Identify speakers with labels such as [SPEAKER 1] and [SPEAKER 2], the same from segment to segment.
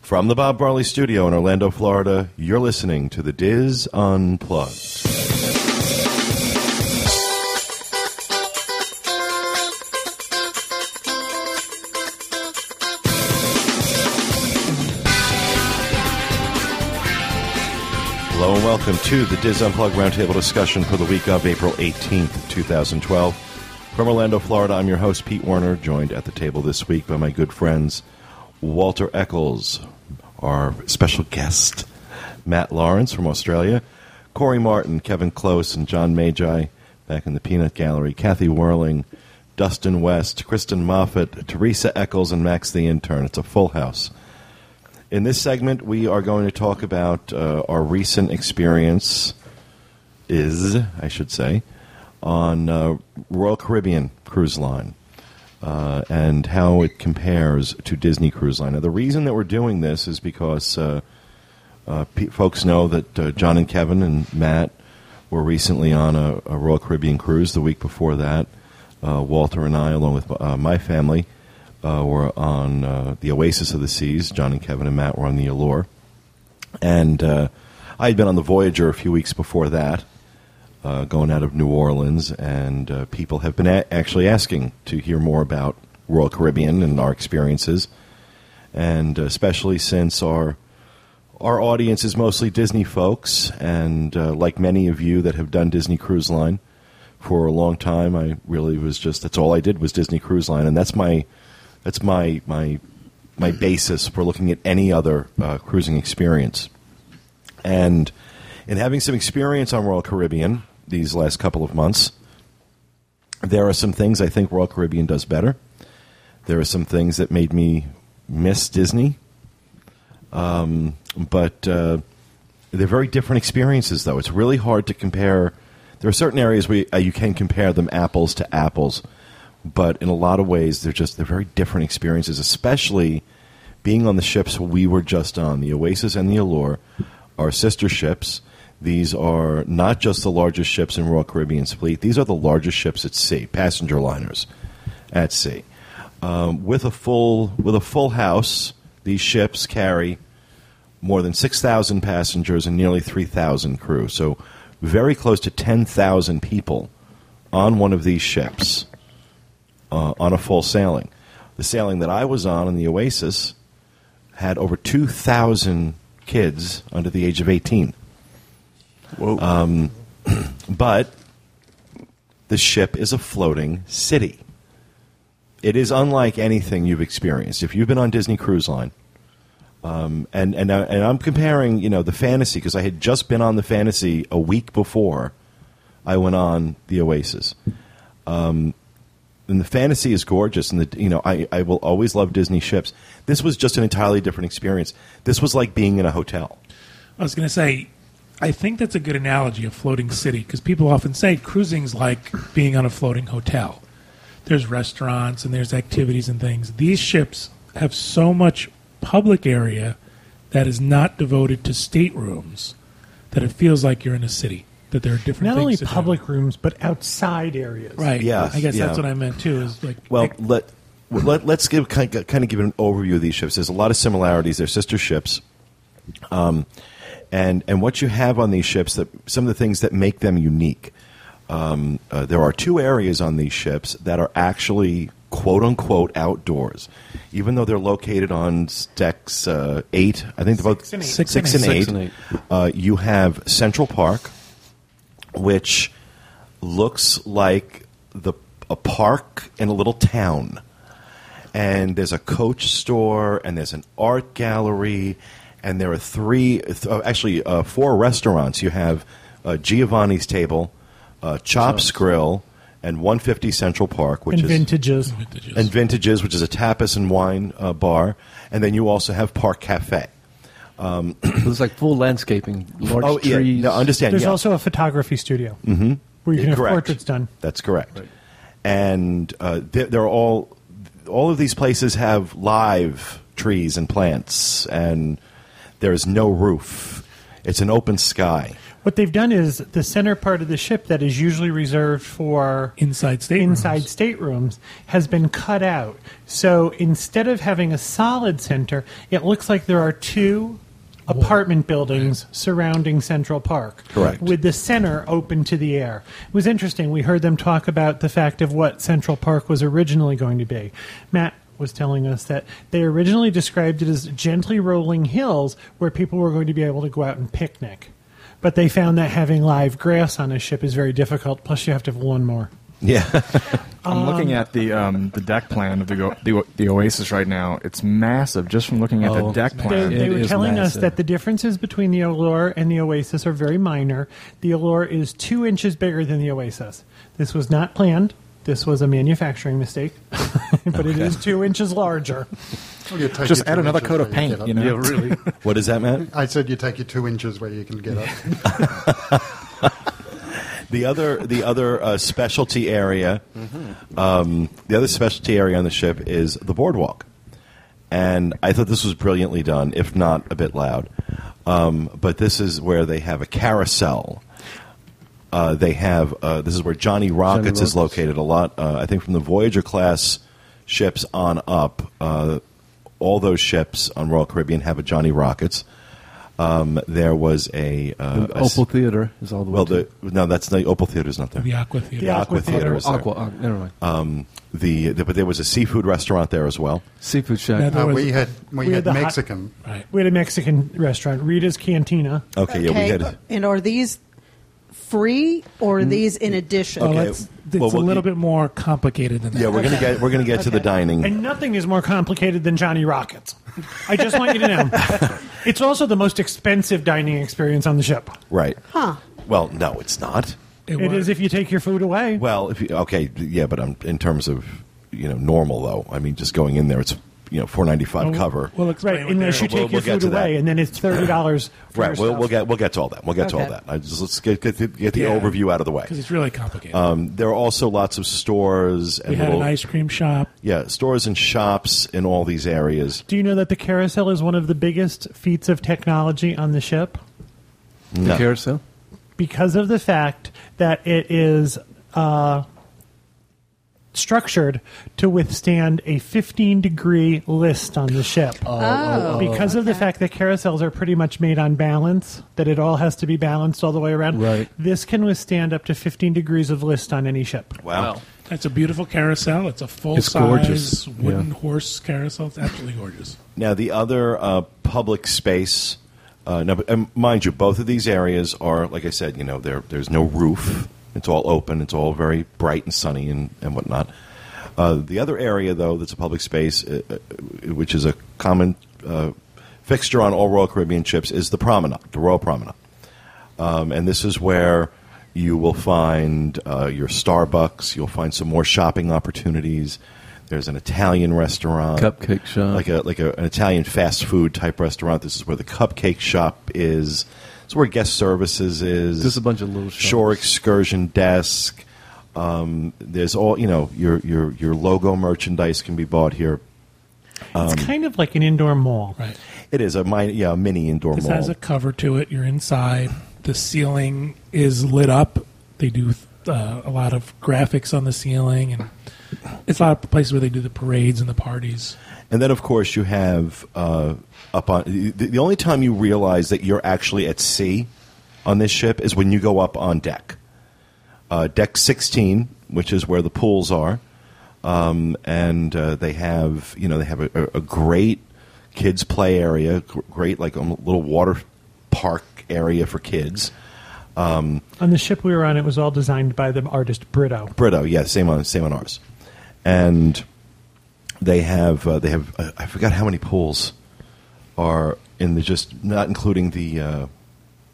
[SPEAKER 1] From the Bob Barley Studio in Orlando, Florida, you're listening to the Diz Unplugged. Hello and welcome to the Diz Unplugged Roundtable discussion for the week of April 18th, 2012. From Orlando, Florida, I'm your host, Pete Warner, joined at the table this week by my good friends Walter Eccles, our special guest, Matt Lawrence from Australia, Corey Martin, Kevin Close, and John Magi back in the Peanut Gallery, Kathy Whirling, Dustin West, Kristen Moffat, Teresa Eccles, and Max the Intern. It's a full house. In this segment, we are going to talk about uh, our recent experience is, I should say, on uh, Royal Caribbean Cruise Line uh, and how it compares to Disney Cruise Line. Now, the reason that we're doing this is because uh, uh, pe- folks know that uh, John and Kevin and Matt were recently on a, a Royal Caribbean cruise. The week before that, uh, Walter and I, along with uh, my family, uh, were on uh, the Oasis of the Seas. John and Kevin and Matt were on the Allure, and uh, I had been on the Voyager a few weeks before that, uh, going out of New Orleans, and uh, people have been a- actually asking to hear more about Royal Caribbean and our experiences, and uh, especially since our our audience is mostly Disney folks, and uh, like many of you that have done Disney Cruise Line for a long time, I really was just that's all I did was Disney Cruise Line, and that's my that's my my my basis for looking at any other uh, cruising experience. And in having some experience on Royal Caribbean these last couple of months, there are some things I think Royal Caribbean does better. There are some things that made me miss Disney Um, but uh, they're very different experiences, though. It's really hard to compare. There are certain areas where uh, you can compare them apples to apples, but in a lot of ways, they're just they're very different experiences. Especially being on the ships we were just on, the Oasis and the Allure, are sister ships. These are not just the largest ships in Royal Caribbean's fleet; these are the largest ships at sea, passenger liners at sea. Um, with a full with a full house, these ships carry more than 6,000 passengers and nearly 3,000 crew. So, very close to 10,000 people on one of these ships uh, on a full sailing. The sailing that I was on in the Oasis had over 2,000 kids under the age of 18.
[SPEAKER 2] Whoa.
[SPEAKER 1] But the ship is a floating city. It is unlike anything you've experienced. If you've been on Disney Cruise Line, um, and and I, and I'm comparing, you know, the fantasy because I had just been on the fantasy a week before I went on the Oasis. Um, and the fantasy is gorgeous, and the you know I I will always love Disney ships. This was just an entirely different experience. This was like being in a hotel.
[SPEAKER 3] I was going to say, I think that's a good analogy of floating city because people often say cruising's like being on a floating hotel. There's restaurants and there's activities and things. These ships have so much public area that is not devoted to staterooms that it feels like you're in a city. That there are different
[SPEAKER 2] Not
[SPEAKER 3] things
[SPEAKER 2] only
[SPEAKER 3] to do.
[SPEAKER 2] public rooms, but outside areas.
[SPEAKER 3] right?
[SPEAKER 1] Yeah,
[SPEAKER 3] I guess
[SPEAKER 1] yeah.
[SPEAKER 3] that's what I meant too. Is like
[SPEAKER 1] Well,
[SPEAKER 3] like-
[SPEAKER 1] let, let let's give kind of, kind of give an overview of these ships. There's a lot of similarities. They're sister ships, um, and and what you have on these ships that some of the things that make them unique. Um, uh, there are two areas on these ships that are actually quote unquote outdoors, even though they're located on decks uh, eight. I think they're both
[SPEAKER 2] Six and eight.
[SPEAKER 3] Six
[SPEAKER 1] six
[SPEAKER 3] and
[SPEAKER 1] and eight.
[SPEAKER 4] Six and eight.
[SPEAKER 1] Uh, you have Central Park, which looks like the a park in a little town. And there's a coach store, and there's an art gallery, and there are three, th- uh, actually uh, four restaurants. You have uh, Giovanni's Table, uh, Chops Grill, and 150 Central Park, which
[SPEAKER 2] And
[SPEAKER 1] is
[SPEAKER 2] vintages.
[SPEAKER 3] vintages.
[SPEAKER 1] and Vintages, which is a tapas and wine uh, bar, and then you also have Park Cafe.
[SPEAKER 4] It's like full landscaping, large
[SPEAKER 1] oh yeah,
[SPEAKER 4] trees.
[SPEAKER 1] no, understand.
[SPEAKER 2] There's
[SPEAKER 1] yeah.
[SPEAKER 2] also a photography studio mm-hmm. where you can have
[SPEAKER 1] Correct.
[SPEAKER 2] portraits done.
[SPEAKER 1] That's correct. And uh, they- they're all all of these places have live trees and plants, and there is no roof. It's an open sky.
[SPEAKER 2] What they've done is the center part of the ship that is usually reserved for
[SPEAKER 3] inside state
[SPEAKER 2] inside staterooms has been cut out. So instead of having a solid center, it looks like there are two apartment buildings surrounding Central Park.
[SPEAKER 1] Correct.
[SPEAKER 2] With the center open to the air. It was interesting. We heard them talk about the fact of what Central Park was originally going to be. Matt was telling us that they originally described it as gently rolling hills where people were going to be able to go out and picnic. But they found that having live grass on a ship is very difficult. Plus, you have to have one more.
[SPEAKER 1] Yeah.
[SPEAKER 5] I'm looking at the um, the deck plan of the, go- the o- the Oasis right now. It's massive just from looking at
[SPEAKER 4] Oh,
[SPEAKER 5] the deck
[SPEAKER 4] it's
[SPEAKER 5] plan.
[SPEAKER 2] They, they
[SPEAKER 4] It
[SPEAKER 2] were
[SPEAKER 4] is
[SPEAKER 2] telling us
[SPEAKER 4] massive.
[SPEAKER 2] that the differences between the Allure and the Oasis are very minor. The Allure is two inches bigger than the Oasis. This was not planned. This was a manufacturing mistake, but it is two inches larger.
[SPEAKER 6] You take
[SPEAKER 5] Just
[SPEAKER 6] your
[SPEAKER 5] add
[SPEAKER 6] two
[SPEAKER 5] another
[SPEAKER 6] inches
[SPEAKER 5] coat of
[SPEAKER 6] where
[SPEAKER 5] paint,
[SPEAKER 6] get up.
[SPEAKER 5] you know.
[SPEAKER 4] really.
[SPEAKER 1] What is that, Matt?
[SPEAKER 6] I said you take your two inches where you can get up.
[SPEAKER 1] The other, the other uh, specialty area, um, the other specialty area on the ship is the boardwalk, and I thought this was brilliantly done, if not a bit loud. Um, but this is where they have a carousel. Uh, they have uh, this is where Johnny Rockets,
[SPEAKER 4] Rockets.
[SPEAKER 1] is located a lot. Uh, I think from the Voyager class ships on up, uh, all those ships on Royal Caribbean have a Johnny Rockets. Um, there was a, uh, a s-
[SPEAKER 4] Opal Theater is all the way.
[SPEAKER 1] well,
[SPEAKER 4] to-
[SPEAKER 1] the no, that's the Opal Theater's not there.
[SPEAKER 3] the Aqua Theater.
[SPEAKER 1] The Aqua Theater was there.
[SPEAKER 4] Aqua. uh, never mind.
[SPEAKER 1] The, the- but there was a seafood restaurant there as well.
[SPEAKER 4] Seafood Shack.
[SPEAKER 3] Now, there
[SPEAKER 6] Uh,
[SPEAKER 3] was-
[SPEAKER 6] we had we,
[SPEAKER 2] We had
[SPEAKER 6] had,
[SPEAKER 2] the hot-
[SPEAKER 6] Mexican.
[SPEAKER 3] right.
[SPEAKER 2] We had a Mexican restaurant, Rita's Cantina.
[SPEAKER 1] Okay, yeah, we had.
[SPEAKER 7] And are these free or are
[SPEAKER 4] Mm.
[SPEAKER 7] these in addition?
[SPEAKER 4] Oh,
[SPEAKER 1] Okay.
[SPEAKER 3] Well, it's it's
[SPEAKER 1] Well,
[SPEAKER 3] a
[SPEAKER 1] we'll- e
[SPEAKER 3] little bit more complicated than that.
[SPEAKER 1] Yeah, we're gonna get we're gonna get to the dining.
[SPEAKER 2] And nothing is more complicated than Johnny Rockets. I just want you to know. It's also the most expensive dining experience on the ship.
[SPEAKER 1] right.
[SPEAKER 7] Huh.
[SPEAKER 1] Well, no, it's not.
[SPEAKER 2] it
[SPEAKER 3] was-
[SPEAKER 2] is if you take your food away.
[SPEAKER 1] Well, if you, okay, yeah, but I'm in terms of you know normal though. I mean, just going in there, it's you know 4.95 cover.
[SPEAKER 3] Oh, We'll explain
[SPEAKER 2] right,
[SPEAKER 3] what
[SPEAKER 2] unless
[SPEAKER 1] We'll-
[SPEAKER 3] they're-
[SPEAKER 2] you
[SPEAKER 1] we'll
[SPEAKER 2] take your
[SPEAKER 1] get
[SPEAKER 2] food
[SPEAKER 1] to that.
[SPEAKER 2] away, and then it's thirty dollars.
[SPEAKER 1] right. We'll, we'll get we'll get to all that. We'll get to all
[SPEAKER 7] Okay.
[SPEAKER 1] that. I just, let's get get, the- get the
[SPEAKER 3] Yeah.
[SPEAKER 1] overview out of the way.
[SPEAKER 3] because it's really complicated.
[SPEAKER 1] Um, there are also lots of stores and
[SPEAKER 3] we had
[SPEAKER 1] little,
[SPEAKER 3] an ice cream shop.
[SPEAKER 1] yeah stores and shops in all these areas.
[SPEAKER 2] Do you know that the carousel is one of the biggest feats of technology on the ship
[SPEAKER 4] the
[SPEAKER 1] No.
[SPEAKER 4] carousel.
[SPEAKER 2] because of the fact that it is uh, structured to withstand a 15 degree list on the ship.
[SPEAKER 7] Oh.
[SPEAKER 2] because of the fact that carousels are pretty much made on balance, that it all has to be balanced all the way around,
[SPEAKER 4] Right.
[SPEAKER 2] this can withstand up to 15 degrees of list on any ship.
[SPEAKER 1] Wow.
[SPEAKER 3] That's a beautiful carousel. It's a full
[SPEAKER 4] It's
[SPEAKER 3] size
[SPEAKER 4] gorgeous.
[SPEAKER 3] wooden
[SPEAKER 4] Yeah.
[SPEAKER 3] horse carousel. It's absolutely gorgeous.
[SPEAKER 1] Now, the other uh, public space. Uh, now, but, and mind you, both of these areas are, like I said, you know, there there's no roof. It's all open. It's all very bright and sunny and and whatnot. Uh, the other area, though, that's a public space, uh, uh, which is a common uh, fixture on all Royal Caribbean ships, is the promenade, the Royal Promenade. Um, and this is where you will find uh, your Starbucks. You'll find some more shopping opportunities. There's an Italian restaurant,
[SPEAKER 4] Cupcake shop.
[SPEAKER 1] like a like a, an Italian fast food type restaurant. This is where the cupcake shop is. It's where guest services is.
[SPEAKER 4] Just a bunch of little shops.
[SPEAKER 1] shore excursion desk. Um, there's all you know. Your your your logo merchandise can be bought here.
[SPEAKER 4] Um,
[SPEAKER 2] it's kind of like an indoor mall.
[SPEAKER 3] Right.
[SPEAKER 1] It is a mini, yeah, a mini indoor
[SPEAKER 3] This
[SPEAKER 1] mall.
[SPEAKER 3] has a cover to it. You're inside. The ceiling is lit up. They do uh, a lot of graphics on the ceiling, and it's a lot of places where they do the parades and the parties.
[SPEAKER 1] And then, of course, you have uh, up on the, the only time you realize that you're actually at sea on this ship is when you go up on deck. Uh, deck 16, which is where the pools are, um, and uh, they have you know they have a, a- a great kids play area, gr- great like a little water park area for kids.
[SPEAKER 2] On the ship we were on, it was all designed by the artist Brito.
[SPEAKER 1] Brito, yeah, same on same on ours, and they have uh, they have uh, I forgot how many pools are in the just not including the uh,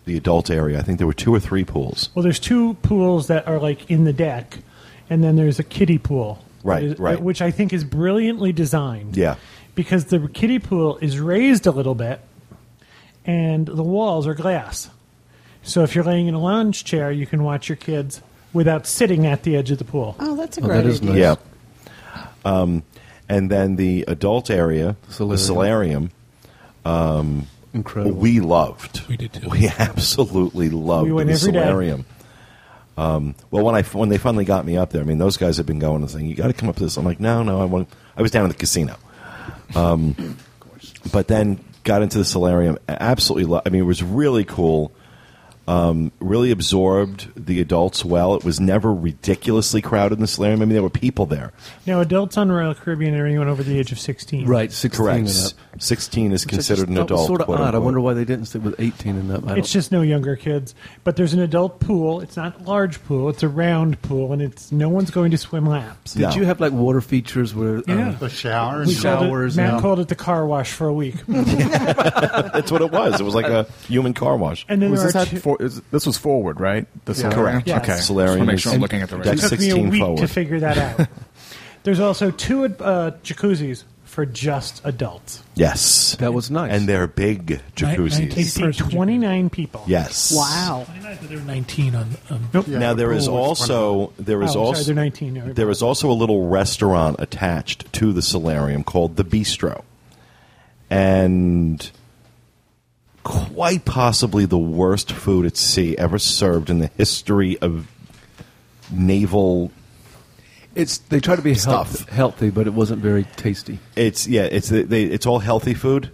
[SPEAKER 1] the adult area. I think there were two or three pools.
[SPEAKER 2] Well, there's two pools that are like in the deck, and then there's a kiddie pool.
[SPEAKER 1] Right,
[SPEAKER 2] Is-
[SPEAKER 1] right.
[SPEAKER 2] Which I think is brilliantly designed.
[SPEAKER 1] Yeah.
[SPEAKER 2] Because the kiddie pool is raised a little bit, and the walls are glass. So if you're laying in a lounge chair, you can watch your kids without sitting at the edge of the pool.
[SPEAKER 7] Oh, that's a
[SPEAKER 4] Oh,
[SPEAKER 7] great
[SPEAKER 4] that is
[SPEAKER 7] idea.
[SPEAKER 4] nice.
[SPEAKER 1] Yeah, um, and then the adult area,
[SPEAKER 4] Solarium.
[SPEAKER 1] the solarium, um,
[SPEAKER 4] Incredible.
[SPEAKER 1] we loved.
[SPEAKER 3] We did too.
[SPEAKER 1] We absolutely loved
[SPEAKER 2] We went
[SPEAKER 1] the
[SPEAKER 2] every day.
[SPEAKER 1] solarium. Um, well, when I when they finally got me up there, I mean, those guys have been going and saying, "You got to come up to this." I'm like, "No, no, I want." I was down in the casino, um, but then got into the solarium. Absolutely, lo- I mean, it was really cool. Um, really absorbed the adults well. It was never ridiculously crowded in the solarium. I mean, there were people there.
[SPEAKER 2] Now, adults on Royal Caribbean are anyone over the age of 16.
[SPEAKER 4] right, 16
[SPEAKER 1] Correct.
[SPEAKER 4] and up.
[SPEAKER 1] Sixteen is
[SPEAKER 4] Which I just
[SPEAKER 1] considered an
[SPEAKER 4] thought was
[SPEAKER 1] adult.
[SPEAKER 4] Sort of odd.
[SPEAKER 1] quote
[SPEAKER 4] I
[SPEAKER 1] unquote.
[SPEAKER 4] wonder why they didn't stick with 18 and up. I
[SPEAKER 2] It's
[SPEAKER 4] don't-
[SPEAKER 2] just no younger kids. But there's an adult pool. It's not a large pool. It's a round pool, and it's no one's going to swim laps.
[SPEAKER 4] Did
[SPEAKER 1] No.
[SPEAKER 4] you have like water features where? um,
[SPEAKER 3] Yeah.
[SPEAKER 6] The shower.
[SPEAKER 4] We
[SPEAKER 6] and-
[SPEAKER 4] shall-
[SPEAKER 2] Called it-
[SPEAKER 4] Showers
[SPEAKER 2] Matt
[SPEAKER 4] and-
[SPEAKER 2] called it the car wash for a week. and
[SPEAKER 1] That's what it was. It was like a human car wash.
[SPEAKER 2] then
[SPEAKER 5] Was
[SPEAKER 2] there
[SPEAKER 5] this,
[SPEAKER 2] are
[SPEAKER 5] at
[SPEAKER 2] two,
[SPEAKER 5] for, is, this was forward, right? The
[SPEAKER 6] Yeah.
[SPEAKER 5] solarium?
[SPEAKER 1] Correct.
[SPEAKER 2] Yes.
[SPEAKER 5] Okay. Just wanna
[SPEAKER 1] Solarium
[SPEAKER 5] make
[SPEAKER 1] is-
[SPEAKER 5] sure I'm looking at the right.
[SPEAKER 1] that's-
[SPEAKER 2] took me a
[SPEAKER 1] 16
[SPEAKER 2] week to
[SPEAKER 1] forward.
[SPEAKER 2] figure that out. There's also two uh, jacuzzis for just adults.
[SPEAKER 1] Yes.
[SPEAKER 4] That was nice.
[SPEAKER 1] And they're big
[SPEAKER 2] They
[SPEAKER 3] Eight
[SPEAKER 1] jacuzzis.
[SPEAKER 2] seat
[SPEAKER 3] person
[SPEAKER 2] 29 people.
[SPEAKER 1] Yes.
[SPEAKER 7] Wow.
[SPEAKER 3] I thought they were 19 on. um, on
[SPEAKER 6] Yeah,
[SPEAKER 1] now
[SPEAKER 6] the
[SPEAKER 1] there
[SPEAKER 6] pool
[SPEAKER 1] is
[SPEAKER 6] was
[SPEAKER 1] also there
[SPEAKER 2] Oh, I'm
[SPEAKER 1] is
[SPEAKER 2] sorry,
[SPEAKER 1] also
[SPEAKER 2] they're 19. No,
[SPEAKER 1] there is also a little restaurant attached to the solarium called the Bistro, and quite possibly the worst food at sea ever served in the history of naval
[SPEAKER 4] It's they try to be
[SPEAKER 1] Stuff.
[SPEAKER 4] health, healthy, but it wasn't very tasty.
[SPEAKER 1] it's yeah it's they, it's all healthy food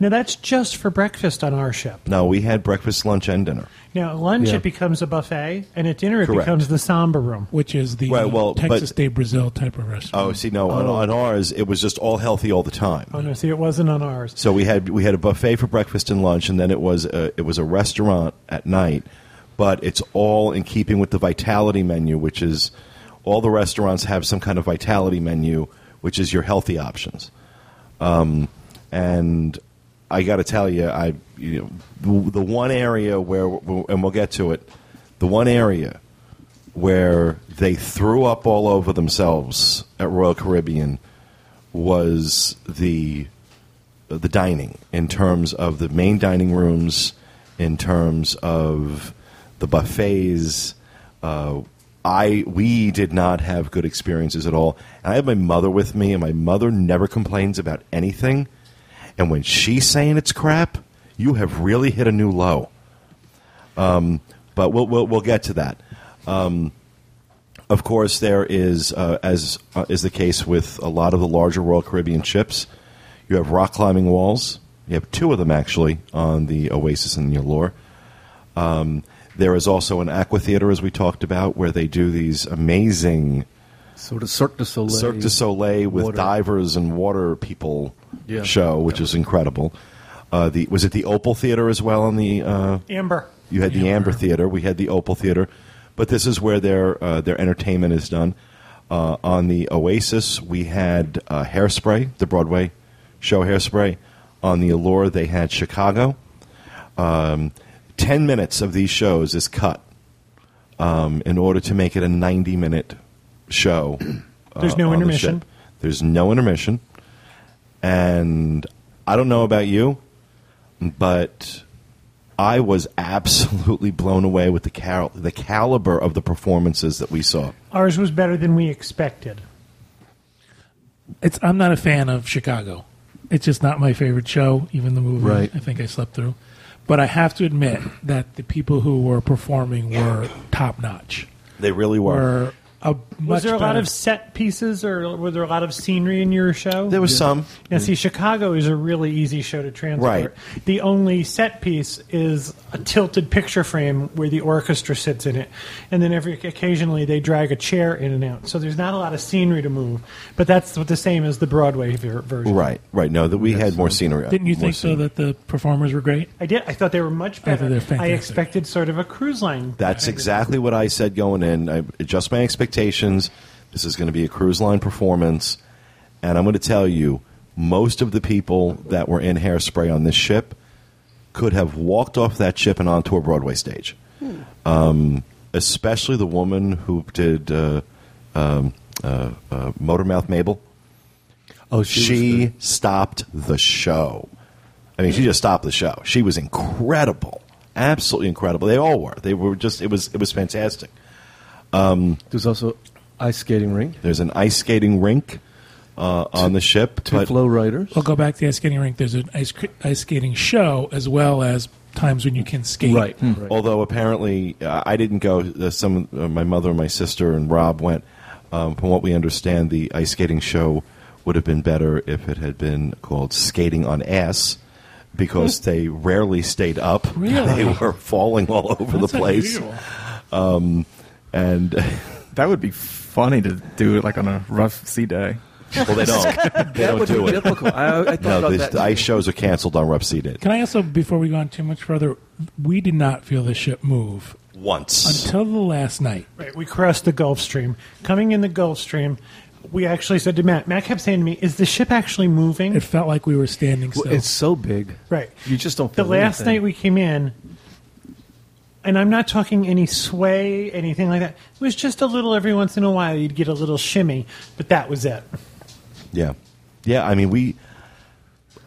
[SPEAKER 2] Now, that's just for breakfast on our ship.
[SPEAKER 1] no we had breakfast lunch and dinner
[SPEAKER 2] Now, at lunch,
[SPEAKER 4] Yeah.
[SPEAKER 2] it becomes a buffet, and at dinner, it
[SPEAKER 1] Correct.
[SPEAKER 2] becomes the Samba room.
[SPEAKER 3] Which is the
[SPEAKER 1] Right, well,
[SPEAKER 3] Texas
[SPEAKER 1] but-
[SPEAKER 3] Day Brazil type of restaurant.
[SPEAKER 1] oh see no on, on ours it was just all healthy all the time
[SPEAKER 2] Oh, no, see, it wasn't on ours.
[SPEAKER 1] So we had we had a buffet for breakfast and lunch, and then it was a, it was a restaurant at night. But it's all in keeping with the vitality menu, which is all the restaurants have some kind of vitality menu, which is your healthy options. Um, and I got to tell you, I you know the the one area where and we'll get to it, the one area where they threw up all over themselves at Royal Caribbean was the uh, the dining in terms of the main dining rooms, in terms of the buffets. Uh, I we did not have good experiences at all. And I have my mother with me, and my mother never complains about anything. And when she's saying it's crap, you have really hit a new low. Um, but we'll, we'll we'll get to that. Of course, there is, uh, as uh, is the case with a lot of the larger Royal Caribbean ships, you have rock climbing walls. You have two of them actually on the Oasis and the Allure. Um, there is also an aqua theater, as we talked about, where they do these amazing
[SPEAKER 4] Sort of Cirque du Soleil.
[SPEAKER 1] Cirque du Soleil with
[SPEAKER 4] water.
[SPEAKER 1] divers and water people
[SPEAKER 4] Yeah.
[SPEAKER 1] show, which is incredible. Uh, the was it the Opal Theater as well on the uh,
[SPEAKER 2] Amber.
[SPEAKER 1] you had the Amber
[SPEAKER 3] Amber.
[SPEAKER 1] Theater. We had the Opal Theater. But this is where their uh, their entertainment is done. Uh, on the Oasis, we had uh, Hairspray, the Broadway show Hairspray. On the Allure, they had Chicago. Um, Ten minutes of these shows is cut um, in order to make it a ninety minute show. uh,
[SPEAKER 2] There's no
[SPEAKER 1] on the
[SPEAKER 2] intermission.
[SPEAKER 1] ship. There's no intermission, and I don't know about you, but I was absolutely blown away with the cal- the caliber of the performances that we saw.
[SPEAKER 2] Ours was better than we expected.
[SPEAKER 3] It's I'm not a fan of Chicago. It's just not my favorite show, even the movie.
[SPEAKER 4] Right.
[SPEAKER 3] I think I slept through. But I have to admit that the people who were performing were top notch.
[SPEAKER 1] They really were.
[SPEAKER 3] Were a
[SPEAKER 2] Was
[SPEAKER 3] much
[SPEAKER 2] there a lot
[SPEAKER 3] better-
[SPEAKER 2] of set pieces, or were there a lot of scenery in your show?
[SPEAKER 1] There was some.
[SPEAKER 2] Now, see, Chicago is a really easy show to transport.
[SPEAKER 1] Right.
[SPEAKER 2] The only set piece is a tilted picture frame where the orchestra sits in it, and then every occasionally they drag a chair in and out. So there's not a lot of scenery to move, but that's what the same as the Broadway ver- version.
[SPEAKER 1] Right, right. No, that we had more scenery.
[SPEAKER 3] Didn't you
[SPEAKER 1] more
[SPEAKER 3] think though
[SPEAKER 1] scenery.
[SPEAKER 3] that the performers were great?
[SPEAKER 2] I did. I thought they were
[SPEAKER 3] I
[SPEAKER 2] much
[SPEAKER 3] thought
[SPEAKER 2] better.
[SPEAKER 3] they were fantastic.
[SPEAKER 2] expected sort of a cruise line.
[SPEAKER 1] That's exactly what I said going in. I adjust my expectations. This is going to be a cruise line performance. And I'm going to tell you, most of the people that were in hairspray on this ship could have walked off that ship and onto a Broadway stage. Um, especially the woman who did uh, um, uh, uh, Motormouth Mabel.
[SPEAKER 4] Oh,
[SPEAKER 1] She,
[SPEAKER 4] she. was good.
[SPEAKER 1] stopped the show. I mean, she just stopped the show. She was incredible, absolutely incredible. They all were. They were just. It was. It was fantastic.
[SPEAKER 4] There's also ice skating rink.
[SPEAKER 1] There's an ice skating rink. uh, on the ship.
[SPEAKER 4] Two
[SPEAKER 1] but-
[SPEAKER 4] flow riders.
[SPEAKER 3] We'll go back to the ice skating rink. There's an ice, cr- ice skating show as well as times when you can skate.
[SPEAKER 4] Right.
[SPEAKER 2] Hmm.
[SPEAKER 4] right.
[SPEAKER 1] Although apparently uh, I didn't go. Uh, some uh, my mother, my sister, and Rob went. Um, from what we understand, the ice skating show would have been better if it had been called skating on ass. Because they rarely stayed up,
[SPEAKER 3] Really?
[SPEAKER 1] they were falling all over
[SPEAKER 3] That's
[SPEAKER 1] the place,
[SPEAKER 3] unusual.
[SPEAKER 1] and
[SPEAKER 5] That would be funny to do it like on a rough sea day.
[SPEAKER 1] well, they don't, they don't
[SPEAKER 4] would
[SPEAKER 1] do
[SPEAKER 4] be
[SPEAKER 1] it.
[SPEAKER 4] difficult. I, I thought
[SPEAKER 1] No,
[SPEAKER 4] about
[SPEAKER 1] these,
[SPEAKER 4] that.
[SPEAKER 1] the ice shows are canceled on Rough Sea Day
[SPEAKER 3] Can I also, before we go on too much further, we did not feel the ship move
[SPEAKER 1] once.
[SPEAKER 3] until the last night.
[SPEAKER 2] Right, we crossed the Gulf Stream. Coming in the Gulf Stream, we actually said to Matt, Matt kept saying to me, Is the ship actually moving?
[SPEAKER 3] It felt like we were standing
[SPEAKER 1] Oh,
[SPEAKER 3] still.
[SPEAKER 4] Well, it's so big.
[SPEAKER 2] right.
[SPEAKER 4] You just don't.
[SPEAKER 2] The
[SPEAKER 4] feel
[SPEAKER 2] last
[SPEAKER 4] anything.
[SPEAKER 2] night we came in, and I'm not talking any sway, anything like that. It was just a little every once in a while you'd get a little shimmy, but that was it.
[SPEAKER 1] Yeah, yeah. I mean, we.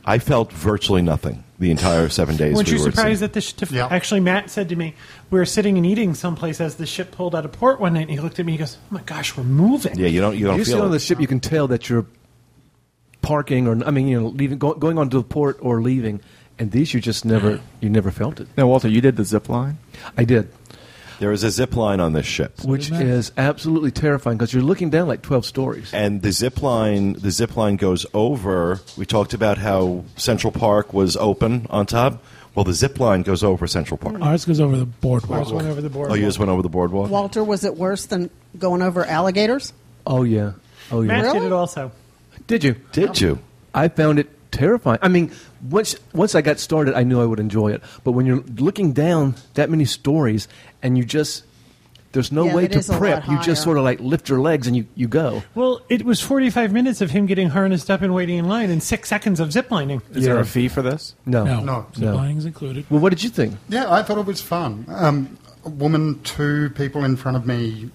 [SPEAKER 1] I felt virtually nothing the entire seven days.
[SPEAKER 2] Weren't
[SPEAKER 1] we
[SPEAKER 2] you
[SPEAKER 1] were at sea.
[SPEAKER 2] surprised that the ship?
[SPEAKER 6] Yeah.
[SPEAKER 2] Actually, Matt said to me, we were sitting and eating someplace as the ship pulled out of port one night, and he looked at me. He goes, "Oh my gosh, we're moving."
[SPEAKER 1] Yeah, you don't. You don't
[SPEAKER 4] you sit
[SPEAKER 1] feel
[SPEAKER 4] on
[SPEAKER 1] it.
[SPEAKER 4] the ship, you can tell that you're parking, or I mean, you know, leaving, go, going on to the port or leaving. And these, you just never, you never felt it.
[SPEAKER 5] Now, Walter, you did the zip line.
[SPEAKER 4] I did,
[SPEAKER 1] There is a zip line on this ship,
[SPEAKER 4] which
[SPEAKER 3] Really?
[SPEAKER 4] is absolutely terrifying because you're looking down like twelve stories.
[SPEAKER 1] and the zip line the zip line goes over. We talked about how Central Park was open on top. Well, the zip line goes over Central Park.
[SPEAKER 3] Ours goes over the boardwalk.
[SPEAKER 2] Just went over the board.
[SPEAKER 1] Oh, you just went over the boardwalk.
[SPEAKER 7] Walter, was it worse than going over alligators?
[SPEAKER 4] Oh yeah, oh yeah.
[SPEAKER 2] Matt
[SPEAKER 7] Really?
[SPEAKER 2] did it also.
[SPEAKER 4] Did you?
[SPEAKER 1] Did you?
[SPEAKER 4] I found it terrifying. I mean, once once I got started, I knew I would enjoy it. But when you're looking down that many stories, and you just there's no
[SPEAKER 7] Yeah,
[SPEAKER 4] way
[SPEAKER 7] it is
[SPEAKER 4] to
[SPEAKER 7] a lot
[SPEAKER 4] prep. You
[SPEAKER 7] higher.
[SPEAKER 4] just sort of like lift your legs and you, you go.
[SPEAKER 2] Well, it was 45 minutes of him getting harnessed up and waiting in line and six seconds of ziplining.
[SPEAKER 5] Is there
[SPEAKER 4] Yeah.
[SPEAKER 5] a fee for this?
[SPEAKER 4] No.
[SPEAKER 3] No,
[SPEAKER 6] No.
[SPEAKER 3] zip lining's included.
[SPEAKER 4] Well, what did you think?
[SPEAKER 6] Yeah, I thought it was fun. Um, a woman, two people in front of me,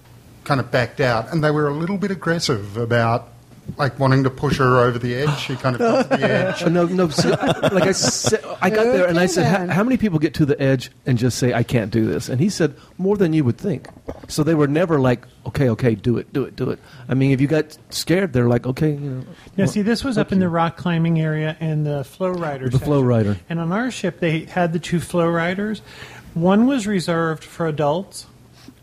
[SPEAKER 6] kind of backed out, and they were a little bit aggressive about like wanting to push her over the edge. She kind of got to the edge.
[SPEAKER 4] Oh, no, no. so- like I said, I got there and I
[SPEAKER 7] Okay,
[SPEAKER 4] said, "How-
[SPEAKER 7] then.
[SPEAKER 4] "How many people get to the edge and just say I can't do this?" And he said, "More than you would think." So they were never like, "Okay, okay, do it, do it, do it." I mean, if you got scared, they're like, "Okay, you know."
[SPEAKER 2] Now, see, this was up in the rock climbing area and the flow rider.
[SPEAKER 4] The flow
[SPEAKER 2] section.
[SPEAKER 4] rider.
[SPEAKER 2] And on our ship, they had the two flow riders. One was reserved for adults,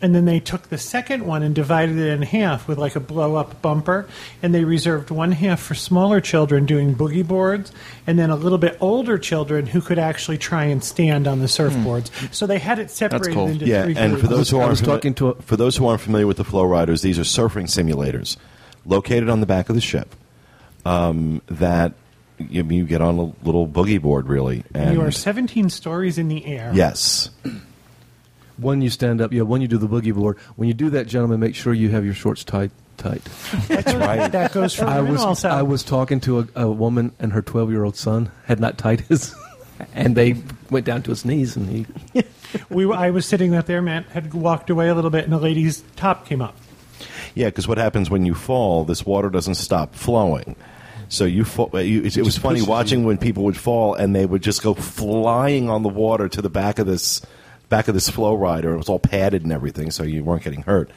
[SPEAKER 2] and then they took the second one and divided it in half with like a blow up bumper. And they reserved one half for smaller children doing boogie boards, and then a little bit older children who could actually try and stand on the surfboards.
[SPEAKER 4] Hmm.
[SPEAKER 2] So they had it separated
[SPEAKER 5] cool.
[SPEAKER 2] into
[SPEAKER 1] Yeah,
[SPEAKER 2] three
[SPEAKER 1] and
[SPEAKER 2] groups.
[SPEAKER 1] for those who
[SPEAKER 4] I
[SPEAKER 1] aren't
[SPEAKER 4] was
[SPEAKER 1] fami-
[SPEAKER 4] talking to a-
[SPEAKER 1] for those who aren't familiar with the flow riders, these are surfing simulators located on the back of the ship. Um, that you, you get on a little boogie board, really, and
[SPEAKER 2] you are 17 stories in the air.
[SPEAKER 1] yes,
[SPEAKER 4] One you stand up, yeah. One you do the boogie board. When you do that, gentlemen, make sure you have your shorts tied tight.
[SPEAKER 1] that's right.
[SPEAKER 2] That goes for
[SPEAKER 4] I
[SPEAKER 2] women
[SPEAKER 4] was
[SPEAKER 2] also.
[SPEAKER 4] I was talking to a, a woman and her twelve year old son had not tied his, and they went down to his knees and he.
[SPEAKER 2] We, were- I was sitting up there, Matt had walked away a little bit, and a lady's top came up.
[SPEAKER 1] Yeah, because what happens when you fall, this water doesn't stop flowing. So you, fall, uh, you it, it was funny watching when people would fall and they would just go flying on the water to the back of this back of this flow rider. It was all padded and everything, so you weren't getting hurt.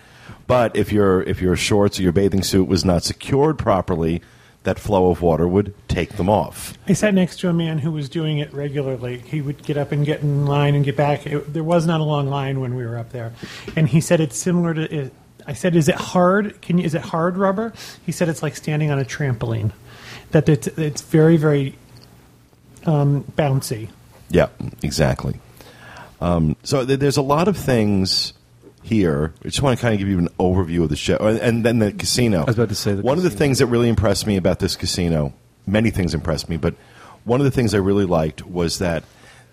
[SPEAKER 1] But if your if your shorts or your bathing suit was not secured properly, that flow of water would take them off.
[SPEAKER 2] I sat next to a man who was doing it regularly. He would get up and get in line and get back. It, there was not a long line when we were up there, and he said it's similar to. It, I said, "Is it hard? Can you? Is it hard rubber?" He said, "It's like standing on a trampoline. That it's it's very very um, bouncy."
[SPEAKER 1] Yeah, exactly. Um, so th- there's a lot of things here. I just want to kind of give you an overview of the show, and, and then the casino. I
[SPEAKER 4] was about to say the
[SPEAKER 1] one of the
[SPEAKER 4] casino.
[SPEAKER 1] things that really impressed me about this casino. Many things impressed me, but one of the things I really liked was that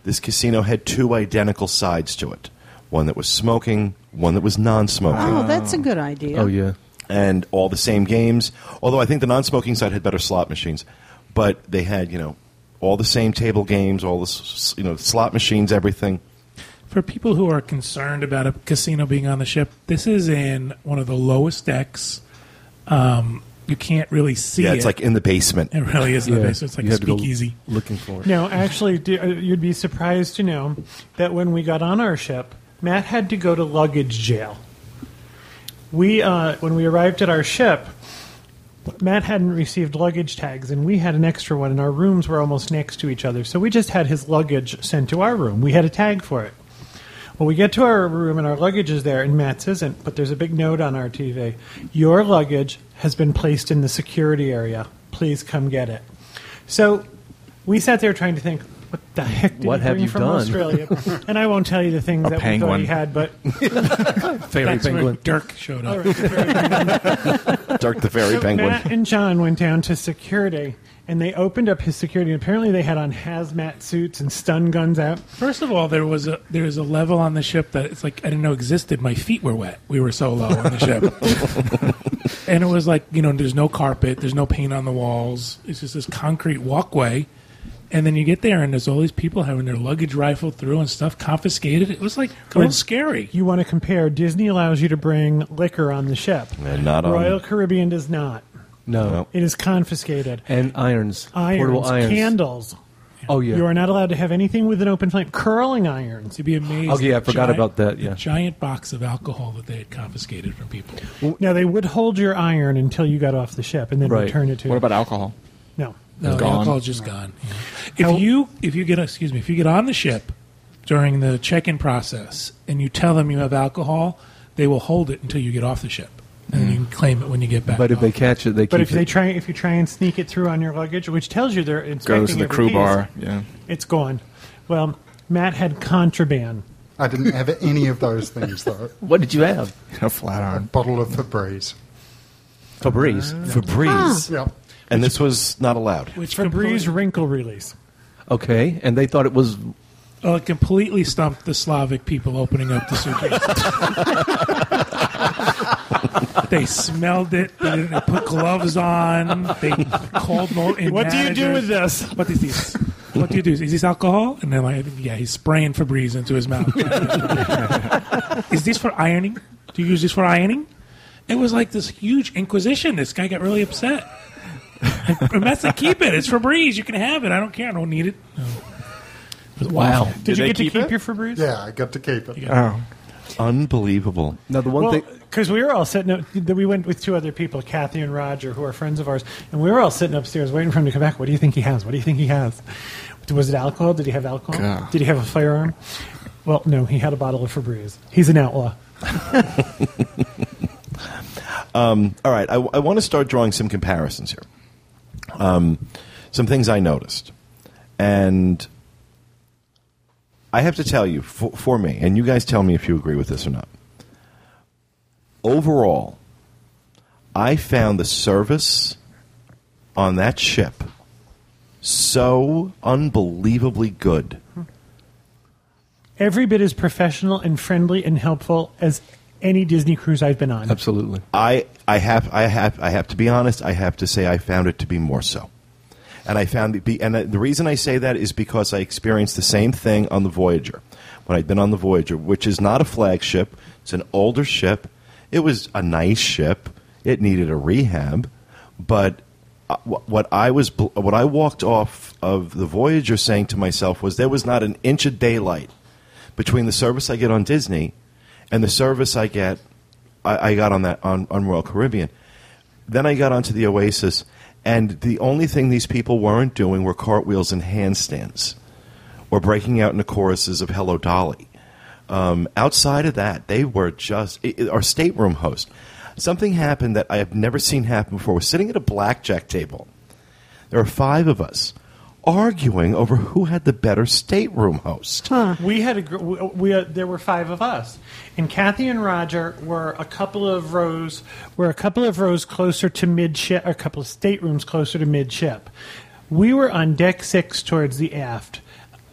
[SPEAKER 1] this casino had two identical sides to it: one that was smoking, one that was non-smoking
[SPEAKER 4] Ah.
[SPEAKER 7] Oh, that's a good idea.
[SPEAKER 4] Oh yeah.
[SPEAKER 1] and all the same games. Although I think the non-smoking side had better slot machines, but they had you know all the same table games, all the s- s- you know slot machines, everything.
[SPEAKER 3] For people who are concerned about a casino being on the ship, this is in one of the lowest decks. Um, you can't really see
[SPEAKER 1] Yeah, it's
[SPEAKER 3] it.
[SPEAKER 1] like in the basement.
[SPEAKER 3] it really is. in the
[SPEAKER 4] yeah.
[SPEAKER 3] basement. It's like
[SPEAKER 4] You
[SPEAKER 3] a
[SPEAKER 4] had to go
[SPEAKER 3] speakeasy.
[SPEAKER 4] Looking for it.
[SPEAKER 2] No, actually, do, uh, you'd be surprised to know that when we got on our ship, Matt had to go to luggage jail. We, uh, when we arrived at our ship, Matt hadn't received luggage tags, and we had an extra one, and our rooms were almost next to each other. So we just had his luggage sent to our room. We had a tag for it. Well, we get to our room, and our luggage is there, and Matt's isn't, but there's a big note on our TV Your luggage has been placed in the security area. Please come get it. So we sat there trying to think, what the heck did
[SPEAKER 4] What
[SPEAKER 2] he
[SPEAKER 4] have
[SPEAKER 2] bring
[SPEAKER 4] you
[SPEAKER 2] from
[SPEAKER 4] done?
[SPEAKER 2] Australia? and I won't tell you the things
[SPEAKER 5] A
[SPEAKER 2] that we thought
[SPEAKER 5] penguin.
[SPEAKER 2] he had, but
[SPEAKER 4] Fairy
[SPEAKER 3] That's where
[SPEAKER 4] penguin.
[SPEAKER 3] Dirk showed up.
[SPEAKER 1] Dark the Fairy
[SPEAKER 2] So
[SPEAKER 1] Penguin.
[SPEAKER 2] Matt and John went down to security, and they opened up his security. Apparently, they had on hazmat suits and stun guns out.
[SPEAKER 3] First of all, there was a there is a level on the ship that it's like I didn't know existed. My feet were wet. We were so low on the ship, and it was like you know, there's no carpet, there's no paint on the walls. It's just this concrete walkway, and then you get there, and there's all these people having their luggage rifled through and stuff confiscated. It was like it was scary.
[SPEAKER 2] You want to compare? Disney allows you to bring liquor on the ship.
[SPEAKER 1] And not on-
[SPEAKER 2] Royal Caribbean does not.
[SPEAKER 4] No.
[SPEAKER 1] No.
[SPEAKER 2] It is confiscated.
[SPEAKER 4] And irons. Portable
[SPEAKER 2] Irons,
[SPEAKER 4] irons.
[SPEAKER 2] candles.
[SPEAKER 4] Oh, yeah.
[SPEAKER 2] You are not allowed to have anything with an open flame. Curling irons.
[SPEAKER 3] To be amazed.
[SPEAKER 4] Oh, yeah, I
[SPEAKER 3] the
[SPEAKER 4] forgot about that,
[SPEAKER 3] the
[SPEAKER 4] yeah.
[SPEAKER 3] giant box of alcohol that they had confiscated from people.
[SPEAKER 2] Now they would hold your iron until you got off the ship and then
[SPEAKER 4] Right.
[SPEAKER 2] return it to.
[SPEAKER 5] What
[SPEAKER 2] you.
[SPEAKER 5] about alcohol?
[SPEAKER 2] no?
[SPEAKER 3] No, the
[SPEAKER 5] Gone.
[SPEAKER 3] alcohol's just gone. If you if you get excuse me, if you get on the ship during the check-in process and you tell them you have alcohol, they will hold it until you get off the ship, and then you can claim it when you get back.
[SPEAKER 4] But if they
[SPEAKER 3] off.
[SPEAKER 4] catch it, they
[SPEAKER 2] But
[SPEAKER 4] keep
[SPEAKER 2] if they
[SPEAKER 4] it.
[SPEAKER 2] try, if you try and sneak it through on your luggage, which tells you they're inspecting
[SPEAKER 5] Goes to the
[SPEAKER 2] every
[SPEAKER 5] crew
[SPEAKER 2] piece,
[SPEAKER 5] bar. Yeah.
[SPEAKER 2] It's gone. Well, Matt had contraband.
[SPEAKER 6] I didn't have any of those things though.
[SPEAKER 4] what did you have?
[SPEAKER 5] A flat
[SPEAKER 6] A
[SPEAKER 5] iron.
[SPEAKER 6] bottle of Febreze.
[SPEAKER 4] Febreze.
[SPEAKER 2] Ah.
[SPEAKER 1] Febreze.
[SPEAKER 6] Yep.
[SPEAKER 1] And this was not allowed.
[SPEAKER 3] which
[SPEAKER 2] Febreze
[SPEAKER 3] completely,
[SPEAKER 2] wrinkle release.
[SPEAKER 4] Okay, and they thought it was
[SPEAKER 3] uh, completely stumped the Slavic people opening up the suitcase. they smelled it. They didn't put gloves on. They called. Mo- in
[SPEAKER 2] What do you do
[SPEAKER 3] managers.
[SPEAKER 2] with this?
[SPEAKER 3] What is this? What do you do? Is this alcohol? And they're like, yeah, he's spraying Febreze into his mouth. is this for ironing? Do you use this for ironing? It was like this huge inquisition. This guy got really upset. And Matt's like, keep it. It's Febreze. You can have it. I don't care. I don't need it. No. It was awful.
[SPEAKER 2] Did, you
[SPEAKER 5] they
[SPEAKER 2] get to
[SPEAKER 5] keep
[SPEAKER 2] keep
[SPEAKER 5] it?
[SPEAKER 2] your Febreze?
[SPEAKER 6] Yeah, I got to keep it.
[SPEAKER 5] Oh.
[SPEAKER 1] Unbelievable.
[SPEAKER 4] now the one
[SPEAKER 2] Well,
[SPEAKER 4] thing.
[SPEAKER 2] because we were all sitting up, that we went with two other people, Kathy and Roger, who are friends of ours, and we were all sitting upstairs waiting for him to come back. What do you think he has? What do you think he has? Was it alcohol? Did he have alcohol?
[SPEAKER 5] God.
[SPEAKER 2] Did he have a firearm? Well, no, he had a bottle of Febreze. He's an outlaw.
[SPEAKER 1] All right, I, want to start drawing some comparisons here. Um, some things I noticed. And I have to tell you, for, for me, and you guys tell me if you agree with this or not. Overall, I found the service on that ship so unbelievably good.
[SPEAKER 2] Every bit as professional and friendly and helpful as any Disney cruise I've been on.
[SPEAKER 4] Absolutely.
[SPEAKER 1] I, I have I have I have to be honest. I have to say I found it to be more so, and I found it be and uh, the reason I say that is because I experienced the same thing on the Voyager when I'd been on the Voyager, which is not a flagship. It's an older ship. It was a nice ship. It needed a rehab, but uh, wh- what I was bl- what I walked off of the Voyager saying to myself was there was not an inch of daylight between the service I get on Disney and the service I get I, I got on that on, on Royal Caribbean. Then I got onto the Oasis, and the only thing these people weren't doing were cartwheels and handstands, or breaking out into choruses of "Hello Dolly." Um, outside of that, they were just i i- our stateroom host. Something happened that I have never seen happen before. We're sitting at a blackjack table. There are five of us arguing over who had the better stateroom host.
[SPEAKER 2] We had a gr- we, we uh, there were five of us, and Kathy and Roger were a couple of rows were a couple of rows closer to midship, a couple of staterooms closer to midship. We were on deck six towards the aft,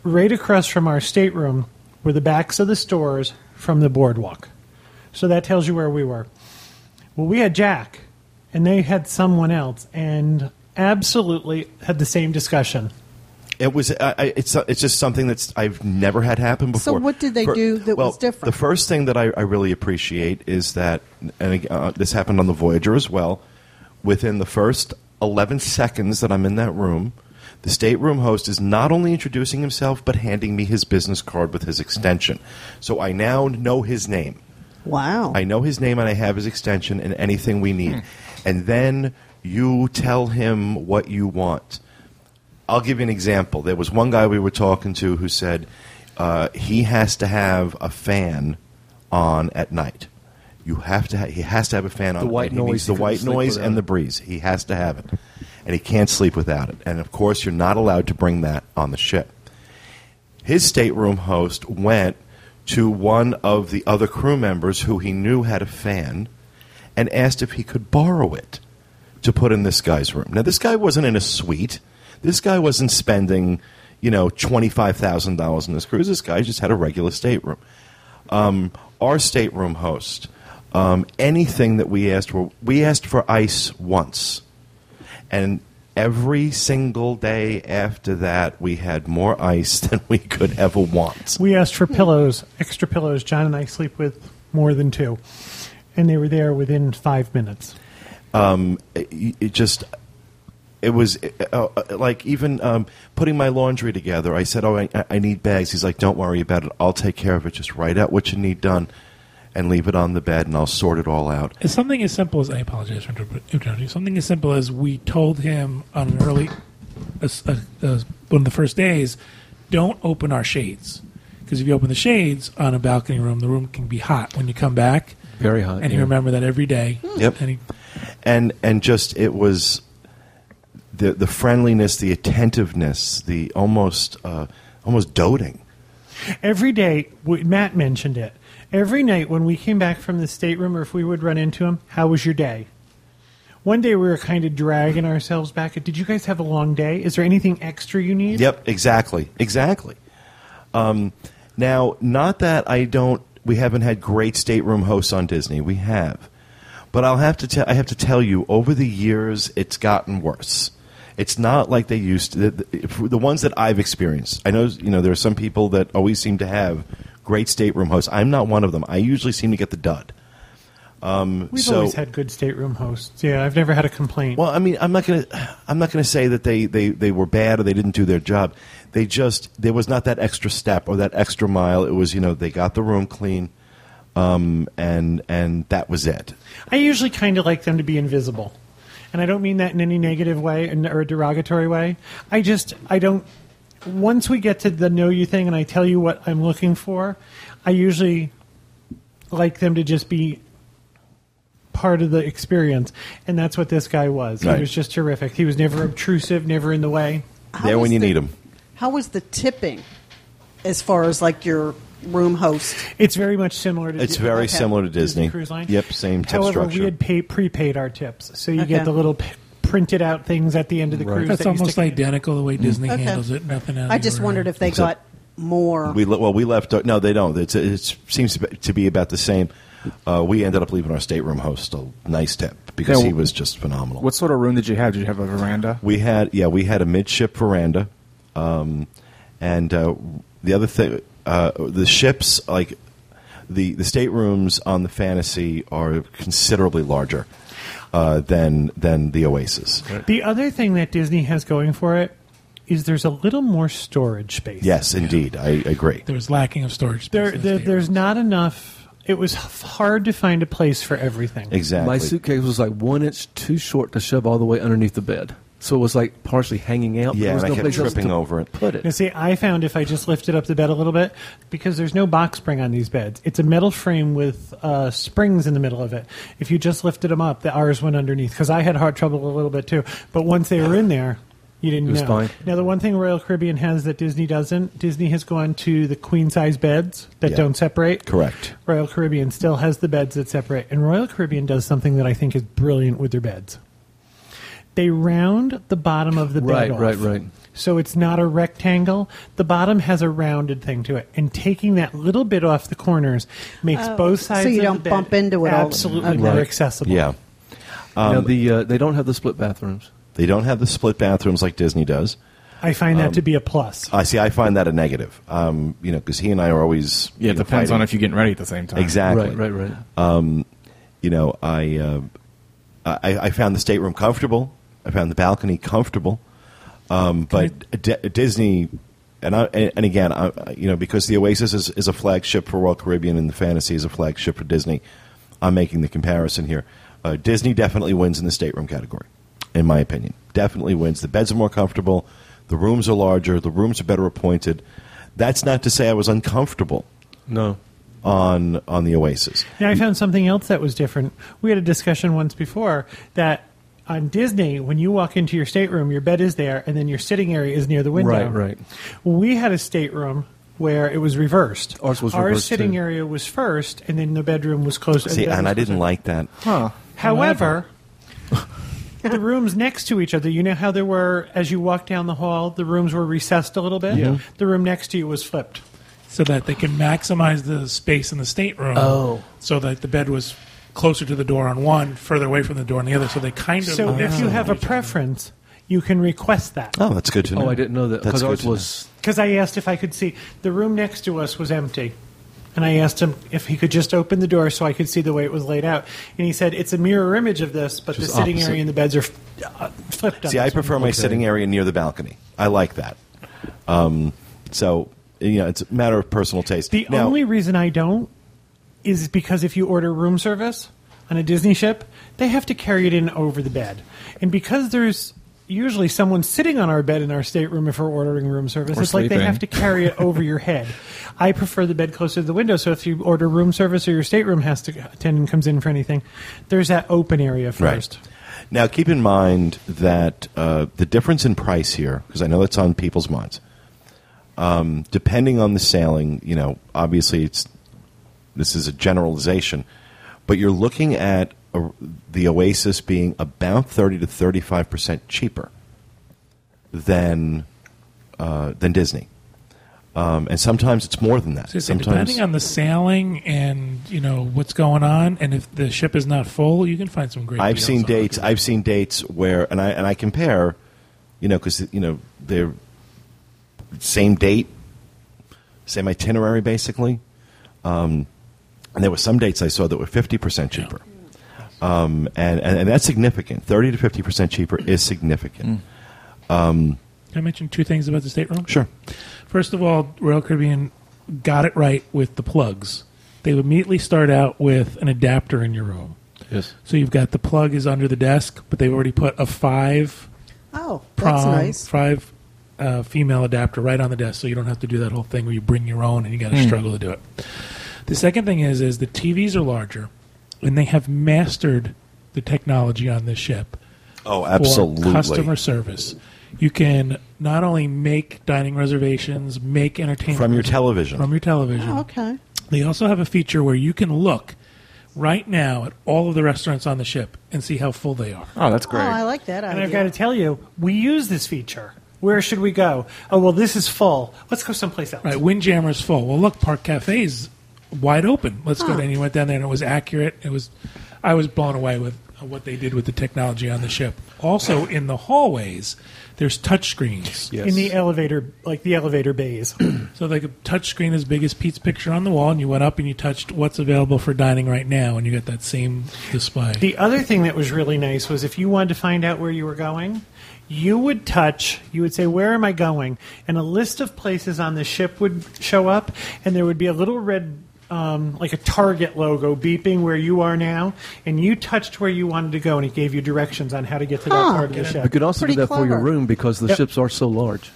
[SPEAKER 2] right across from our stateroom were the backs of the stores from the boardwalk. So that tells you where we were. Well, we had Jack, and they had someone else, and absolutely had the same discussion.
[SPEAKER 1] It was. I, I, it's. It's just something that's I've never had happen
[SPEAKER 7] So
[SPEAKER 1] before.
[SPEAKER 7] what did they do that
[SPEAKER 1] well,
[SPEAKER 7] was different?
[SPEAKER 1] The first thing that I, I really appreciate is that, and uh, this happened on the Voyager as well. Within the first eleven seconds that I'm in that room, the stateroom host is not only introducing himself but handing me his business card with his extension. So I now know his name.
[SPEAKER 7] Wow.
[SPEAKER 1] I know his name and I have his extension and anything we need. And then You tell him what you want. I'll give you an example. There was one guy we were talking to who said uh, he has to have a fan on at night. You have to. Ha- he has to have a fan on.
[SPEAKER 4] The
[SPEAKER 1] at night.
[SPEAKER 4] white
[SPEAKER 1] He
[SPEAKER 4] noise,
[SPEAKER 1] needs
[SPEAKER 4] he
[SPEAKER 1] the
[SPEAKER 4] couldn't
[SPEAKER 1] white
[SPEAKER 4] sleep
[SPEAKER 1] noise
[SPEAKER 4] without
[SPEAKER 1] and the
[SPEAKER 4] it.
[SPEAKER 1] breeze. He has to have it, and he can't sleep without it. And of course, you're not allowed to bring that on the ship his stateroom host went to one of the other crew members who he knew had a fan and asked if he could borrow it to put in this guy's room. Now, this guy wasn't in a suite. This guy wasn't spending, you know, $25,000 on this cruise. This guy just had a regular stateroom. Um, our stateroom host, um, anything that we asked for, we asked for ice once. And every single day after that, we had more ice than we could ever want.
[SPEAKER 2] We asked for pillows, extra pillows. John and I sleep with more than two, and they were there within five minutes.
[SPEAKER 1] Um, it, it just. It was uh, uh, like even um, putting my laundry together. I said, "Oh, I, I need bags." He's like, "Don't worry about it. I'll take care of it. Just write out what you need done, and leave it on the bed, and I'll sort it all out."
[SPEAKER 3] It's something as simple as I apologize for interrupt- interrupting. you. Something as simple as we told him on an early, a s- a- a- one of the first days, don't open our shades because if you open the shades on a balcony room, the room can be hot when you come back.
[SPEAKER 4] Very hot,
[SPEAKER 3] and he
[SPEAKER 4] yeah.
[SPEAKER 3] remembered that every day.
[SPEAKER 7] Hmm.
[SPEAKER 1] Yep.
[SPEAKER 3] and he,
[SPEAKER 1] and and just it was the the friendliness, the attentiveness, the almost uh, almost doting.
[SPEAKER 2] Every day, we, Matt mentioned it. Every night when we came back from the stateroom, or if we would run into him, how was your day? One day we were kind of dragging ourselves back. Did you guys have a long day? Is there anything extra you need?
[SPEAKER 1] Yep, exactly, exactly. Um, now, not that I don't, we haven't had great stateroom hosts on Disney. We have, but I'll have to tell. I have to tell you, over the years, it's gotten worse. It's not like they used to. The, the, the ones that I've experienced, I know you know there are some people that always seem to have great stateroom hosts. I'm not one of them. I usually seem to get the dud. Um,
[SPEAKER 2] We've
[SPEAKER 1] so,
[SPEAKER 2] always had good stateroom hosts. Yeah, I've never had a complaint.
[SPEAKER 1] well, I mean, I'm not gonna, I'm not gonna say that they, they, they were bad or they didn't do their job. They just there was not that extra step or that extra mile. It was you know they got the room clean, um, and and that was it.
[SPEAKER 2] I usually kind of like them to be invisible. And I don't mean that in any negative way and- or derogatory way. I just, I don't. Once we get to the know you thing and I tell you what I'm looking for, I usually like them to just be part of the experience. And that's what this guy was.
[SPEAKER 1] Right.
[SPEAKER 2] He was just terrific. He was never obtrusive, never in the way.
[SPEAKER 7] How
[SPEAKER 1] there
[SPEAKER 7] was
[SPEAKER 1] when you
[SPEAKER 7] the-
[SPEAKER 1] need 'em. need them.
[SPEAKER 7] How was the tipping as far as like your room host?
[SPEAKER 2] It's very much similar to uh,
[SPEAKER 1] It's very
[SPEAKER 7] Okay.
[SPEAKER 1] similar to
[SPEAKER 2] Disney
[SPEAKER 1] Disney.
[SPEAKER 2] Cruise Line.
[SPEAKER 1] Yep, same tip
[SPEAKER 2] However,
[SPEAKER 1] structure.
[SPEAKER 2] we had pay, prepaid our tips, so you
[SPEAKER 7] Okay.
[SPEAKER 2] get the little p- printed out things at the end of the cruise.
[SPEAKER 3] that's
[SPEAKER 2] that you
[SPEAKER 3] almost
[SPEAKER 2] stick in-
[SPEAKER 3] identical the
[SPEAKER 4] Hmm.
[SPEAKER 3] way Disney
[SPEAKER 7] Okay.
[SPEAKER 3] handles it. Nothing. out of
[SPEAKER 7] I
[SPEAKER 3] the
[SPEAKER 7] just
[SPEAKER 3] ordinary.
[SPEAKER 7] wondered if they
[SPEAKER 1] So-
[SPEAKER 7] got more.
[SPEAKER 1] We le- well, we left. uh, No, they don't. It's, it seems to be- to be about the same. Uh, we ended up leaving our stateroom host a nice tip because
[SPEAKER 5] Yeah,
[SPEAKER 1] he
[SPEAKER 5] wh-
[SPEAKER 1] was just phenomenal.
[SPEAKER 5] What sort of room did you have? Did you have a veranda?
[SPEAKER 1] We had yeah, we had a midship veranda, um, and uh, the other thing, uh, the ships like the the staterooms on the Fantasy are considerably larger uh, than than the Oasis.
[SPEAKER 2] The other thing that Disney has going for it is there's a little more storage space.
[SPEAKER 1] Yes, indeed, I agree.
[SPEAKER 3] there was lacking of storage. space
[SPEAKER 2] There,
[SPEAKER 3] in the
[SPEAKER 2] there
[SPEAKER 3] stateroom.
[SPEAKER 2] there's not enough. It was h- hard to find a place for everything.
[SPEAKER 1] Exactly.
[SPEAKER 4] My suitcase was like one inch too short to shove all the way underneath the bed, so it was like partially hanging out. but
[SPEAKER 1] Yeah,
[SPEAKER 4] there was
[SPEAKER 1] and I
[SPEAKER 4] no
[SPEAKER 1] kept
[SPEAKER 4] place else
[SPEAKER 1] tripping
[SPEAKER 4] to
[SPEAKER 1] over it.
[SPEAKER 4] Put
[SPEAKER 2] Now,
[SPEAKER 4] it.
[SPEAKER 2] see, I found if I just lifted up the bed a little bit, because there's no box spring on these beds, it's a metal frame with uh, springs in the middle of it. If you just lifted them up, the ours went underneath, because I had hard trouble a little bit too. But once they were in there, you didn't
[SPEAKER 4] It was
[SPEAKER 2] know.
[SPEAKER 4] fine.
[SPEAKER 2] Now, the one thing Royal Caribbean has that Disney doesn't, Disney has gone to the queen size beds that
[SPEAKER 1] Yeah.
[SPEAKER 2] don't separate.
[SPEAKER 1] Correct.
[SPEAKER 2] Royal Caribbean still has the beds that separate, and Royal Caribbean does something that I think is brilliant with their beds. They round the bottom of the
[SPEAKER 4] Right,
[SPEAKER 2] bed off.
[SPEAKER 4] right, right.
[SPEAKER 2] So it's not a rectangle. The bottom has a rounded thing to it, and taking that little bit off the corners makes
[SPEAKER 7] Oh,
[SPEAKER 2] both
[SPEAKER 7] so
[SPEAKER 2] sides.
[SPEAKER 7] you
[SPEAKER 2] of
[SPEAKER 7] don't
[SPEAKER 2] the bed
[SPEAKER 7] bump into it all-
[SPEAKER 2] Absolutely
[SPEAKER 7] okay.
[SPEAKER 2] more
[SPEAKER 4] Right.
[SPEAKER 2] accessible.
[SPEAKER 1] Yeah, Um,
[SPEAKER 4] now the uh, they don't have the split bathrooms.
[SPEAKER 1] they don't have the split bathrooms like Disney does.
[SPEAKER 2] I find
[SPEAKER 4] Um,
[SPEAKER 2] that to be a plus.
[SPEAKER 4] uh,
[SPEAKER 1] I see. I find that a negative. Um, you know, because he and I are always
[SPEAKER 5] Yeah,
[SPEAKER 1] you
[SPEAKER 5] it
[SPEAKER 1] know,
[SPEAKER 5] depends on
[SPEAKER 1] fighting.
[SPEAKER 5] if you're getting ready at the same time.
[SPEAKER 1] exactly Uh,
[SPEAKER 4] Right, right, right.
[SPEAKER 1] you know, I, uh, I I found the stateroom comfortable. I found the balcony comfortable. Um, but D- Disney, and I, and and again, I, I- you know, because the Oasis is, is a flagship for Royal Caribbean and the Fantasy is a flagship for Disney, I'm making the comparison here. Uh, Disney definitely wins in the stateroom category. in my opinion. Definitely wins. The beds are more comfortable. The rooms are larger. The rooms are better appointed. That's not to say I was uncomfortable
[SPEAKER 4] No.
[SPEAKER 1] on on the Oasis.
[SPEAKER 2] Now I found something else that was different. We had a discussion once before that on Disney, when you walk into your stateroom, your bed is there, and then your sitting area is near the window.
[SPEAKER 4] Right, right.
[SPEAKER 2] We had a stateroom where it was reversed.
[SPEAKER 4] Ours was
[SPEAKER 2] Our
[SPEAKER 4] reversed,
[SPEAKER 2] sitting
[SPEAKER 4] too.
[SPEAKER 2] area was first, and then the bedroom was closer.
[SPEAKER 1] See,
[SPEAKER 2] the bed
[SPEAKER 1] and I
[SPEAKER 2] was closer.
[SPEAKER 1] didn't like that.
[SPEAKER 5] Huh.
[SPEAKER 2] However, the rooms next to each other, you know how there were, as you walked down the hall, the rooms were recessed a little bit?
[SPEAKER 4] Yeah.
[SPEAKER 2] The room next to you was flipped.
[SPEAKER 3] so that they can maximize the space in the stateroom.
[SPEAKER 4] Oh.
[SPEAKER 3] so that the bed was closer to the door on one, further away from the door on the other. So they kind of
[SPEAKER 2] So if you
[SPEAKER 3] maximize
[SPEAKER 2] have a
[SPEAKER 3] each other.
[SPEAKER 2] preference, you can request that.
[SPEAKER 1] Oh, that's good to know.
[SPEAKER 4] Oh, I didn't know that
[SPEAKER 1] That's
[SPEAKER 4] because
[SPEAKER 1] good
[SPEAKER 4] ours
[SPEAKER 1] to know.
[SPEAKER 4] was.
[SPEAKER 2] Because I asked if I could see. The room next to us was empty. And I asked him if he could just open the door so I could see the way it was laid out. And he said, it's a mirror image of this, but
[SPEAKER 1] Just
[SPEAKER 2] the sitting
[SPEAKER 1] opposite.
[SPEAKER 2] area and the beds are f- uh, flipped on
[SPEAKER 1] See, I
[SPEAKER 2] this one."
[SPEAKER 1] prefer my sitting area near the balcony. I like that. Um, so you know, it's a matter of personal taste.
[SPEAKER 2] The
[SPEAKER 1] Now-
[SPEAKER 2] only reason I don't is because if you order room service on a Disney ship, they have to carry it in over the bed. And because there's usually someone sitting on our bed in our stateroom if we're ordering room service,
[SPEAKER 5] Or
[SPEAKER 2] it's like they
[SPEAKER 5] sleeping.
[SPEAKER 2] have to carry it over your head. I prefer the bed closer to the window, so if you order room service or your stateroom has to attendant comes in for anything, there's that open area first.
[SPEAKER 1] Now, keep in mind that uh, the difference in price here, because I know that's on people's minds, um, depending on the sailing, you know, obviously it's this is a generalization, but you're looking at a, the Oasis being about 30 to 35% cheaper than, uh, than Disney. Um, and sometimes it's more than that.
[SPEAKER 3] So it's like,
[SPEAKER 1] sometimes
[SPEAKER 3] depending on the sailing and you know what's going on, and if the ship is not full, you can find some great.
[SPEAKER 1] I've
[SPEAKER 3] deals
[SPEAKER 1] seen
[SPEAKER 3] on it.
[SPEAKER 1] dates. I've seen dates where, and I and I compare, you know, because you know they're same date, same itinerary basically. Um, and there were some dates I saw that were fifty percent cheaper, um, and, and and that's significant. Thirty to fifty percent cheaper is significant.
[SPEAKER 3] Can I mention two things about the stateroom?
[SPEAKER 1] Sure.
[SPEAKER 3] First of all, Royal Caribbean got it right with the plugs. They immediately start out with an adapter in your room.
[SPEAKER 4] Yes.
[SPEAKER 3] So you've got the plug is under the desk, but they've already put a five
[SPEAKER 7] Oh, that's
[SPEAKER 3] prom
[SPEAKER 7] nice.
[SPEAKER 3] five uh, female adapter right on the desk, so you don't have to do that whole thing where you bring your own and you got
[SPEAKER 1] Hmm.
[SPEAKER 3] to struggle to do it. The second thing is is the TVs are larger, and they have mastered the technology on this ship
[SPEAKER 1] Oh,
[SPEAKER 3] for customer service. You can not only make dining reservations, make entertainment
[SPEAKER 1] From your
[SPEAKER 3] reserv-
[SPEAKER 1] television.
[SPEAKER 3] From your television.
[SPEAKER 7] Oh, okay.
[SPEAKER 3] They also have a feature where you can look right now at all of the restaurants on the ship and see how full they are.
[SPEAKER 5] Oh, that's
[SPEAKER 7] Oh,
[SPEAKER 5] great.
[SPEAKER 7] I like that idea.
[SPEAKER 2] And I've got to tell you, we use this feature. Where should we go? Oh, well, this is full. Let's go someplace else.
[SPEAKER 3] Right, Windjammer's full. Well, look, Park Cafe's wide open. Let's go. And he went down there, and it was accurate. It was, I was blown away with what they did with the technology on the ship. Also, in the hallways, there's touch screens,
[SPEAKER 4] Yes.
[SPEAKER 2] in the elevator, like the elevator bays.
[SPEAKER 3] so like a touch screen as big as Pete's picture on the wall, and you went up and you touched what's available for dining right now, and you got that same display.
[SPEAKER 2] the other thing that was really nice was if you wanted to find out where you were going, you would touch, you would say, Where am I going? And a list of places on the ship would show up, and there would be a little red, um, like a target logo beeping where you are now, and you touched where you wanted to go, and it gave you directions on how to get to that
[SPEAKER 7] Huh.
[SPEAKER 2] part of the
[SPEAKER 4] You
[SPEAKER 2] ship.
[SPEAKER 4] could also
[SPEAKER 7] Pretty
[SPEAKER 4] do that for your
[SPEAKER 7] clever.
[SPEAKER 4] room because the
[SPEAKER 2] Yep.
[SPEAKER 4] ships are so large.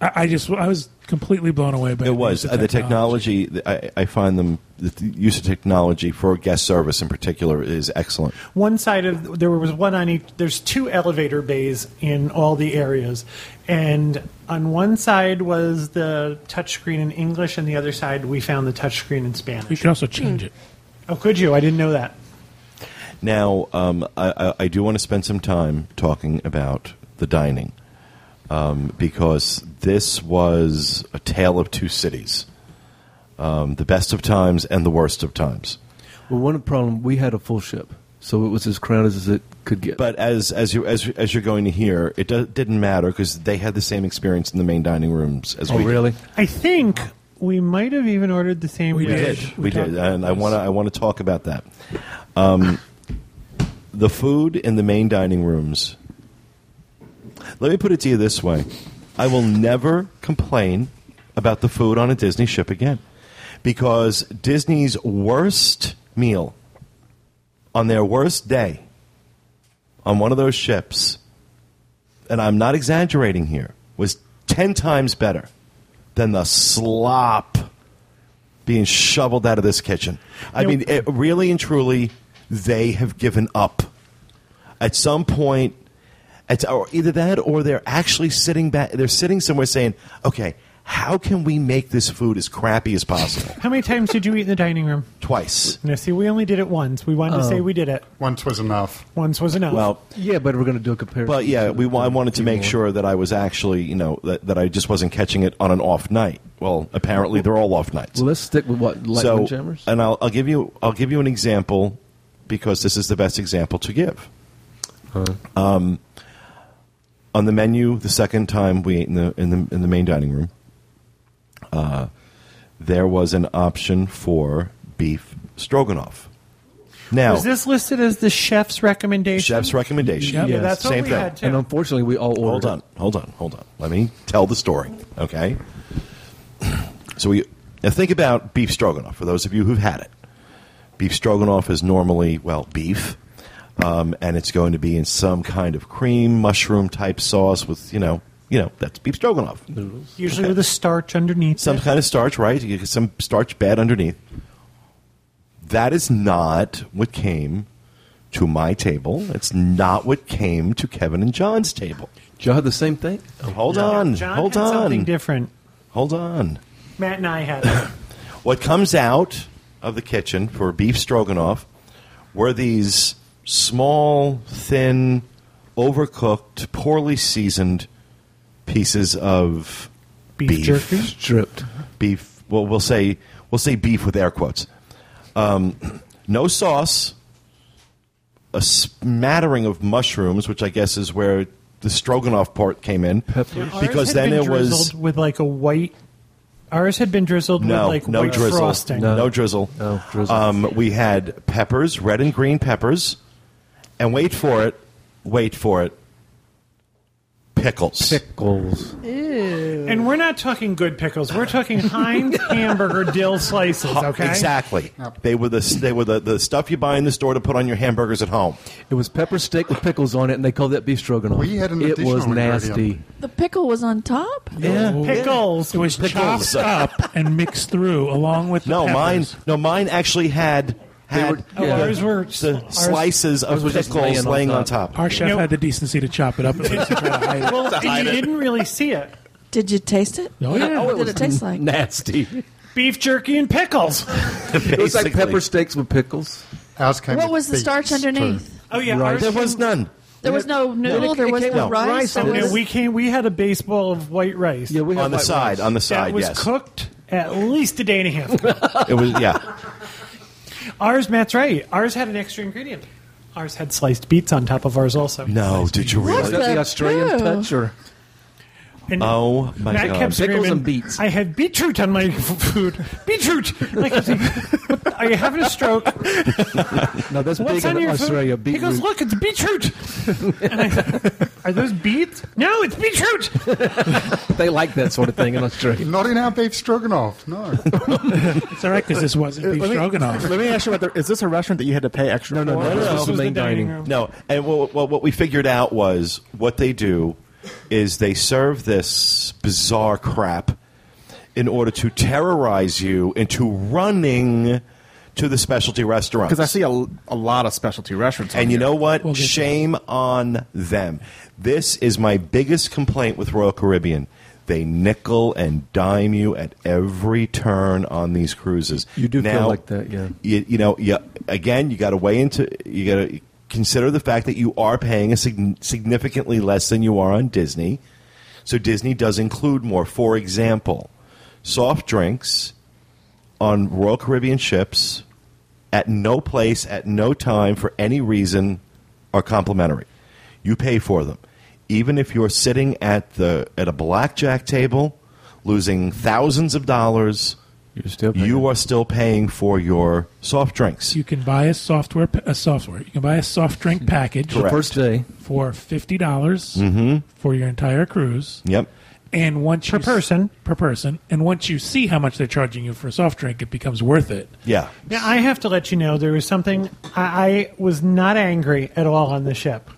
[SPEAKER 3] I, I just I was completely blown away by
[SPEAKER 1] It was uh, the technology. th- I, I find them the th- use of technology for guest service in particular is excellent.
[SPEAKER 2] one side of there was one on each there's two elevator bays in all the areas and on one side was the touchscreen in english and the other side we found the touchscreen in
[SPEAKER 3] We
[SPEAKER 2] spanish
[SPEAKER 3] can also change it.
[SPEAKER 2] oh could you i didn't know that
[SPEAKER 1] Now, um, I, I, I do want to spend some time talking about the dining um, because this was a tale of two cities um, the best of times and the worst of times.
[SPEAKER 4] Well, one problem we had a full ship, so it was as crowded as it could get.
[SPEAKER 1] But as, as, you, as, you- as you're going to hear, it do, didn't matter because they had the same experience in the main dining rooms as
[SPEAKER 4] oh,
[SPEAKER 1] we did.
[SPEAKER 4] really?
[SPEAKER 2] i think we might have even ordered the same
[SPEAKER 3] We
[SPEAKER 1] We
[SPEAKER 2] dish.
[SPEAKER 1] did.
[SPEAKER 3] We
[SPEAKER 1] We,
[SPEAKER 3] talked
[SPEAKER 1] did.
[SPEAKER 3] about
[SPEAKER 1] And I
[SPEAKER 3] this.
[SPEAKER 1] want to I want to talk about that. Um, the food in the main dining rooms. Let me put it to you this way. I will never complain about the food on a Disney ship again because Disney's worst meal on their worst day on one of those ships, and I'm not exaggerating here, was 10 times better than the slop being shoveled out of this kitchen. I
[SPEAKER 2] Now-
[SPEAKER 1] mean, it, really and truly, they have given up. At some point, it's or either that or they're actually sitting back. They're sitting somewhere saying, "Okay, how can we make this food as crappy as possible?"
[SPEAKER 2] How many times did you eat in the dining room?
[SPEAKER 1] Twice.
[SPEAKER 2] No, see, we only did it once. We wanted to say we did it.
[SPEAKER 6] Once was enough.
[SPEAKER 2] Once was enough.
[SPEAKER 1] Well,
[SPEAKER 4] Yeah, but we're going to do a comparison.
[SPEAKER 1] But yeah,
[SPEAKER 4] to
[SPEAKER 1] we
[SPEAKER 4] the-
[SPEAKER 1] wa- I wanted to make sure that I was actually, you know, that, that I just wasn't catching it on an off night. Well, apparently they're all off nights.
[SPEAKER 4] Well, let's stick with what light
[SPEAKER 1] so,
[SPEAKER 4] jammers.
[SPEAKER 1] and I'll, I'll give you, I'll give you an example because this is the best example to give. Um, on the menu, the second time we ate in the in the in the main dining room, uh, there was an option for beef stroganoff. Now,
[SPEAKER 2] was this listed as the chef's recommendation?
[SPEAKER 1] chef's recommendation.
[SPEAKER 3] Yeah,
[SPEAKER 2] Yeah, that's what
[SPEAKER 1] Same
[SPEAKER 2] we
[SPEAKER 1] thing.
[SPEAKER 2] had too.
[SPEAKER 4] and unfortunately, we all ordered.
[SPEAKER 1] Hold on, hold on, hold on. Let me tell the story, okay? So we now think about beef stroganoff. For those of you who've had it, beef stroganoff is normally well beef, um, and it's going to be in some kind of cream mushroom type sauce with you know you know that's beef stroganoff.
[SPEAKER 2] Usually with a starch underneath.
[SPEAKER 1] Some
[SPEAKER 2] it.
[SPEAKER 1] kind of starch, right? You get some starch bed underneath. That is not what came to my table. It's not what came to Kevin and John's table.
[SPEAKER 4] Did y'all have the same thing?
[SPEAKER 1] Oh, Hold on.
[SPEAKER 2] John
[SPEAKER 1] hold
[SPEAKER 2] had
[SPEAKER 1] on.
[SPEAKER 2] Something different.
[SPEAKER 1] Hold on.
[SPEAKER 2] Matt and I had it.
[SPEAKER 1] What comes out of the kitchen for beef stroganoff were these small, thin, overcooked, poorly seasoned pieces of
[SPEAKER 2] beef, jerky.
[SPEAKER 4] Stripped.
[SPEAKER 1] Beef. Well, we'll say we'll say beef with air quotes. Um, no sauce. A smattering of mushrooms, which I guess is where the stroganoff part came in,
[SPEAKER 4] Peppers.
[SPEAKER 2] Ours
[SPEAKER 1] because
[SPEAKER 2] had
[SPEAKER 1] then
[SPEAKER 2] been
[SPEAKER 1] it was
[SPEAKER 2] drizzled with like a white. Ours had been drizzled
[SPEAKER 1] no,
[SPEAKER 2] with like
[SPEAKER 1] no
[SPEAKER 2] white
[SPEAKER 1] drizzle,
[SPEAKER 2] frosting.
[SPEAKER 1] No. drizzle,
[SPEAKER 4] No drizzle.
[SPEAKER 1] Um, we had peppers, red and green peppers, and wait for it, wait for it, pickles.
[SPEAKER 4] Pickles.
[SPEAKER 2] And we're not talking good pickles. We're talking Heinz hamburger dill slices. Okay,
[SPEAKER 1] Exactly. They were the they were the, the stuff you buy in the store to put on your hamburgers at home.
[SPEAKER 4] It was pepper steak with pickles on it, and they called that beef stroganoff.
[SPEAKER 6] We had an
[SPEAKER 4] It was
[SPEAKER 6] additional
[SPEAKER 4] nasty.
[SPEAKER 6] ingredient.
[SPEAKER 8] The pickle was on top?
[SPEAKER 4] Yeah.
[SPEAKER 2] Pickles.
[SPEAKER 3] It was chopped up and mixed through along with the
[SPEAKER 1] No, mine
[SPEAKER 3] peppers.
[SPEAKER 1] no mine actually had had
[SPEAKER 4] were-
[SPEAKER 2] Oh,
[SPEAKER 4] Yeah.
[SPEAKER 2] Ours were
[SPEAKER 1] the slices
[SPEAKER 4] ours
[SPEAKER 1] of
[SPEAKER 4] were just
[SPEAKER 1] pickles
[SPEAKER 4] laying
[SPEAKER 1] laying,
[SPEAKER 4] on
[SPEAKER 1] on
[SPEAKER 4] top.
[SPEAKER 1] top.
[SPEAKER 3] Our chef
[SPEAKER 2] Nope.
[SPEAKER 3] had the decency to chop it up at least to try to hide it.
[SPEAKER 2] Well, and you didn't really see it.
[SPEAKER 8] Did you taste it?
[SPEAKER 3] Oh, yeah.
[SPEAKER 8] What did it taste like?
[SPEAKER 4] Nasty.
[SPEAKER 2] Beef jerky and pickles.
[SPEAKER 4] it was like
[SPEAKER 1] Basically.
[SPEAKER 4] pepper steaks with pickles.
[SPEAKER 6] Ours came
[SPEAKER 8] What
[SPEAKER 6] with
[SPEAKER 8] was the
[SPEAKER 6] beets,
[SPEAKER 8] starch
[SPEAKER 6] too.
[SPEAKER 8] underneath?
[SPEAKER 2] Oh yeah,
[SPEAKER 4] Right.
[SPEAKER 2] ours
[SPEAKER 1] There was none.
[SPEAKER 8] There was no noodle. There was
[SPEAKER 4] came
[SPEAKER 8] no
[SPEAKER 4] out
[SPEAKER 8] rice.
[SPEAKER 4] rice
[SPEAKER 8] there
[SPEAKER 4] and
[SPEAKER 8] was-
[SPEAKER 2] Yeah, we came. We had a baseball of white rice.
[SPEAKER 4] Yeah, we had
[SPEAKER 1] On the
[SPEAKER 4] white
[SPEAKER 1] side,
[SPEAKER 4] rice.
[SPEAKER 1] on the
[SPEAKER 2] that
[SPEAKER 1] side,
[SPEAKER 2] was
[SPEAKER 1] yes.
[SPEAKER 2] cooked at least a day and a half. ago.
[SPEAKER 1] It was yeah.
[SPEAKER 2] ours, Matt's right. Ours had an extra ingredient. Ours had sliced beets on top of ours also.
[SPEAKER 1] No, did you
[SPEAKER 8] What
[SPEAKER 1] really?
[SPEAKER 4] Is that the
[SPEAKER 8] the
[SPEAKER 4] Australian
[SPEAKER 8] hell?
[SPEAKER 4] touch or
[SPEAKER 2] And
[SPEAKER 1] Oh my
[SPEAKER 2] Matt
[SPEAKER 1] god.
[SPEAKER 2] kept screaming,
[SPEAKER 4] Pickles and beets.
[SPEAKER 2] I have beetroot on my f- food. Beetroot. Like, I think, "What- are you having a stroke?
[SPEAKER 4] no? That's
[SPEAKER 2] What's
[SPEAKER 4] big in
[SPEAKER 2] on your
[SPEAKER 4] Australia.
[SPEAKER 2] food? He
[SPEAKER 4] Beetroot.
[SPEAKER 2] goes, look, it's beetroot. and I said, are those beets? No, it's beetroot.
[SPEAKER 4] They like that sort of thing in Australia.
[SPEAKER 6] Not in our beef stroganoff, no.
[SPEAKER 3] It's all right because this
[SPEAKER 2] Uh,
[SPEAKER 3] wasn't beef
[SPEAKER 5] Let me-
[SPEAKER 3] stroganoff.
[SPEAKER 5] Let me ask you about the, is this a restaurant that you had to pay extra for?
[SPEAKER 4] no,
[SPEAKER 2] This
[SPEAKER 4] no.
[SPEAKER 2] Oh, was
[SPEAKER 4] the
[SPEAKER 2] the
[SPEAKER 4] main
[SPEAKER 2] dining
[SPEAKER 4] dining.
[SPEAKER 2] room.
[SPEAKER 1] No, and what, what, what we figured out was what they do is they serve this bizarre crap in order to terrorize you into running to the specialty restaurants.
[SPEAKER 5] Because I see a, a lot of specialty restaurants. on
[SPEAKER 1] And you
[SPEAKER 5] here.
[SPEAKER 1] know what?
[SPEAKER 3] We'll get to
[SPEAKER 1] Shame on them. This is my biggest complaint with Royal Caribbean. They nickel and dime you at every turn on these cruises.
[SPEAKER 4] You do feel like that, yeah.
[SPEAKER 1] You, you know, you, again, you got to weigh into, you got to consider the fact that you are paying a sig- significantly less than you are on Disney. So Disney does include more. For example, soft drinks on Royal Caribbean ships at no place, at no time, for any reason, are complimentary. You pay for them, even if you're sitting at the at a blackjack table, losing thousands of dollars.
[SPEAKER 4] You're still paying.
[SPEAKER 1] You are still paying for your soft drinks.
[SPEAKER 3] You can buy a software, pa- a software. You can buy a soft drink package
[SPEAKER 1] Correct.
[SPEAKER 4] First day.
[SPEAKER 3] for fifty dollars
[SPEAKER 4] Mm-hmm.
[SPEAKER 3] for your entire cruise.
[SPEAKER 1] Yep.
[SPEAKER 3] And once you
[SPEAKER 2] Per
[SPEAKER 3] s-
[SPEAKER 2] person.
[SPEAKER 3] per person, and once you see how much they're charging you for a soft drink, it becomes worth it.
[SPEAKER 1] Yeah.
[SPEAKER 2] Now, I have to let you know there was something I, I was not angry at all on the ship.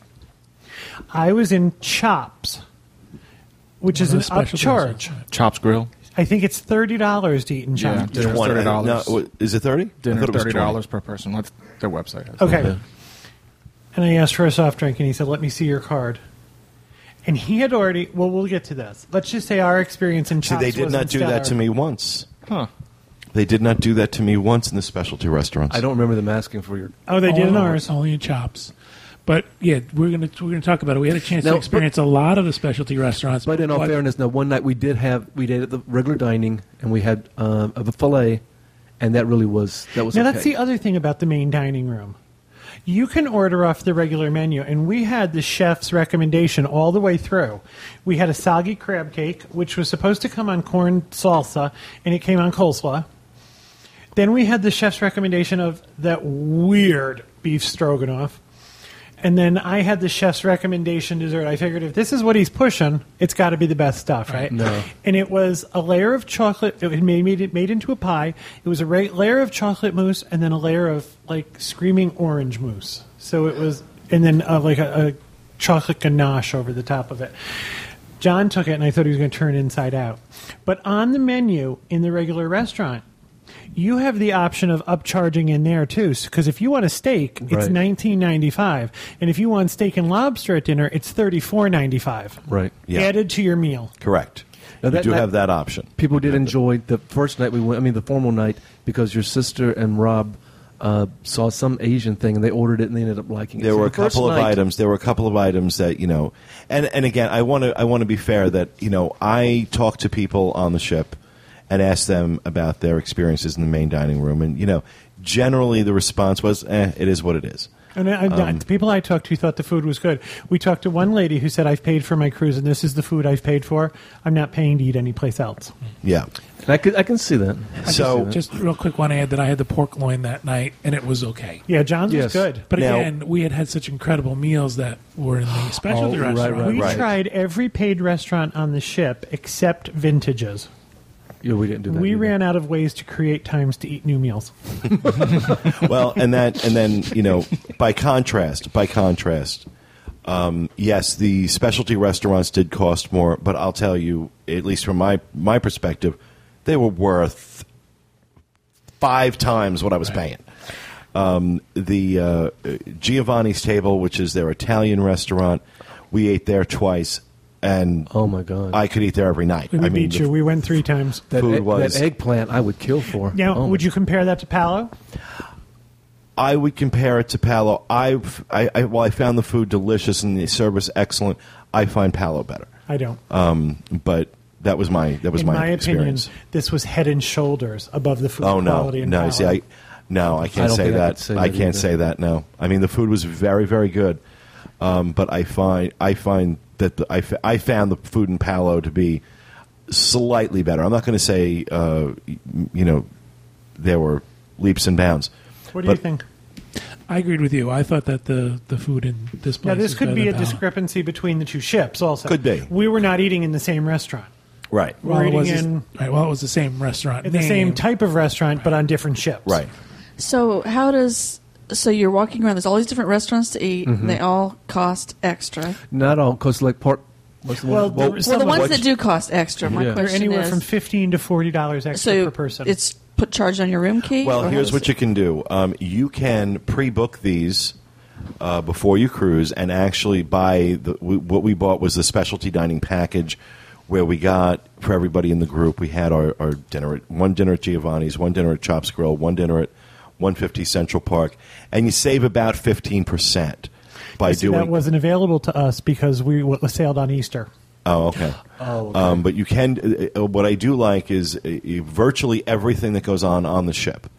[SPEAKER 2] I was in Chops, which is an
[SPEAKER 3] those special
[SPEAKER 2] upcharge.
[SPEAKER 3] places.
[SPEAKER 5] Chops Grill.
[SPEAKER 2] I think it's thirty dollars to eat in
[SPEAKER 5] Yeah.
[SPEAKER 2] Chops.
[SPEAKER 5] Dinner's
[SPEAKER 1] One-
[SPEAKER 5] $30.
[SPEAKER 1] no, what- is it thirty?
[SPEAKER 5] Dinner thirty dollars per person. That's their website. has.
[SPEAKER 2] Okay. And I asked for a soft drink, and he said, "Let me see your card." And he had already. Well, we'll get to this. Let's just say our experience in
[SPEAKER 1] See,
[SPEAKER 2] Chops.
[SPEAKER 1] they did not
[SPEAKER 2] wasn't
[SPEAKER 1] do
[SPEAKER 2] stellar.
[SPEAKER 1] that to me once.
[SPEAKER 5] Huh.
[SPEAKER 1] They did not do that to me once in the specialty restaurants.
[SPEAKER 4] I don't remember them asking for your.
[SPEAKER 2] Oh, they did in ours.
[SPEAKER 3] only in chops. But yeah, we're gonna we're gonna talk about it. We had a chance
[SPEAKER 4] Now,
[SPEAKER 3] to
[SPEAKER 4] but-
[SPEAKER 3] experience a lot of the specialty restaurants.
[SPEAKER 4] But in all fairness, now one night we did have we did at the regular dining and we had um, of a fillet, and that really was that was.
[SPEAKER 2] Now
[SPEAKER 4] okay.
[SPEAKER 2] that's the other thing about the main dining room. You can order off the regular menu, and we had the chef's recommendation all the way through. We had a soggy crab cake, which was supposed to come on corn salsa, and it came on coleslaw. Then we had the chef's recommendation of that weird beef stroganoff. And then I had the chef's recommendation dessert. I figured if this is what he's pushing, it's got to be the best stuff, right?
[SPEAKER 4] No.
[SPEAKER 2] And it was a layer of chocolate. It had made, made it made into a pie. It was a ra- layer of chocolate mousse and then a layer of like screaming orange mousse. So it was, and then uh, like a, a chocolate ganache over the top of it. John took it, and I thought he was going to turn inside out. But on the menu in the regular restaurant, you have the option of upcharging in there too, because if you want a steak, it's
[SPEAKER 4] Right.
[SPEAKER 2] nineteen ninety five, and if you want steak and lobster at dinner, it's thirty four ninety five.
[SPEAKER 4] Right.
[SPEAKER 1] Yeah.
[SPEAKER 2] Added to your meal.
[SPEAKER 1] Correct.
[SPEAKER 4] Now
[SPEAKER 1] you
[SPEAKER 4] that-
[SPEAKER 1] do
[SPEAKER 4] that-
[SPEAKER 1] have that option.
[SPEAKER 4] people did enjoy the first night we went. I mean, the formal night because your sister and Rob uh, saw some Asian thing and they ordered it and they ended up liking it.
[SPEAKER 1] There
[SPEAKER 4] So
[SPEAKER 1] were a
[SPEAKER 4] the first
[SPEAKER 1] couple of
[SPEAKER 4] night-
[SPEAKER 1] items. There were a couple of items that you know, and and again, I want to I want to be fair that you know I talk to people on the ship and ask them about their experiences in the main dining room, and you know, generally the response was, "Eh, it is what it is."
[SPEAKER 2] And I, I'm
[SPEAKER 4] Um,
[SPEAKER 2] not, the people I talked to thought the food was good. We talked to one lady who said, "I've paid for my cruise, and this is the food I've paid for. I'm not paying to eat anyplace else."
[SPEAKER 1] Yeah.
[SPEAKER 4] And I can I can see that.
[SPEAKER 1] So
[SPEAKER 3] just real quick, want to add that I had the pork loin that night, and it was okay.
[SPEAKER 2] Yeah, John's
[SPEAKER 4] Yes.
[SPEAKER 2] was good.
[SPEAKER 3] But
[SPEAKER 1] Now-
[SPEAKER 3] again, we had had such incredible meals that were in the specialty
[SPEAKER 4] Oh, right,
[SPEAKER 3] restaurant.
[SPEAKER 4] right,
[SPEAKER 2] We
[SPEAKER 4] right.
[SPEAKER 2] tried every paid restaurant on the ship except Vintages.
[SPEAKER 4] Yeah, we didn't do that.
[SPEAKER 2] We
[SPEAKER 4] either.
[SPEAKER 2] ran out of ways to create times to eat new meals.
[SPEAKER 1] well, and that, and then you know, by contrast, by contrast, um, yes, the specialty restaurants did cost more, but I'll tell you, at least from my my perspective, they were worth five times what I was paying. Um, the uh, Giovanni's Table, which is their Italian restaurant, we ate there twice, and
[SPEAKER 4] Oh my god!
[SPEAKER 1] I could eat there every night.
[SPEAKER 2] We
[SPEAKER 1] I mean,
[SPEAKER 2] beat you.
[SPEAKER 1] the-
[SPEAKER 2] We went three times.
[SPEAKER 4] that,
[SPEAKER 1] food
[SPEAKER 4] egg-
[SPEAKER 1] was-
[SPEAKER 4] that eggplant I would kill for.
[SPEAKER 2] Now,
[SPEAKER 4] Oh,
[SPEAKER 2] would
[SPEAKER 4] my-
[SPEAKER 2] you compare that to Palo?
[SPEAKER 1] I would compare it to Palo. I've, I, I, while I found the food delicious and the service excellent, I find Palo better.
[SPEAKER 2] I don't.
[SPEAKER 1] Um, but that was my that was
[SPEAKER 2] In
[SPEAKER 1] my,
[SPEAKER 2] my, opinion,
[SPEAKER 1] experience.
[SPEAKER 2] this was head and shoulders above the food
[SPEAKER 1] oh no,
[SPEAKER 2] quality. and
[SPEAKER 1] no,
[SPEAKER 2] Palo.
[SPEAKER 1] you see, I no, I
[SPEAKER 4] I
[SPEAKER 1] can't
[SPEAKER 4] don't
[SPEAKER 1] say
[SPEAKER 4] think I
[SPEAKER 1] that. I,
[SPEAKER 4] could say that
[SPEAKER 1] can't
[SPEAKER 4] either.
[SPEAKER 1] say that. No, I mean the food was very very good, um, but I find I find that the, I, f- I found the food in Palo to be slightly better. I'm not going to say uh, y- you know there were leaps and bounds.
[SPEAKER 2] What do
[SPEAKER 1] but
[SPEAKER 2] you think?
[SPEAKER 3] I agreed with you. I thought that the, the food in this
[SPEAKER 2] Now,
[SPEAKER 3] place
[SPEAKER 2] this
[SPEAKER 3] is
[SPEAKER 2] could
[SPEAKER 3] better
[SPEAKER 2] be a
[SPEAKER 3] than Palo.
[SPEAKER 2] discrepancy between the two ships. Also,
[SPEAKER 1] Could be.
[SPEAKER 2] We were not eating in the same restaurant.
[SPEAKER 1] Right,
[SPEAKER 2] We're
[SPEAKER 3] Well, it
[SPEAKER 2] eating
[SPEAKER 3] was
[SPEAKER 2] in,
[SPEAKER 3] right, well, it was the same restaurant,
[SPEAKER 2] in the same
[SPEAKER 3] name.
[SPEAKER 2] type of restaurant, but on different ships.
[SPEAKER 1] right.
[SPEAKER 8] So how does so you're walking around? There's all these different restaurants to eat. and They all cost extra.
[SPEAKER 4] not all because like part. What's the
[SPEAKER 2] Well,
[SPEAKER 4] one?
[SPEAKER 2] there
[SPEAKER 4] Well,
[SPEAKER 2] was
[SPEAKER 8] well,
[SPEAKER 2] some
[SPEAKER 8] the
[SPEAKER 2] of-
[SPEAKER 8] ones that do cost extra. My
[SPEAKER 4] Yeah. They're
[SPEAKER 2] They're
[SPEAKER 8] question
[SPEAKER 2] anywhere
[SPEAKER 8] is,
[SPEAKER 2] from fifteen to forty dollars extra
[SPEAKER 8] so
[SPEAKER 2] per person.
[SPEAKER 8] it's put charged on your room key.
[SPEAKER 1] Well, here's what you can do. Um, you can pre-book these uh, before you cruise, and actually buy the, we, what we bought was the specialty dining package, where we got for everybody in the group. We had our, our dinner at one dinner at Giovanni's, one dinner at Chops Grill, one dinner at 150 Central Park, and you save about 15 percent by
[SPEAKER 2] See, that
[SPEAKER 1] doing.
[SPEAKER 2] wasn't available to us because we w- sailed on Easter.
[SPEAKER 1] oh, okay. Oh, Um, but you can. Uh, uh, what I do like is uh, uh, virtually everything that goes on on the ship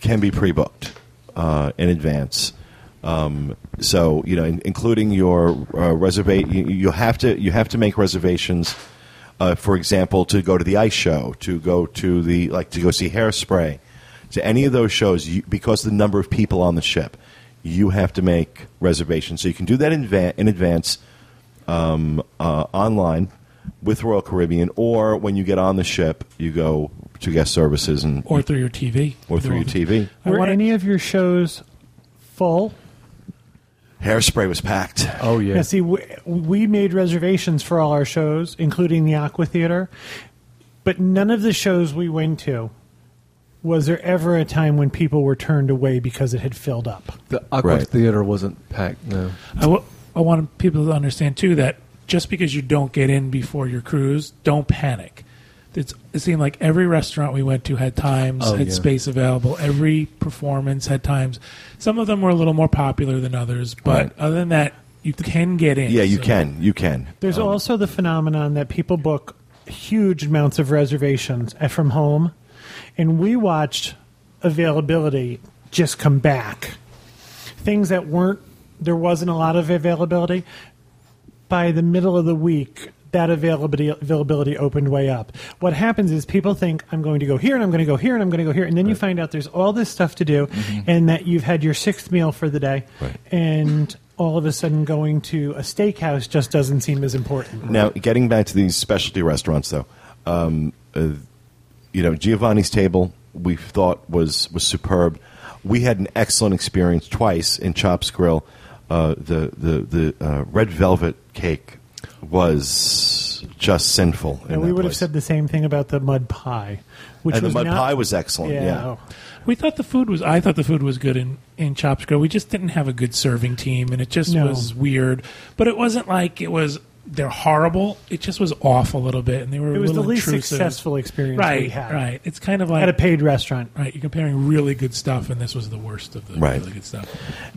[SPEAKER 1] can be pre-booked uh, in advance. Um, so you know, in, including your uh, reservation, you, you have to you have to make reservations. Uh, for example, to go to the ice show, to go to the like to go see Hairspray, to any of those shows, you, because of the number of people on the ship, you have to make reservations. So you can do that in, va- in advance uh, online with Royal Caribbean, or when you get on the ship, you go to guest services and
[SPEAKER 3] or through your TV,
[SPEAKER 1] or through your TV.
[SPEAKER 3] I
[SPEAKER 2] Were
[SPEAKER 3] wanna-
[SPEAKER 2] any of your shows full?
[SPEAKER 1] Hairspray was packed.
[SPEAKER 4] Oh
[SPEAKER 2] Yeah, see, we, we made reservations for all our shows, including the Aqua Theater, but none of the shows we went to was there ever a time when people were turned away because it had filled up.
[SPEAKER 4] The Aqua
[SPEAKER 1] Right.
[SPEAKER 4] Theater wasn't packed. No.
[SPEAKER 3] I wa- I want people to understand too that just because you don't get in before your cruise, don't panic. It's, it seemed like every restaurant we went to had times,
[SPEAKER 4] Oh,
[SPEAKER 3] had
[SPEAKER 4] yeah.
[SPEAKER 3] space available. Every performance had times. Some of them were a little more popular than others, but
[SPEAKER 1] Right.
[SPEAKER 3] other than that, you can get in.
[SPEAKER 1] Yeah, you
[SPEAKER 3] So-
[SPEAKER 1] can. You can.
[SPEAKER 2] There's also the phenomenon that people book huge amounts of reservations uh, from home, and we watched availability just come back. Things that weren't there wasn't a lot of availability by the middle of the week. That availability availability opened way up. What happens is people think I'm going to go here and I'm going to go here and I'm going to go here, and then you find out there's all this stuff to do, and that you've had your sixth meal for the day,
[SPEAKER 1] Mm-hmm. Right.
[SPEAKER 2] and all of a sudden going to a steakhouse just doesn't seem as important.
[SPEAKER 1] Now, getting back to these specialty restaurants, though, um, uh, you know, Giovanni's Table we thought was was superb. We had an excellent experience twice in Chops Grill. Uh, the the the uh, red velvet cake was just sinful. in
[SPEAKER 2] And we
[SPEAKER 1] that
[SPEAKER 2] would have
[SPEAKER 1] place.
[SPEAKER 2] said the same thing about the mud pie, which
[SPEAKER 1] And the
[SPEAKER 2] was
[SPEAKER 1] mud
[SPEAKER 2] not-
[SPEAKER 1] pie was excellent, yeah.
[SPEAKER 2] oh.
[SPEAKER 3] We thought the food was. I thought the food was good in in Chops Grill. We just didn't have a good serving team, and it just
[SPEAKER 2] No.
[SPEAKER 3] was weird. But it wasn't like it was. They're horrible. It just was off a little bit, and they were.
[SPEAKER 2] It
[SPEAKER 3] a
[SPEAKER 2] was the
[SPEAKER 3] little
[SPEAKER 2] least
[SPEAKER 3] intrusive.
[SPEAKER 2] successful experience
[SPEAKER 3] Right,
[SPEAKER 2] we had
[SPEAKER 3] right. It's kind of like
[SPEAKER 2] at a paid restaurant.
[SPEAKER 3] Right, you're comparing really good stuff, and this was the worst of the
[SPEAKER 1] Right.
[SPEAKER 3] really good stuff.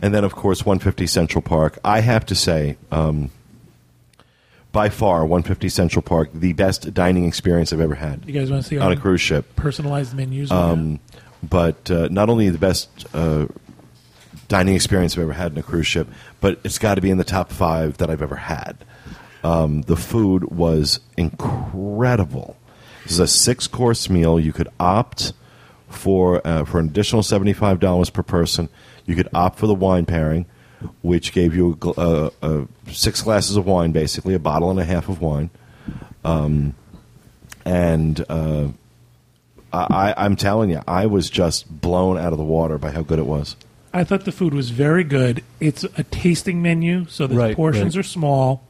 [SPEAKER 1] and then of course 150 Central Park. I have to say, um, by far, 150 Central Park, the best dining experience I've ever had
[SPEAKER 3] You guys want to see
[SPEAKER 1] on
[SPEAKER 3] our
[SPEAKER 1] a cruise ship.
[SPEAKER 3] personalized menus?
[SPEAKER 1] Um, but uh, not only the best uh, dining experience I've ever had in a cruise ship, but it's got to be in the top five that I've ever had. Um, the food was incredible. This is a six course meal. You could opt for uh, for an additional seventy five dollars per person. You could opt for the wine pairing, which gave you a, gl- uh, uh, six glasses of wine, basically a bottle and a half of wine. Um, and uh, I, I- I'm telling you, I was just blown out of the water by how good it was.
[SPEAKER 3] I thought the food was very good. It's a tasting menu, so the
[SPEAKER 4] Right,
[SPEAKER 3] portions
[SPEAKER 4] right.
[SPEAKER 3] are small.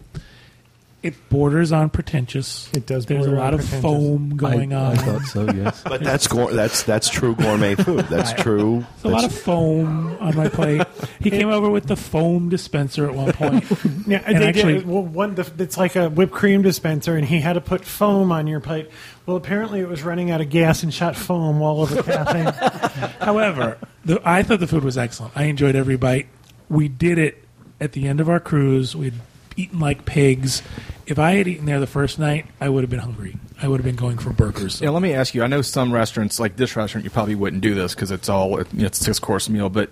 [SPEAKER 3] It borders on pretentious.
[SPEAKER 2] It does
[SPEAKER 3] There's a
[SPEAKER 2] border on
[SPEAKER 3] lot of
[SPEAKER 2] pretentious.
[SPEAKER 3] foam going
[SPEAKER 4] I,
[SPEAKER 3] on.
[SPEAKER 4] I thought so. Yes.
[SPEAKER 1] But that's gour that's that's true gourmet food. That's true.
[SPEAKER 3] There's a lot of
[SPEAKER 1] that's-
[SPEAKER 3] foam on my plate. He came over with the foom dispenser at one point.
[SPEAKER 2] Yeah,
[SPEAKER 3] And
[SPEAKER 2] they
[SPEAKER 3] actually-
[SPEAKER 2] did. Well, one the, it's like a whipped cream dispenser, and he had to put foam on your plate. Well, apparently it was running out of gas and shot foam all over the cafe.
[SPEAKER 3] However, the, I thought the food was excellent. I enjoyed every bite. We did it at the end of our cruise. We'd eaten like pigs. If I had eaten there the first night, I would have been hungry. I would have been going for burgers.
[SPEAKER 5] Yeah, let me ask you. I know some restaurants, like this restaurant, you probably wouldn't do this because it's all it- it's six course meal. But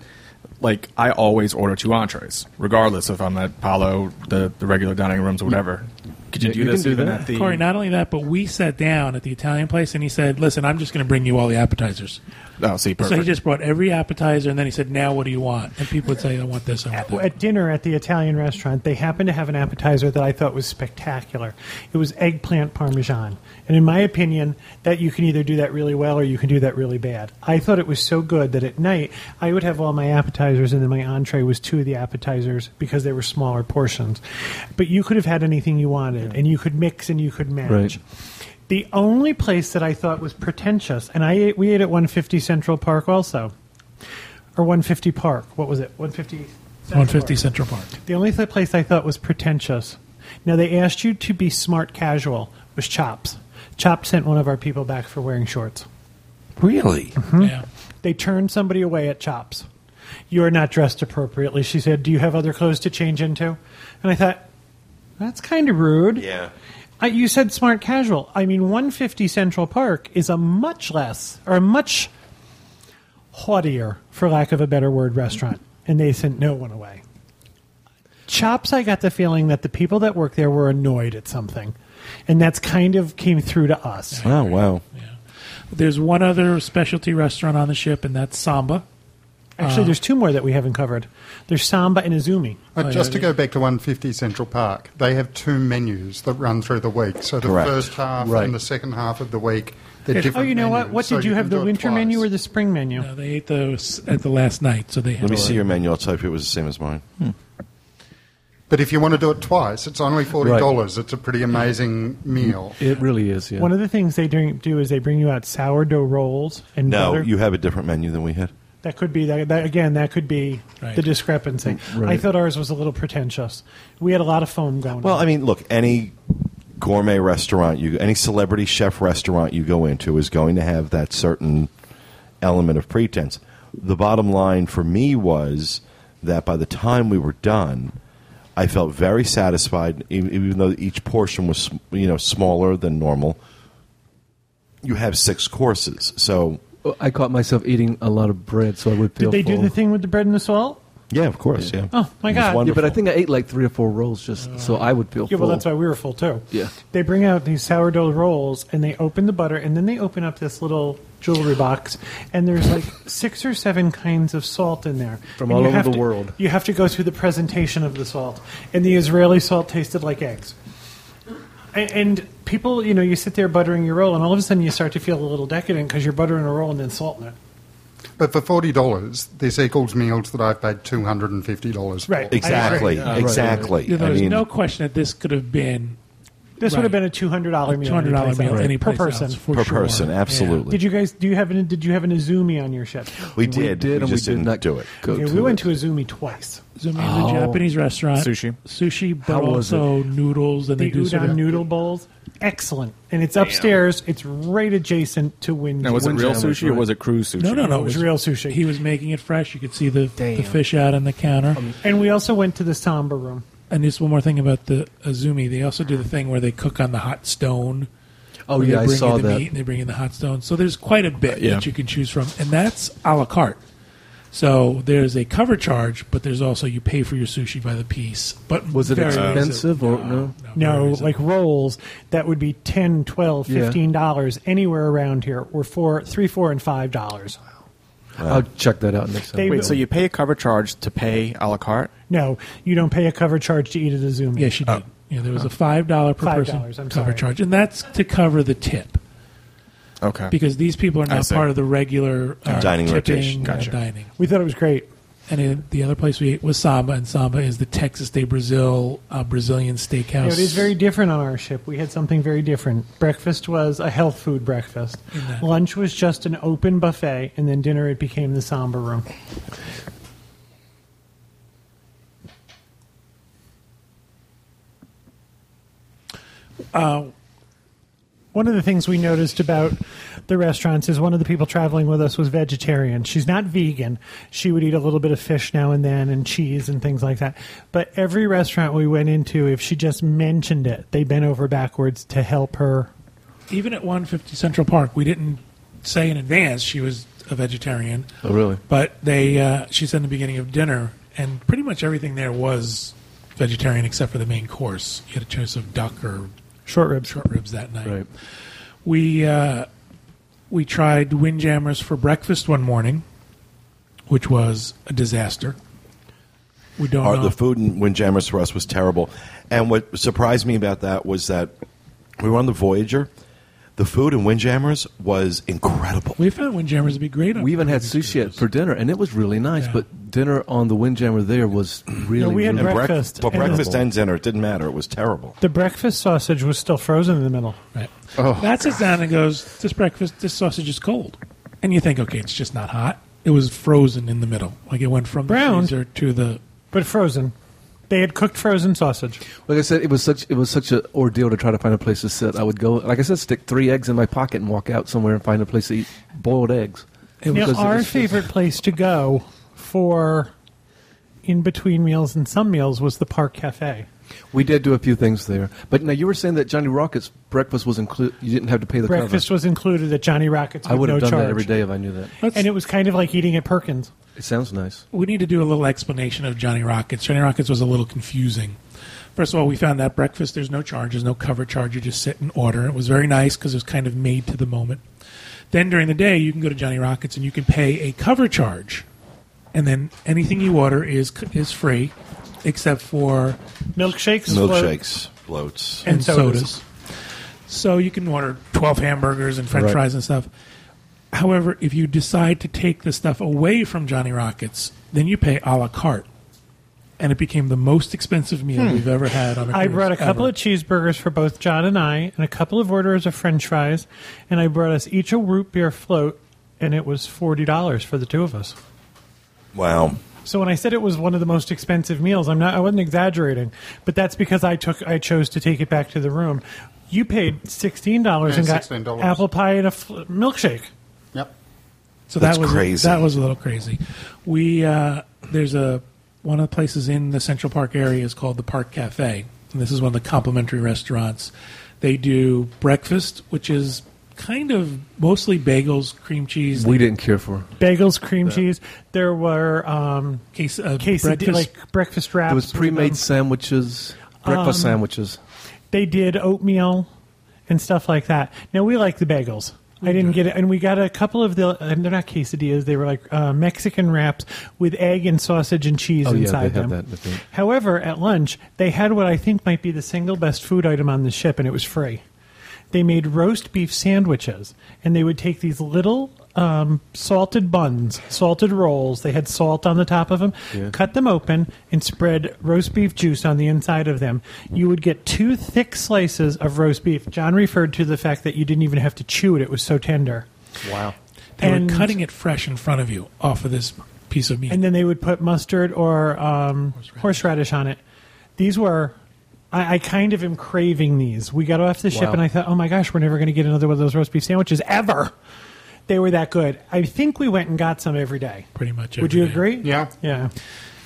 [SPEAKER 5] like, I always order two entrees, regardless if I'm at Palo, the, the regular dining rooms, or whatever. Could you
[SPEAKER 4] Yeah,
[SPEAKER 5] do
[SPEAKER 4] you can
[SPEAKER 5] this
[SPEAKER 4] do
[SPEAKER 5] even
[SPEAKER 4] that.
[SPEAKER 5] at the?
[SPEAKER 3] Corey, not only that, but we sat down at the Italian place and he said, Listen, I'm just going to bring you all the appetizers.
[SPEAKER 5] oh, see, perfect.
[SPEAKER 3] So he just brought every appetizer and then he said, Now what do you want? And people would say, I want this, I want that.
[SPEAKER 2] at dinner at the Italian restaurant, they happened to have an appetizer that I thought was spectacular. It was eggplant parmesan, and in my opinion, that you can either do that really well or you can do that really bad. I thought it was so good that at night I would have all my appetizers, and then my entree was two of the appetizers because they were smaller portions. But you could have had anything you wanted, and you could mix and you could match.
[SPEAKER 4] Right.
[SPEAKER 2] The only place that I thought was pretentious, and I ate, we ate at 150 Central Park also, or 150 Park. What was it? 150. Central
[SPEAKER 3] 150
[SPEAKER 2] Park.
[SPEAKER 3] Central Park.
[SPEAKER 2] The only th- place I thought was pretentious. Now they asked you to be smart casual was Chops. Chops sent one of our people back for wearing shorts.
[SPEAKER 1] really.
[SPEAKER 2] Hmm?
[SPEAKER 3] Yeah.
[SPEAKER 2] They turned somebody away at Chops. You are not dressed appropriately, she said. Do you have other clothes to change into? And I thought, that's kind of rude.
[SPEAKER 1] Yeah.
[SPEAKER 2] I, you said smart casual. I mean, 150 Central Park is a much less or a much haughtier, for lack of a better word, restaurant, and they sent no one away. Chops, I got the feeling that the people that work there were annoyed at something, and that's kind of came through to us.
[SPEAKER 1] Oh wow.
[SPEAKER 3] There's one other specialty restaurant on the ship, and that's Samba.
[SPEAKER 2] Actually, there's two more that we haven't covered. There's Samba and Izumi.
[SPEAKER 6] Uh,
[SPEAKER 3] Oh,
[SPEAKER 6] just
[SPEAKER 3] yeah,
[SPEAKER 6] to go back to 150 Central Park, they have two menus that run through the week. So the
[SPEAKER 1] Correct.
[SPEAKER 6] first half
[SPEAKER 4] Right.
[SPEAKER 6] and the second half of the week, they're
[SPEAKER 2] Oh,
[SPEAKER 6] different.
[SPEAKER 2] you know what?
[SPEAKER 6] menus,
[SPEAKER 2] What
[SPEAKER 6] so
[SPEAKER 2] did you have?
[SPEAKER 6] can
[SPEAKER 2] The
[SPEAKER 6] do it
[SPEAKER 2] winter
[SPEAKER 6] twice.
[SPEAKER 2] menu or the spring menu?
[SPEAKER 3] No, they ate those at the last night, so they had
[SPEAKER 1] Let me
[SPEAKER 3] a-
[SPEAKER 1] see your menu. I'll tell you if it was the same as mine.
[SPEAKER 6] But if you want to do it twice, it's only forty dollars. It's a pretty amazing meal.
[SPEAKER 4] It really is. Yeah.
[SPEAKER 2] One of the things they do, do is they bring you out sourdough rolls and
[SPEAKER 1] No,
[SPEAKER 2] butter.
[SPEAKER 1] you have a different menu than we had.
[SPEAKER 2] That could be that, that again. That could be
[SPEAKER 3] Right.
[SPEAKER 2] the discrepancy. I
[SPEAKER 4] right.
[SPEAKER 2] thought ours was a little pretentious. We had a lot of foam going.
[SPEAKER 1] Well,
[SPEAKER 2] on.
[SPEAKER 1] I mean, look, any gourmet restaurant you, any celebrity chef restaurant you go into is going to have that certain element of pretense. The bottom line for me was that by the time we were done, I felt very satisfied, e- even though each portion was sm- you know smaller than normal. You have six courses, so
[SPEAKER 4] I caught myself eating a lot of bread, so I would
[SPEAKER 2] did
[SPEAKER 4] feel.
[SPEAKER 2] they do
[SPEAKER 4] full.
[SPEAKER 2] the thing with the bread and the salt?
[SPEAKER 1] yeah, of course, yeah.
[SPEAKER 2] Oh, my
[SPEAKER 1] It was
[SPEAKER 2] God. Yeah, but I
[SPEAKER 4] Yeah, but I
[SPEAKER 1] wonderful.
[SPEAKER 4] think I ate like three or four rolls just so I would feel
[SPEAKER 2] Uh, Yeah,
[SPEAKER 4] full.
[SPEAKER 2] well, that's why we were full too.
[SPEAKER 4] Yeah.
[SPEAKER 2] They bring out these sourdough rolls and they open the butter and then they open up this little jewelry box and there's like six or seven kinds of salt in there
[SPEAKER 4] From
[SPEAKER 2] And
[SPEAKER 4] all
[SPEAKER 2] you
[SPEAKER 4] over
[SPEAKER 2] have
[SPEAKER 4] the
[SPEAKER 2] to-
[SPEAKER 4] world.
[SPEAKER 2] You have to go through the presentation of the salt, and the Israeli salt tasted like eggs. And, and people, you know, you sit there buttering your roll, and all of a sudden you start to feel a little decadent because you're buttering a roll and then salt in it.
[SPEAKER 6] But for forty dollars, this equals meals that I've paid two hundred and fifty dollars for.
[SPEAKER 2] Right.
[SPEAKER 1] exactly,
[SPEAKER 2] I
[SPEAKER 1] exactly.
[SPEAKER 3] Yeah,
[SPEAKER 1] I
[SPEAKER 3] there's
[SPEAKER 1] mean,
[SPEAKER 3] no question that this could have been
[SPEAKER 2] This would have
[SPEAKER 3] Right.
[SPEAKER 2] been a two hundred dollar meal,
[SPEAKER 3] two hundred dollar
[SPEAKER 2] anyplace
[SPEAKER 3] meal
[SPEAKER 2] else,
[SPEAKER 3] any
[SPEAKER 2] per person.
[SPEAKER 3] for
[SPEAKER 1] per
[SPEAKER 3] sure.
[SPEAKER 1] person,
[SPEAKER 3] Yeah.
[SPEAKER 1] absolutely.
[SPEAKER 2] Did you guys? Do you have an? Did you have an Izumi on your ship?
[SPEAKER 1] we did,
[SPEAKER 4] and
[SPEAKER 1] just
[SPEAKER 4] we did
[SPEAKER 1] not
[SPEAKER 4] not
[SPEAKER 1] do it.
[SPEAKER 4] Go
[SPEAKER 2] Okay,
[SPEAKER 4] to
[SPEAKER 2] we went
[SPEAKER 4] it.
[SPEAKER 2] to Izumi twice.
[SPEAKER 3] Zoom in the Japanese
[SPEAKER 2] Oh.
[SPEAKER 3] restaurant
[SPEAKER 5] Sushi.
[SPEAKER 3] sushi, but
[SPEAKER 4] How was
[SPEAKER 3] also noodles, and
[SPEAKER 2] the
[SPEAKER 3] they do
[SPEAKER 2] udon
[SPEAKER 3] sort of
[SPEAKER 2] noodle bowls. Excellent, and it's upstairs. It's right adjacent to Wind.
[SPEAKER 5] Now, was it
[SPEAKER 4] Wind
[SPEAKER 5] real
[SPEAKER 4] jam was
[SPEAKER 5] sushi or
[SPEAKER 4] right.
[SPEAKER 5] was it cruise sushi?
[SPEAKER 3] No, no, no.
[SPEAKER 2] It was real sushi.
[SPEAKER 3] He was making it fresh. You could see the, the fish out on the counter.
[SPEAKER 2] and we also went to the Samba room.
[SPEAKER 3] and just one more thing about the Azumi. They also do the thing where they cook on the hot stone.
[SPEAKER 4] Oh
[SPEAKER 3] where they
[SPEAKER 4] yeah, I
[SPEAKER 3] bring you
[SPEAKER 4] saw
[SPEAKER 3] the
[SPEAKER 4] that.
[SPEAKER 3] Meat and they bring in the hot stone. So there's quite a bit
[SPEAKER 5] yeah.
[SPEAKER 3] that you can choose from, and that's a la carte. So there's a cover charge, but there's also you pay for your sushi by the piece. But
[SPEAKER 4] Was it
[SPEAKER 3] very
[SPEAKER 4] expensive or- no?
[SPEAKER 3] very
[SPEAKER 2] No,
[SPEAKER 3] reasonable.
[SPEAKER 2] like rolls that would be 10 12
[SPEAKER 4] Yeah.
[SPEAKER 2] 15 dollars anywhere around here were four, three, four, and five dollars.
[SPEAKER 4] I'll check that out next time.
[SPEAKER 2] They-
[SPEAKER 5] Wait, so you pay a cover charge to pay a la carte?
[SPEAKER 2] No, you don't pay a cover charge to eat at a Zoom.
[SPEAKER 3] Yeah, she did. Oh. yeah, there was a five dollar per
[SPEAKER 2] $5,
[SPEAKER 3] person
[SPEAKER 2] I'm
[SPEAKER 3] cover
[SPEAKER 2] sorry.
[SPEAKER 3] charge, and that's to cover the tip
[SPEAKER 5] Okay.
[SPEAKER 3] because these people are
[SPEAKER 5] I
[SPEAKER 3] not
[SPEAKER 5] see.
[SPEAKER 3] part of the regular uh,
[SPEAKER 1] Dining
[SPEAKER 3] tipping,
[SPEAKER 1] rotation.
[SPEAKER 3] uh,
[SPEAKER 5] Gotcha.
[SPEAKER 3] dining.
[SPEAKER 2] We thought it was great.
[SPEAKER 3] And then the other place we ate was Samba, and Samba is the Texas de Brazil uh, Brazilian steakhouse.
[SPEAKER 2] You know, it is very different on our ship. We had something very different. Breakfast was a health food breakfast. Lunch was just an open buffet, and then dinner it became the Samba room. One of the things we noticed about the restaurants is one of the people traveling with us was vegetarian. She's not vegan. She would eat a little bit of fish now and then and cheese and things like that. But every restaurant we went into, if she just mentioned it, they bent over backwards to help her.
[SPEAKER 3] even at 150 Central Park. We didn't say in advance she was a vegetarian.
[SPEAKER 4] Oh, really?
[SPEAKER 3] But they, uh, she said in the beginning of dinner, and pretty much everything there was vegetarian except for the main course. You had a choice of duck or
[SPEAKER 2] Short ribs.
[SPEAKER 3] short ribs that night.
[SPEAKER 4] Right.
[SPEAKER 3] We uh, we tried windjammers for breakfast one morning, which was a disaster. We don't
[SPEAKER 1] Our,
[SPEAKER 3] know.
[SPEAKER 1] the food in Windjammers for us was terrible. And what surprised me about that was that we were on the Voyager. The food in Windjammers was incredible.
[SPEAKER 3] we found windjammers to be great. On
[SPEAKER 4] We even had sushi at, for dinner, and it was really nice.
[SPEAKER 3] Yeah.
[SPEAKER 4] But dinner on the Windjammer there was really.
[SPEAKER 2] we had
[SPEAKER 4] really
[SPEAKER 1] Brec-
[SPEAKER 2] breakfast
[SPEAKER 1] well,
[SPEAKER 2] and-
[SPEAKER 1] breakfast and dinner. It didn't matter. It was terrible.
[SPEAKER 2] The breakfast sausage was still frozen in the middle.
[SPEAKER 3] Right. that sits down and goes, This breakfast, this sausage is cold. And you think, okay, it's just not hot. It was frozen in the middle. Like it went from
[SPEAKER 2] Brown.
[SPEAKER 3] the freezer to the.
[SPEAKER 2] But frozen. They had cooked frozen sausage.
[SPEAKER 4] Like I said, it was such it was such an ordeal to try to find a place to sit. I would go, like I said, stick three eggs in my pocket and walk out somewhere and find a place to eat boiled eggs. It
[SPEAKER 2] Now,
[SPEAKER 4] because it
[SPEAKER 2] our
[SPEAKER 4] was-
[SPEAKER 2] favorite place to go for in between meals and some meals was the Park Cafe.
[SPEAKER 4] We did do a few things there, but now you were saying that Johnny Rocket's breakfast was included. You didn't have to pay the
[SPEAKER 2] Breakfast
[SPEAKER 4] cover.
[SPEAKER 2] was included at Johnny Rockets. With
[SPEAKER 4] I would have
[SPEAKER 2] no
[SPEAKER 4] done
[SPEAKER 2] charge.
[SPEAKER 4] that every day if I knew that.
[SPEAKER 2] And it was kind of like eating at Perkins.
[SPEAKER 4] It sounds nice.
[SPEAKER 3] We need to do a little explanation of Johnny Rockets. Johnny Rockets was a little confusing. First of all, we found that breakfast, there's no charge, there's no cover charge. You just sit and order. It was very nice because it was kind of made to the moment. Then during the day, you can go to Johnny Rockets and you can pay a cover charge. And then anything you order is is free, except for
[SPEAKER 2] Milkshakes.
[SPEAKER 1] Milkshakes, floats.
[SPEAKER 3] and,
[SPEAKER 2] And
[SPEAKER 3] sodas.
[SPEAKER 2] sodas.
[SPEAKER 3] So you can order 12 hamburgers and french
[SPEAKER 4] Right.
[SPEAKER 3] fries and stuff. However, if you decide to take the stuff away from Johnny Rockets, then you pay a la carte. and it became the most expensive meal we've ever had on a
[SPEAKER 2] I
[SPEAKER 3] cruise,
[SPEAKER 2] brought a couple
[SPEAKER 3] ever.
[SPEAKER 2] of cheeseburgers for both John and I, and a couple of orders of French fries, and I brought us each a root beer float, and it was forty dollars for the two of us.
[SPEAKER 1] Wow.
[SPEAKER 2] So when I said it was one of the most expensive meals, I'm not I wasn't exaggerating, but that's because I took I chose to take it back to the room. You paid sixteen dollars
[SPEAKER 6] Yeah,
[SPEAKER 2] and got
[SPEAKER 6] $16.
[SPEAKER 2] apple pie and a fl- milkshake.
[SPEAKER 6] Yep.
[SPEAKER 3] So
[SPEAKER 1] That's
[SPEAKER 3] that was
[SPEAKER 1] crazy.
[SPEAKER 3] That was a little crazy. We uh, there's a one of the places in the Central Park area is called the Park Cafe, and this is one of the complimentary restaurants. They do breakfast, which is kind of mostly bagels, cream cheese,
[SPEAKER 4] We didn't care for.
[SPEAKER 2] Bagels, cream cheese. There were um,
[SPEAKER 3] case, uh,
[SPEAKER 2] quesad-
[SPEAKER 3] breakfast.
[SPEAKER 2] like breakfast wraps.
[SPEAKER 4] There was
[SPEAKER 2] with,
[SPEAKER 4] pre-made
[SPEAKER 2] um,
[SPEAKER 4] sandwiches, breakfast sandwiches.
[SPEAKER 2] they did oatmeal and stuff like that. Now we like the bagels. I didn't get it, and we got a couple of the. And they're not quesadillas; they were like uh, Mexican wraps with egg and sausage and cheese
[SPEAKER 4] Oh, yeah, they
[SPEAKER 2] inside
[SPEAKER 4] have
[SPEAKER 2] them.
[SPEAKER 4] that, I think.
[SPEAKER 2] However, at lunch they had what I think might be the single best food item on the ship, and it was free. They made roast beef sandwiches, and they would take these little um, salted buns, salted rolls. They had salt on the top of them. Cut them open and spread roast beef juice on the inside of them. You would get two thick slices of roast beef. John referred to the fact that you didn't even have to chew it; it was so tender.
[SPEAKER 4] Wow.
[SPEAKER 3] they
[SPEAKER 2] and-
[SPEAKER 3] were cutting it fresh in front of you off of this piece of meat.
[SPEAKER 2] and then they would put mustard or um, horseradish. on it. These were, I, I kind of am craving these. We got off the ship
[SPEAKER 4] Wow.
[SPEAKER 2] and I thought, oh my gosh, we're never going to get another one of those roast beef sandwiches ever. They were that good. I think we went and got some every day.
[SPEAKER 3] Pretty much
[SPEAKER 2] Would
[SPEAKER 3] every
[SPEAKER 2] you
[SPEAKER 3] day.
[SPEAKER 2] agree?
[SPEAKER 6] Yeah.
[SPEAKER 2] Yeah.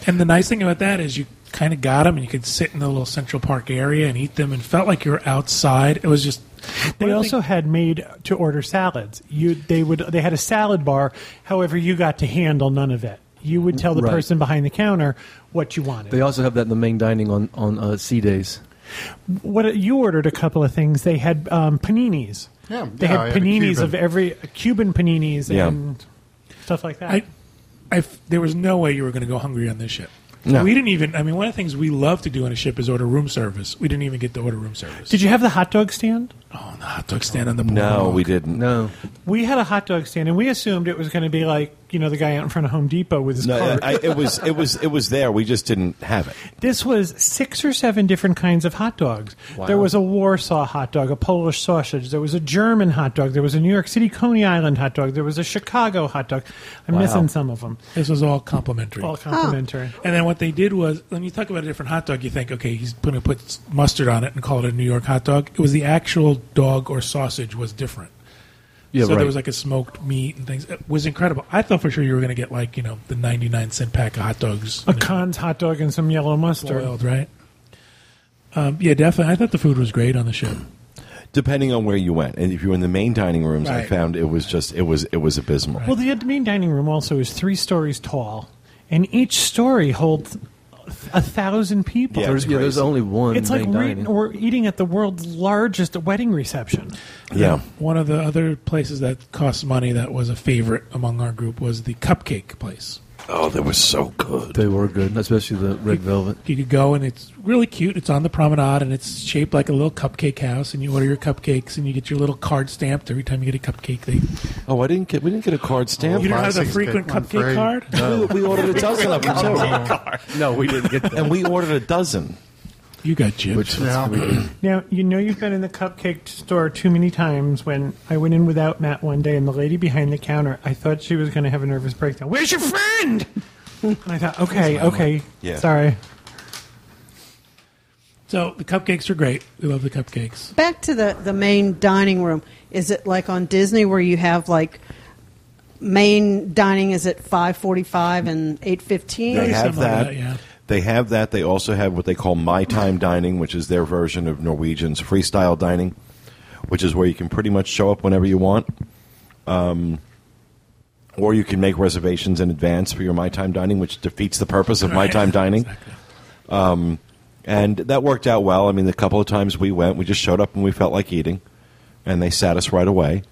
[SPEAKER 3] And the nice thing about that is you kind of got them, and you could sit in the little Central Park area and eat them, and felt like you were outside. It was just.
[SPEAKER 2] They also had made to order salads. You they would they had a salad bar. However, you got to handle none of it. You would tell the
[SPEAKER 4] Right.
[SPEAKER 2] person behind the counter what you wanted.
[SPEAKER 4] They also have that in the main dining on on uh, C days.
[SPEAKER 2] what you ordered a couple of things. They had um, paninis.
[SPEAKER 6] Yeah,
[SPEAKER 2] they
[SPEAKER 6] yeah, I
[SPEAKER 2] had
[SPEAKER 6] had a
[SPEAKER 2] paninis
[SPEAKER 6] Cuban.
[SPEAKER 2] of every Cuban paninis
[SPEAKER 1] Yeah.
[SPEAKER 2] and stuff like that.
[SPEAKER 3] I, I f- there was no way you were going to go hungry on this ship. We didn't even. I mean, one of the things we love to do on a ship is order room service. We didn't even get to order room service.
[SPEAKER 2] Did you have the hot dog stand?
[SPEAKER 3] oh, the hot dog stand on the
[SPEAKER 1] No,
[SPEAKER 3] boardwalk.
[SPEAKER 1] we didn't.
[SPEAKER 4] No,
[SPEAKER 2] We had a hot dog stand, and we assumed it was going to be like you know the guy out in front of Home Depot with his
[SPEAKER 1] No,
[SPEAKER 2] cart.
[SPEAKER 1] I, it was it was it was there. We just didn't have it.
[SPEAKER 2] this was six or seven different kinds of hot dogs. There was a Warsaw hot dog, a Polish sausage. There was a German hot dog. There was a New York City Coney Island hot dog. There was a Chicago hot dog. I'm missing some of them.
[SPEAKER 3] This was all complimentary.
[SPEAKER 2] All complimentary.
[SPEAKER 3] And then what they did was, when you talk about a different hot dog, you think, okay, he's going to put s- mustard on it and call it a New York hot dog. It was the actual dog or sausage was different.
[SPEAKER 4] yeah,
[SPEAKER 3] so
[SPEAKER 4] right.
[SPEAKER 3] there was like a smoked meat and things. It was incredible. I thought for sure you were going to get like you know the ninety nine cent pack of hot dogs,
[SPEAKER 2] A
[SPEAKER 3] you know,
[SPEAKER 2] Conn's hot dog and some yellow mustard.
[SPEAKER 3] boiled, right? Um, yeah, definitely. I thought the food was great on the ship.
[SPEAKER 1] Depending on where you went, and if you were in the main dining rooms, I
[SPEAKER 3] Right.
[SPEAKER 1] found it was just it was it was abysmal.
[SPEAKER 2] Well, the main dining room also is three stories tall, and each story holds a thousand people.
[SPEAKER 1] Yeah,
[SPEAKER 4] there's, yeah, there's only one
[SPEAKER 2] it's like
[SPEAKER 4] main
[SPEAKER 2] we're,
[SPEAKER 4] dining.
[SPEAKER 2] we're eating at the world's largest wedding reception.
[SPEAKER 1] yeah,
[SPEAKER 3] One of the other places that cost money that was a favorite among our group was the cupcake place.
[SPEAKER 1] oh, that was so good.
[SPEAKER 4] they were good, especially the red velvet.
[SPEAKER 3] You could go and it's really cute. It's on the promenade and it's shaped like a little cupcake house. And you order your cupcakes and you get your little card stamped every time you get a cupcake. They,
[SPEAKER 1] Oh, I didn't get we didn't get a card stamp.
[SPEAKER 3] you don't
[SPEAKER 6] buy
[SPEAKER 3] have the
[SPEAKER 6] six, get
[SPEAKER 3] frequent
[SPEAKER 6] one
[SPEAKER 3] cupcake
[SPEAKER 6] free.
[SPEAKER 3] card.
[SPEAKER 1] We, we ordered a dozen of
[SPEAKER 3] Oh,
[SPEAKER 1] them too. No, we didn't get that. And we ordered a dozen.
[SPEAKER 3] You got gypped.
[SPEAKER 6] Yeah.
[SPEAKER 2] Now, you know you've been in the cupcake store too many times when I went in without Matt one day, and the lady behind the counter, I thought she was going to have a nervous breakdown. Where's your friend? and I thought, okay, okay,
[SPEAKER 1] Yeah.
[SPEAKER 2] sorry.
[SPEAKER 3] so the cupcakes are great. We love the cupcakes.
[SPEAKER 7] Back to the, the main dining room. Is it like on Disney where you have like main dining is at 5:45 and 8:15?
[SPEAKER 1] They have
[SPEAKER 3] similar to
[SPEAKER 1] that.
[SPEAKER 3] that, yeah.
[SPEAKER 1] They have that. They also have what they call my time dining, which is their version of Norwegian's freestyle dining, which is where you can pretty much show up whenever you want, um, or you can make reservations in advance for your my time dining, which defeats the purpose of my
[SPEAKER 3] Right.
[SPEAKER 1] time dining.
[SPEAKER 3] Exactly.
[SPEAKER 1] And that worked out well. I mean, the couple of times we went, we just showed up and we felt like eating, and they sat us right away,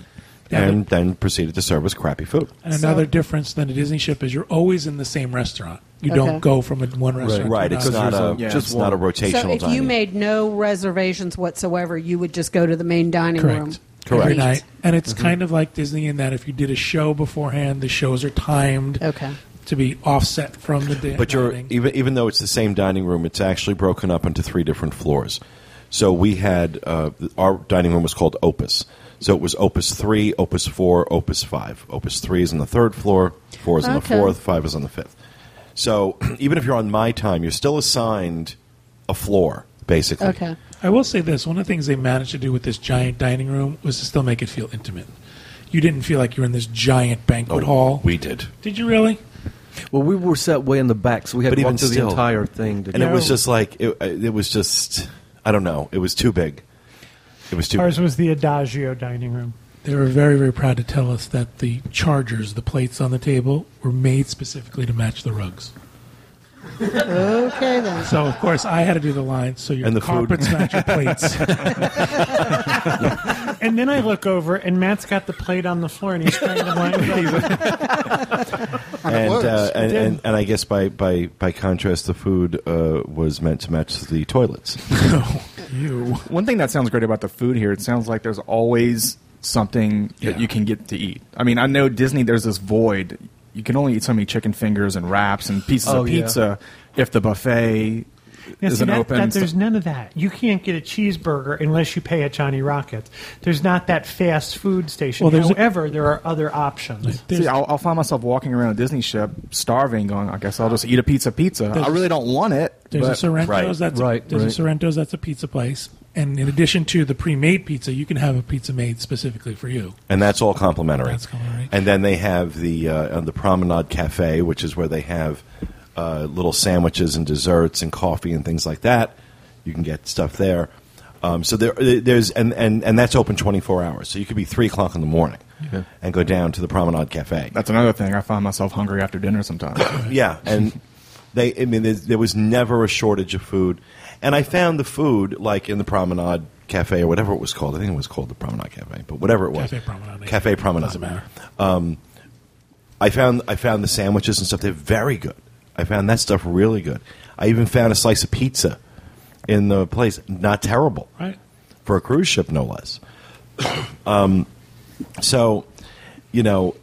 [SPEAKER 3] Yeah,
[SPEAKER 1] and then proceeded to serve us crappy food.
[SPEAKER 3] And another difference than a Disney ship is you're always in the same restaurant. You
[SPEAKER 7] Okay.
[SPEAKER 3] don't go from a, one restaurant
[SPEAKER 1] Right?
[SPEAKER 3] to
[SPEAKER 1] It's
[SPEAKER 3] another.
[SPEAKER 1] not a
[SPEAKER 4] Yeah.
[SPEAKER 1] just
[SPEAKER 4] Just
[SPEAKER 1] not a
[SPEAKER 4] one.
[SPEAKER 1] rotational.
[SPEAKER 7] So if
[SPEAKER 1] dining.
[SPEAKER 7] you made no reservations whatsoever, you would just go to the main dining room.
[SPEAKER 3] correct.
[SPEAKER 1] Correct. Mm-hmm.
[SPEAKER 3] Every night. And it's kind of like Disney in that if you did a show beforehand, the shows are timed.
[SPEAKER 7] Okay.
[SPEAKER 3] to be offset from the di-
[SPEAKER 1] But you're
[SPEAKER 3] dining.
[SPEAKER 1] even even though it's the same dining room, it's actually broken up into three different floors. So we had uh, th- our dining room was called Opus. So it was Opus three, Opus four, Opus five. Opus three is on the third floor, four is on the
[SPEAKER 8] Okay.
[SPEAKER 1] fourth, five is on the fifth. So even if you're on my time, you're still assigned a floor basically.
[SPEAKER 7] Okay.
[SPEAKER 3] I will say this: one of the things they managed to do with this giant dining room was to still make it feel intimate. You didn't feel like you were in this giant banquet hall.
[SPEAKER 1] Oh, We did,
[SPEAKER 3] did you really?
[SPEAKER 4] Well, we were set way in the back, so we had
[SPEAKER 1] But
[SPEAKER 4] to
[SPEAKER 1] even
[SPEAKER 4] walk through
[SPEAKER 1] still.
[SPEAKER 4] the entire thing. To
[SPEAKER 1] and it was just like it, it was just I don't know. It was too big. It was too.
[SPEAKER 2] Ours
[SPEAKER 1] big.
[SPEAKER 2] was the Adagio dining room.
[SPEAKER 3] They were very, very proud to tell us that the chargers, the plates on the table, were made specifically to match the rugs.
[SPEAKER 7] Okay then.
[SPEAKER 3] So, of course, I had to do the lines. So your
[SPEAKER 1] And the food.
[SPEAKER 3] carpets match your plates.
[SPEAKER 2] And then I look over, and Matt's got the plate on the floor, and he's trying to line it up.
[SPEAKER 1] and,
[SPEAKER 6] works.
[SPEAKER 1] uh, and,
[SPEAKER 2] It did.
[SPEAKER 1] and and I guess by by by contrast, the food uh, was meant to match the toilets.
[SPEAKER 3] you.
[SPEAKER 5] One thing that sounds great about the food here, it sounds like there's always something
[SPEAKER 3] Yeah.
[SPEAKER 5] that you can get to eat. I mean, I know Disney, there's this void. You can only eat so many chicken fingers and wraps and pieces
[SPEAKER 4] Oh,
[SPEAKER 5] of
[SPEAKER 4] yeah.
[SPEAKER 5] pizza if the buffet
[SPEAKER 2] Now, see,
[SPEAKER 5] isn't
[SPEAKER 2] that-
[SPEAKER 5] open.
[SPEAKER 2] that-
[SPEAKER 5] and
[SPEAKER 2] there's
[SPEAKER 5] stuff.
[SPEAKER 2] none of that. You can't get a cheeseburger unless you pay at Johnny Rockets. There's not that fast food station.
[SPEAKER 3] Well, there's a-
[SPEAKER 2] However, there are other options.
[SPEAKER 5] See, I'll, I'll find myself walking around a Disney ship, starving, going, I guess I'll just eat a pizza pizza. I really don't want it.
[SPEAKER 3] There's a
[SPEAKER 5] but-
[SPEAKER 3] Sorrento's.
[SPEAKER 1] right,
[SPEAKER 3] that's
[SPEAKER 4] right,
[SPEAKER 3] there's
[SPEAKER 4] right.
[SPEAKER 3] a Sorrento's. That's a pizza place. And in addition to the pre-made pizza, you can have a pizza made specifically for you.
[SPEAKER 1] and that's all complimentary.
[SPEAKER 3] That's complimentary.
[SPEAKER 1] And then they have the uh, on the Promenade Cafe, which is where they have uh, little sandwiches and desserts and coffee and things like that. You can get stuff there. Um, so there, there's and, and, and that's open 24 hours. So you could be three o'clock in the morning and go down to the Promenade Cafe.
[SPEAKER 5] That's another thing. I find myself hungry after dinner sometimes.
[SPEAKER 1] Yeah, and they. I mean, there's- there was never a shortage of food, and I found the food like in the Promenade Cafe or whatever it was called. I think it was called the Promenade Cafe, but whatever it was,
[SPEAKER 3] Cafe Promenade.
[SPEAKER 1] Cafe Promenade
[SPEAKER 3] Doesn't matter.
[SPEAKER 1] I found I found the sandwiches and stuff. They're very good. I found that stuff really good. I even found a slice of pizza in the place. Not terrible
[SPEAKER 3] Right.
[SPEAKER 1] for a cruise ship, no less. um, so, you know,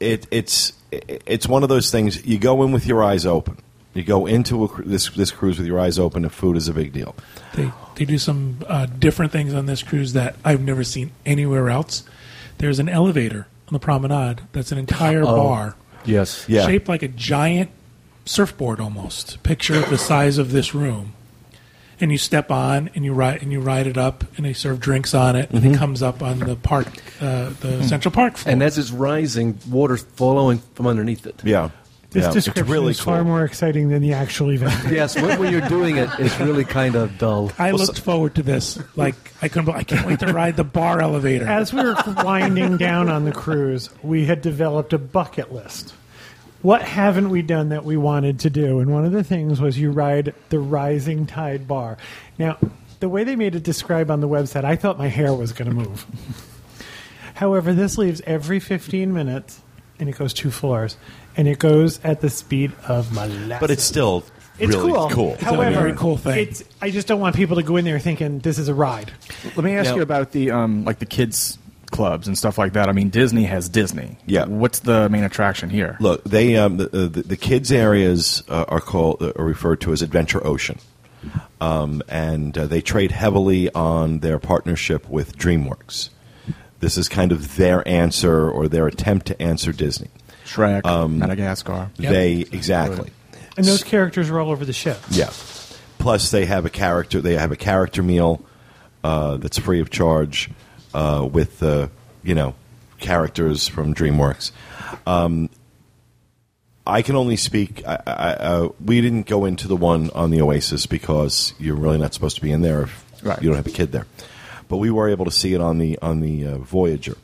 [SPEAKER 1] it, it's it, it's one of those things. You go in with your eyes open. You go into a, cru- this this cruise with your eyes open, and food is a big deal.
[SPEAKER 3] They they do some uh, different things on this cruise that I've never seen anywhere else. There's an elevator on the promenade that's an entire bar
[SPEAKER 4] yes,
[SPEAKER 1] Yeah.
[SPEAKER 3] shaped like a giant surfboard almost. Picture the size of this room. And you step on and you ride and you ride it up and they serve drinks on it and it comes up on the park uh, the Central Park floor.
[SPEAKER 4] And as it's rising, water's flowing from underneath it.
[SPEAKER 1] Yeah,
[SPEAKER 2] This
[SPEAKER 1] yeah,
[SPEAKER 2] description is far more exciting than the actual event.
[SPEAKER 4] Yes, when, when you're doing it, it's really kind of dull.
[SPEAKER 3] I looked forward to this. Like I couldn't. be- I can't wait to ride the bar elevator.
[SPEAKER 2] As we were winding down on the cruise, we had developed a bucket list. What haven't we done that we wanted to do? And one of the things was you ride the Rising Tide Bar. Now, the way they made it describe on the website, I thought my hair was going to move. However, this leaves every 15 minutes and it goes two floors and it goes at the speed of molasses.
[SPEAKER 1] But it's still
[SPEAKER 2] It's
[SPEAKER 1] really
[SPEAKER 2] cool.
[SPEAKER 1] cool.
[SPEAKER 2] However,
[SPEAKER 3] very cool thing.
[SPEAKER 2] It's, I just don't want people to go in there thinking this is a ride.
[SPEAKER 5] Let me ask
[SPEAKER 4] Now-
[SPEAKER 5] you about the um, like the kids clubs and stuff like that. I mean, Disney has Disney.
[SPEAKER 1] Yeah.
[SPEAKER 5] What's the main attraction here?
[SPEAKER 1] Look, they um, the, the, the kids areas uh, are called uh, are referred to as Adventure Ocean, um, and uh, they trade heavily on their partnership with DreamWorks. This is kind of their answer or their attempt to answer Disney.
[SPEAKER 5] Shrek,
[SPEAKER 1] Um,
[SPEAKER 5] Madagascar.
[SPEAKER 1] They exactly,
[SPEAKER 2] And those characters are all over the ship.
[SPEAKER 1] yeah. Plus, they have a character. They have a character meal uh, that's free of charge uh, with uh, you know characters from DreamWorks. Um, I can only speak. I, I, uh, we didn't go into the one on the Oasis because you're really not supposed to be in there if
[SPEAKER 5] Right.
[SPEAKER 1] you don't have a kid there. But we were able to see it on the on the uh, Voyager,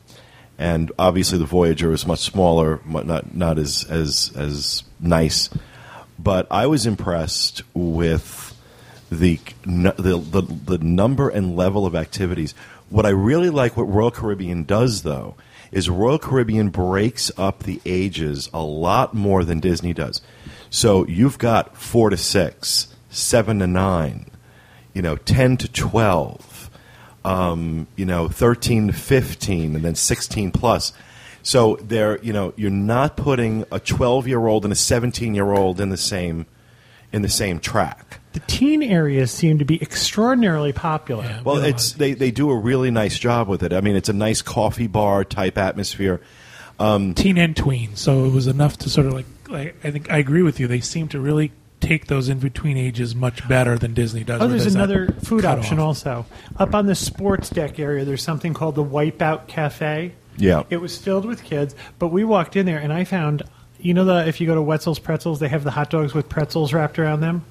[SPEAKER 1] and obviously the Voyager is much smaller, mu- not not as as as nice. But I was impressed with the n- the the, the number and level of activities. What I really like what Royal Caribbean does though is Royal Caribbean breaks up the ages a lot more than Disney does. So you've got 4 to 6, 7 to 9, you know, 10 to 12, um, you know, 13 to 15 and then 16 plus. So there, you know, you're not putting a 12 year old and a 17 year old in the same in the same track.
[SPEAKER 2] The teen areas seem to be extraordinarily popular.
[SPEAKER 1] Well, it's they, they do a really nice job with it. I mean, it's a nice coffee bar type atmosphere.
[SPEAKER 3] teen and tween. So it was enough to sort of like, like I think I agree with you. They seem to really take those in between ages much better than Disney does.
[SPEAKER 2] Oh,
[SPEAKER 3] where
[SPEAKER 2] there's
[SPEAKER 3] there's that
[SPEAKER 2] another food
[SPEAKER 3] cutoff.
[SPEAKER 2] option also. Up on the sports deck area, there's something called the Wipeout Cafe.
[SPEAKER 1] Yeah.
[SPEAKER 2] It was filled with kids, but we walked in there and I found, you know, the, if you go to Wetzel's Pretzels, they have the hot dogs with pretzels wrapped around them?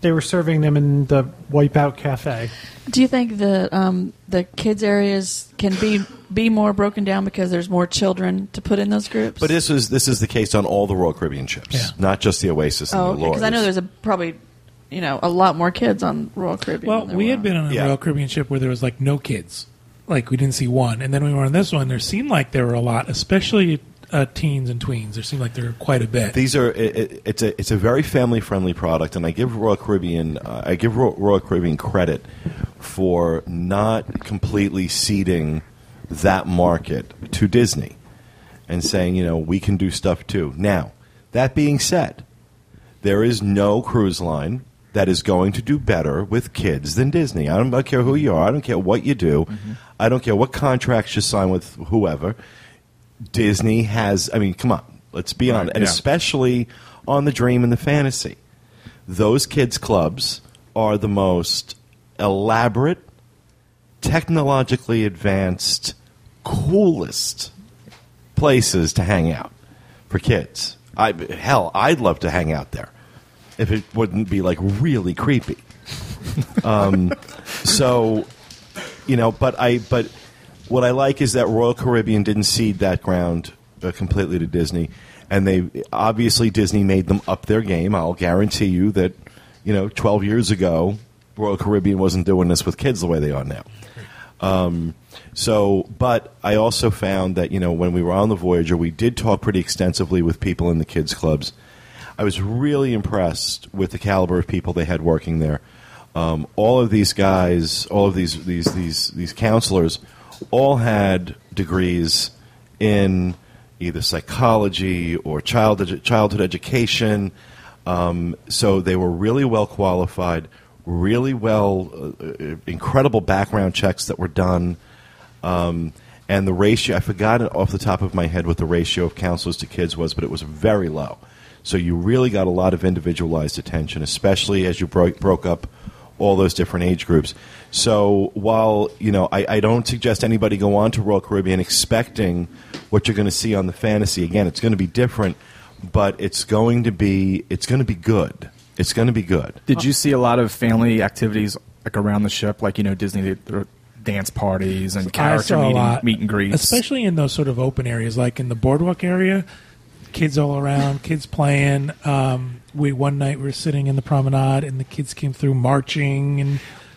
[SPEAKER 2] They were serving them in the Wipeout Cafe.
[SPEAKER 8] Do you think that um, the kids areas can be be more broken down because there's more children to put in those groups?
[SPEAKER 1] But this is this is the case on all the Royal Caribbean ships,
[SPEAKER 3] Yeah.
[SPEAKER 1] not just the Oasis and
[SPEAKER 8] oh,
[SPEAKER 1] the
[SPEAKER 8] because
[SPEAKER 1] Lords.
[SPEAKER 8] I know there's a probably you know a lot more kids on Royal Caribbean.
[SPEAKER 3] Well,
[SPEAKER 8] than there
[SPEAKER 3] we
[SPEAKER 8] were
[SPEAKER 3] had
[SPEAKER 8] on-
[SPEAKER 3] been on a
[SPEAKER 1] Yeah.
[SPEAKER 3] Royal Caribbean ship where there was like no kids, like we didn't see one, and then we were on this one. There seemed like there were a lot, especially uh, teens and tweens. There seemed like there were quite a bit.
[SPEAKER 1] These are it, it, it's a it's a very family friendly product, and I give Royal Caribbean uh, I give Royal, Royal Caribbean credit for not completely ceding that market to Disney and saying you know we can do stuff too. Now that being said, there is no cruise line that is going to do better with kids than Disney. I don't, I don't care who you are. I don't care what you do. I don't care what contracts you sign with whoever. Disney has. I mean, come on. Let's be honest, and
[SPEAKER 5] yeah.
[SPEAKER 1] especially on the dream and the fantasy. Those kids clubs are the most elaborate, technologically advanced, coolest places to hang out for kids. I hell, I'd love to hang out there if it wouldn't be like really creepy. um, so, you know, but I but what I like is that Royal Caribbean didn't cede that ground uh, completely to Disney, and they obviously Disney made them up their game. I'll guarantee you that you know twelve years ago. Royal Caribbean wasn't doing this with kids the way they are now. So, but I also found that you know when we were on the Voyager, we did talk pretty extensively with people in the kids clubs. I was really impressed with the caliber of people they had working there. Um, all of these guys, all of these these these these counselors, all had degrees in either psychology or child edu- childhood education. Um, so they were really well qualified, really well, uh, uh, incredible background checks that were done. Um, and the ratio, I forgot it off the top of my head what the ratio of counselors to kids was, but it was very low. So you really got a lot of individualized attention, especially as you broke, broke up all those different age groups. So while, you know, I, I don't suggest anybody go on to Royal Caribbean expecting what you're going to see on the fantasy, again, it's going to be different, but it's going to be, it's going to be good. It's going to be good.
[SPEAKER 5] Did you see a lot of family activities like around the ship, like you know Disney they- there were dance parties and
[SPEAKER 3] I
[SPEAKER 5] character
[SPEAKER 3] saw a
[SPEAKER 5] meeting,
[SPEAKER 3] lot,
[SPEAKER 5] meet and greets?
[SPEAKER 3] especially in those sort of open areas, like in the boardwalk area. Kids all around, kids playing. Um, we one night we were sitting in the promenade, and the kids came through marching, and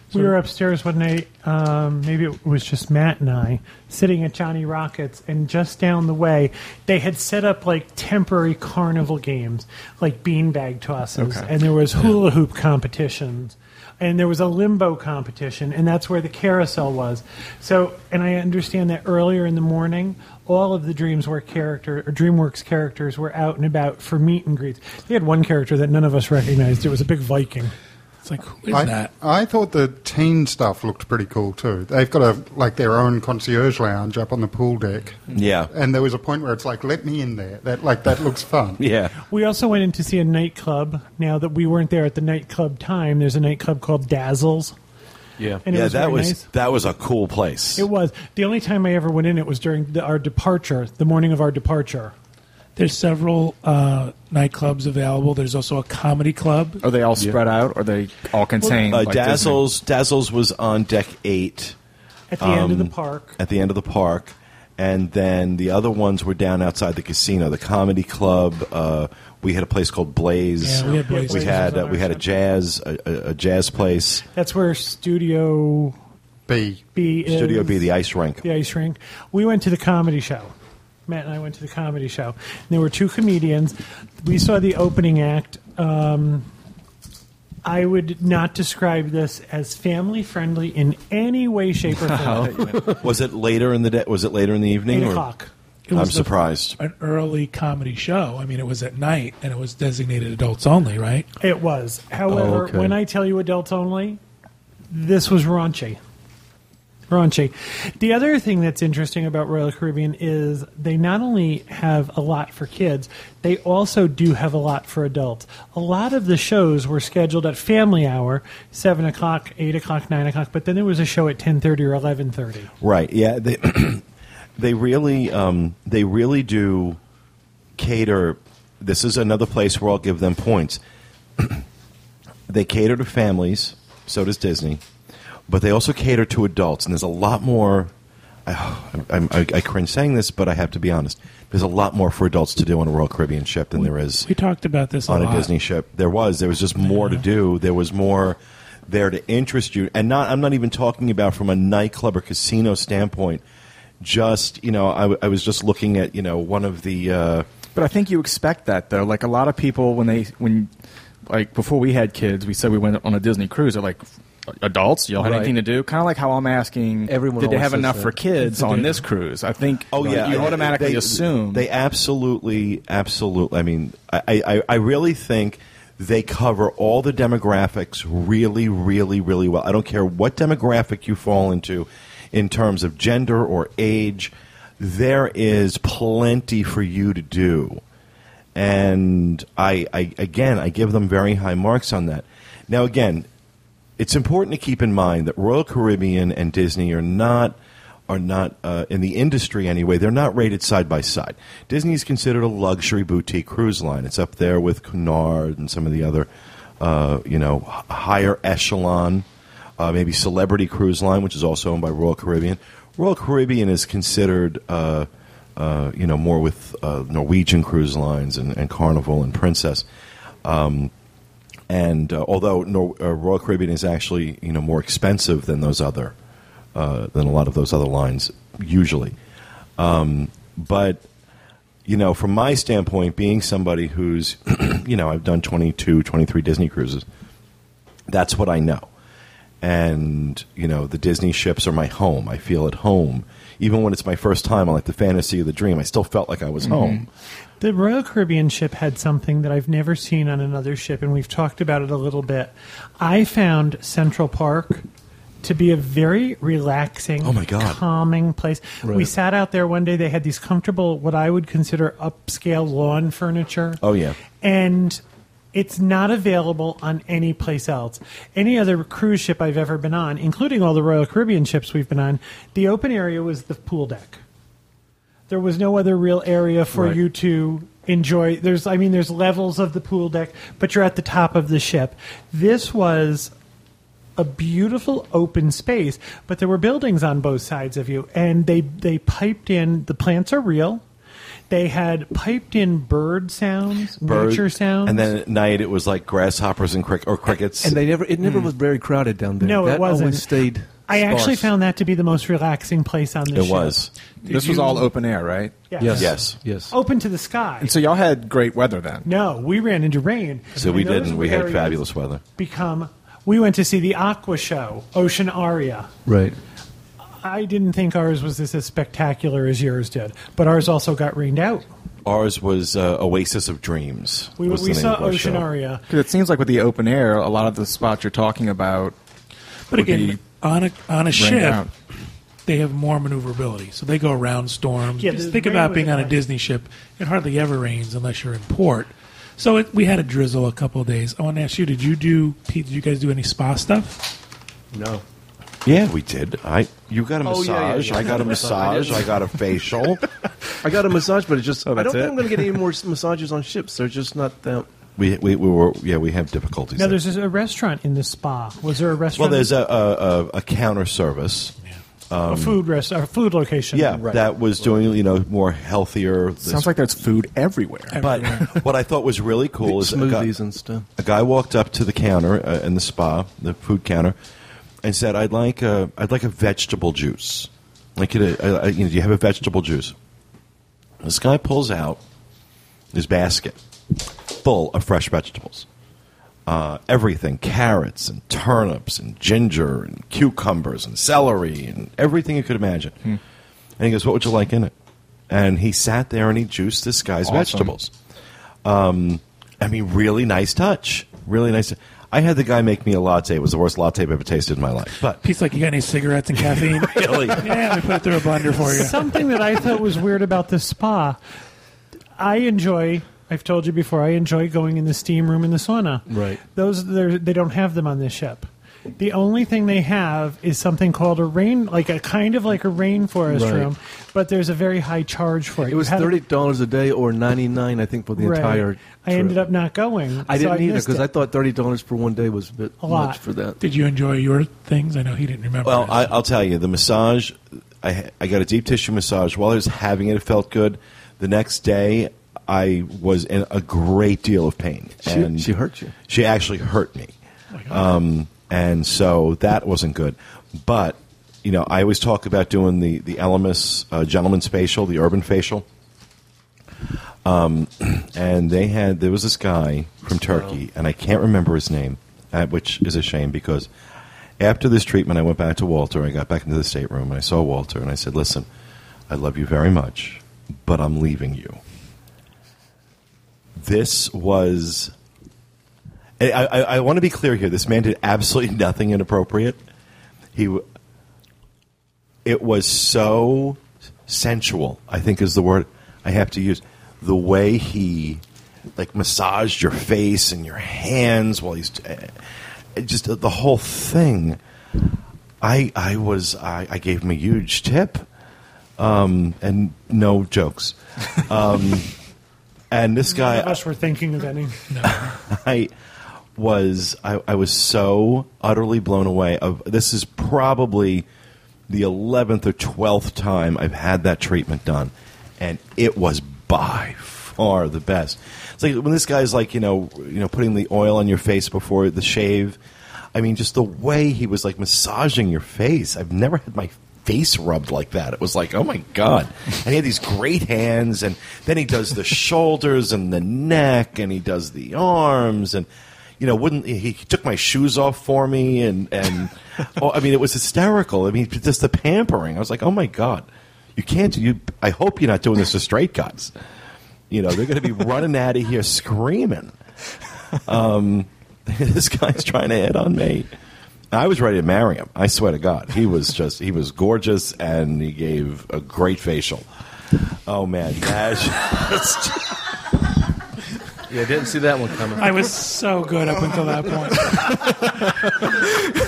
[SPEAKER 2] We
[SPEAKER 3] sort
[SPEAKER 2] were
[SPEAKER 3] of-
[SPEAKER 2] upstairs one night, um, maybe it was just Matt and I, sitting at Johnny Rockets, and just down the way, they had set up like temporary carnival games, like beanbag tosses,
[SPEAKER 5] Okay.
[SPEAKER 2] and there was hula hoop competitions, and there was a limbo competition, and that's where the carousel was. So, and I understand that earlier in the morning, all of the Dreams were character or DreamWorks characters were out and about for meet and greets. They had one character that none of us recognized. It was a big Viking.
[SPEAKER 3] it's like who is
[SPEAKER 6] I,
[SPEAKER 3] that?
[SPEAKER 6] I thought the teen stuff looked pretty cool too. They've got a like their own concierge lounge up on the pool deck.
[SPEAKER 1] Yeah.
[SPEAKER 6] And there was a point where it's like, let me in there. That like that looks fun.
[SPEAKER 1] Yeah.
[SPEAKER 2] We also went in to see a nightclub. Now that we weren't there at the nightclub time, there's a nightclub called Dazzles.
[SPEAKER 4] Yeah.
[SPEAKER 2] and it
[SPEAKER 1] yeah,
[SPEAKER 2] was
[SPEAKER 1] that
[SPEAKER 2] very
[SPEAKER 1] was
[SPEAKER 2] nice.
[SPEAKER 1] that was a cool place.
[SPEAKER 2] It was the only time I ever went in. It was during the, our departure, the morning of our departure.
[SPEAKER 3] There's several uh, nightclubs available. There's also a comedy club.
[SPEAKER 5] are they all spread out? Or are they all contained?
[SPEAKER 1] Uh,
[SPEAKER 5] like Disney?
[SPEAKER 1] Dazzles Dazzles was on deck eight um,
[SPEAKER 2] At the end of the park,
[SPEAKER 1] at the end of the park, and then the other ones were down outside the casino, the comedy club. Uh, we had a place called Blaze.
[SPEAKER 3] Yeah, we had Blaze.
[SPEAKER 1] We had,
[SPEAKER 2] Blaze was
[SPEAKER 1] uh,
[SPEAKER 2] on
[SPEAKER 1] we
[SPEAKER 2] our
[SPEAKER 1] had a
[SPEAKER 2] ship.
[SPEAKER 1] jazz a, a- a jazz place.
[SPEAKER 2] that's where Studio
[SPEAKER 6] B.
[SPEAKER 2] B is.
[SPEAKER 1] Studio B, the ice rink.
[SPEAKER 2] the ice rink. We went to the comedy show. Matt and I went to the comedy show. And there were two comedians. We saw the opening act. Um, I would not describe this as family friendly in any way, shape, or form.
[SPEAKER 1] Was it later in the day? Was it later in the evening?
[SPEAKER 2] Eight
[SPEAKER 1] or-
[SPEAKER 2] o'clock.
[SPEAKER 3] It was
[SPEAKER 1] I'm
[SPEAKER 3] the-
[SPEAKER 1] surprised.
[SPEAKER 3] an early comedy show. I mean, it was at night and it was designated adults only, right?
[SPEAKER 2] It was. However,
[SPEAKER 4] Oh, okay.
[SPEAKER 2] when I tell you adults only, this was raunchy. Raunchy. The other thing that's interesting about Royal Caribbean is they not only have a lot for kids, they also do have a lot for adults. A lot of the shows were scheduled at family hour, seven o'clock, eight o'clock, nine o'clock, but then there was a show at ten thirty or eleven thirty.
[SPEAKER 1] Right. Yeah. They they really um, they really do cater. This is another place where I'll give them points. they cater to families. So does Disney, but they also cater to adults. And there's a lot more. I, I'm- I, I cringe saying this, but I have to be honest. There's a lot more for adults to do on a Royal Caribbean ship than there is
[SPEAKER 3] We talked about this a
[SPEAKER 1] on a
[SPEAKER 3] lot.
[SPEAKER 1] Disney ship. There was. There was just more to do. There was more there to interest you. And not. I'm not even talking about from a nightclub or casino standpoint. Just you know, I, w- I was just looking at you know one of the. Uh,
[SPEAKER 5] But I think you expect that though. Like a lot of people when they when like before we had kids, we said we went on a Disney cruise. They're like adults, y'all have
[SPEAKER 4] Right.
[SPEAKER 5] anything to do? Kind of like how I'm asking.
[SPEAKER 4] Everyone
[SPEAKER 5] did they
[SPEAKER 4] always
[SPEAKER 5] have
[SPEAKER 4] says
[SPEAKER 5] enough
[SPEAKER 4] that.
[SPEAKER 5] for kids on this cruise? I think.
[SPEAKER 1] Oh yeah,
[SPEAKER 5] you
[SPEAKER 1] I-
[SPEAKER 5] automatically
[SPEAKER 1] they-
[SPEAKER 5] assume
[SPEAKER 1] they absolutely, absolutely. I mean, I, I, I really think they cover all the demographics really, really, really well. I don't care what demographic you fall into, in terms of gender or age, there is plenty for you to do, and I, I again, I give them very high marks on that. Now, again, it's important to keep in mind that Royal Caribbean and Disney are not are not uh, in the industry anyway. They're not rated side by side. Disney is considered a luxury boutique cruise line. It's up there with Cunard and some of the other, uh, you know, h- higher echelon, uh, maybe Celebrity Cruise Line, which is also owned by Royal Caribbean. Royal Caribbean is considered. Uh, uh, you know, more with uh, Norwegian cruise lines and, and Carnival and Princess and uh, although Nor- uh, Royal Caribbean is actually you know more expensive than those other uh, than a lot of those other lines usually, um, but you know from my standpoint, being somebody who's you know I've done 22, 23 Disney cruises, that's what I know, and you know the Disney ships are my home. I feel at home. Even when it's my first time, I like the fantasy of the dream. I still felt like I
[SPEAKER 4] Mm-hmm.
[SPEAKER 1] was home.
[SPEAKER 2] The Royal Caribbean ship had something that I've never seen on another ship, and we've talked about it a little bit. I found Central Park to be a very relaxing,
[SPEAKER 1] Oh, my God.
[SPEAKER 2] calming place. We sat out there one day. They had these comfortable, what I would consider upscale lawn furniture.
[SPEAKER 1] Oh, yeah.
[SPEAKER 2] and it's not available on any place else. Any other cruise ship I've ever been on, including all the Royal Caribbean ships we've been on, the open area was the pool deck there was no other real area for
[SPEAKER 5] Right.
[SPEAKER 2] you to enjoy there's i mean there's levels of the pool deck but you're at the top of the ship this was a beautiful open space but there were buildings on both sides of you and they they piped in the plants are real they had piped in bird sounds
[SPEAKER 1] Bird-
[SPEAKER 2] nature sounds
[SPEAKER 1] and then at night it was like grasshoppers and crick or crickets.
[SPEAKER 4] And they never. It never was very crowded down there.
[SPEAKER 2] Hmm. no
[SPEAKER 4] that
[SPEAKER 2] it wasn't
[SPEAKER 4] Always stayed.
[SPEAKER 2] i actually
[SPEAKER 4] sparse.
[SPEAKER 2] found that to be the most relaxing place on the
[SPEAKER 1] it
[SPEAKER 2] ship
[SPEAKER 1] was.
[SPEAKER 5] this was all open air, right?
[SPEAKER 2] yes.
[SPEAKER 4] Yes.
[SPEAKER 1] Yes.
[SPEAKER 4] Yes.
[SPEAKER 2] open to the sky
[SPEAKER 5] And so y'all had great weather then.
[SPEAKER 2] no we ran into rain
[SPEAKER 1] So we
[SPEAKER 2] And those
[SPEAKER 1] didn't. We had
[SPEAKER 2] areas-
[SPEAKER 1] fabulous weather.
[SPEAKER 2] become. We went to see the Aqua show, Ocean Aria.
[SPEAKER 4] Right.
[SPEAKER 2] I didn't think ours was this as spectacular as yours did, but ours also got rained out.
[SPEAKER 1] Ours was uh, Oasis of Dreams.
[SPEAKER 2] We,
[SPEAKER 1] was
[SPEAKER 2] we
[SPEAKER 1] the name
[SPEAKER 2] saw
[SPEAKER 1] of our
[SPEAKER 2] Ocean
[SPEAKER 1] show.
[SPEAKER 2] Aria.
[SPEAKER 5] Because it seems like with the open air, a lot of the spots you're talking about.
[SPEAKER 3] But
[SPEAKER 5] would
[SPEAKER 3] again,
[SPEAKER 5] be
[SPEAKER 3] on a on a ship,
[SPEAKER 5] out.
[SPEAKER 3] they have more maneuverability, so they go around storms.
[SPEAKER 2] Yeah,
[SPEAKER 3] Just
[SPEAKER 2] the
[SPEAKER 3] think
[SPEAKER 2] rain
[SPEAKER 3] about
[SPEAKER 2] was
[SPEAKER 3] being on a
[SPEAKER 2] annoying.
[SPEAKER 3] Disney ship; it hardly ever rains unless you're in port. So it, we had a drizzle a couple of days. I want to ask you: Did you do? Pete, did you guys do any spa stuff?
[SPEAKER 4] No.
[SPEAKER 1] Yeah, we did. I you got a
[SPEAKER 4] Oh,
[SPEAKER 1] massage.
[SPEAKER 4] yeah, yeah, yeah.
[SPEAKER 1] I got a massage. I got a facial.
[SPEAKER 4] I got a massage, but it's just. I
[SPEAKER 5] that's
[SPEAKER 4] don't think
[SPEAKER 5] it?
[SPEAKER 4] I'm going to get any more s- massages on ships. They're just not that.
[SPEAKER 1] we, we we were yeah. We have difficulties.
[SPEAKER 2] Now,
[SPEAKER 1] there.
[SPEAKER 2] there's this- a restaurant in the spa. Was there a
[SPEAKER 1] well,
[SPEAKER 2] restaurant?
[SPEAKER 1] there's a a, a, a counter service.
[SPEAKER 2] a food rest, a food location.
[SPEAKER 1] Yeah, that was doing you know more healthier. this-
[SPEAKER 5] Sounds like there's food everywhere.
[SPEAKER 1] But what I thought was really cool is a guy-
[SPEAKER 4] Smoothies and stuff.
[SPEAKER 1] A guy walked up to the counter uh, in the spa, the food counter, and said, "I'd like a, I'd like a vegetable juice. Like, could I- I- I- you know, do you have a vegetable juice?" This guy pulls out his basket full of fresh vegetables, uh, everything: carrots and turnips and ginger and cucumbers and celery and everything you could imagine. And he goes, "What would you like in it?" and he sat there and he juiced this guy's
[SPEAKER 5] Awesome.
[SPEAKER 1] vegetables. Um, I mean, really nice touch. Really nice. I had the guy make me a latte. It was the worst latte I've ever tasted in my life. But
[SPEAKER 3] Pete's like, you got any cigarettes and caffeine?
[SPEAKER 1] really,
[SPEAKER 3] yeah, let me put it through a blender for you.
[SPEAKER 2] Something that I thought was weird about the spa, I enjoy. I've told you before. I enjoy going in the steam room and the sauna.
[SPEAKER 4] Right.
[SPEAKER 2] Those they're- they don't have them on this ship. The only thing they have is something called a rain, like a kind of like a rainforest
[SPEAKER 4] Right.
[SPEAKER 2] room, but there's a very high charge for it.
[SPEAKER 4] It was thirty dollars a day or ninety nine, I think, for the entire. Trip.
[SPEAKER 2] I ended up not going.
[SPEAKER 4] I
[SPEAKER 2] so
[SPEAKER 4] didn't either
[SPEAKER 2] missed
[SPEAKER 4] because
[SPEAKER 2] it.
[SPEAKER 4] I thought thirty dollars for one day was a bit
[SPEAKER 2] A lot.
[SPEAKER 4] much for that.
[SPEAKER 3] Did you enjoy your things? I know he didn't remember.
[SPEAKER 1] Well,
[SPEAKER 3] this.
[SPEAKER 1] I, I'll tell you, the massage, I, I got a deep tissue massage. While I was having it, it felt good. The next day, I was in a great deal of pain.
[SPEAKER 4] She- she hurt you. Oh
[SPEAKER 1] She actually hurt me. Um, and so that wasn't good. But, you know, I always talk about doing the, the Elemis uh, Gentleman's Facial, the Urban Facial. Um, and they had, there was this guy from Turkey, and I can't remember his name, uh, which is a shame because after this treatment, I went back to Walter. I got back into the stateroom, and I saw Walter, and I said, Listen, I love you very much, but I'm leaving you. This was I, I, I want to be clear here. This man did absolutely nothing inappropriate. He, w- it was so sensual. I think is the word I have to use. The way he, like, massaged your face and your hands while he's, eh, eh, just the whole thing. I I was I, I gave him a huge tip, um, and no jokes. Um, and this guy,
[SPEAKER 2] None of us were thinking of any.
[SPEAKER 1] I was I, I was so utterly blown away of this is probably the 11th or 12th time I've had that treatment done and it was by far the best. It's like when this guy's like, you know, you know putting the oil on your face before the shave. I mean just the way he was like massaging your face. I've never had my face rubbed like that. It was like, oh my god! And he had these great hands, and then he does the shoulders and the neck, and he does the arms, and you know, wouldn't he, he took my shoes off for me, and and oh, I mean, it was hysterical. I mean, just the pampering. I was like, oh my god, you can't. do- You, I hope you're not doing this to straight guys. You know, they're going to be running out of here screaming. Mm. this guy's trying to hit on me. I was ready to marry him. I swear to God, he was just he was gorgeous, and he gave a great facial. Oh man, that just,
[SPEAKER 4] Yeah, I didn't see that one coming.
[SPEAKER 3] I was so good up until that point.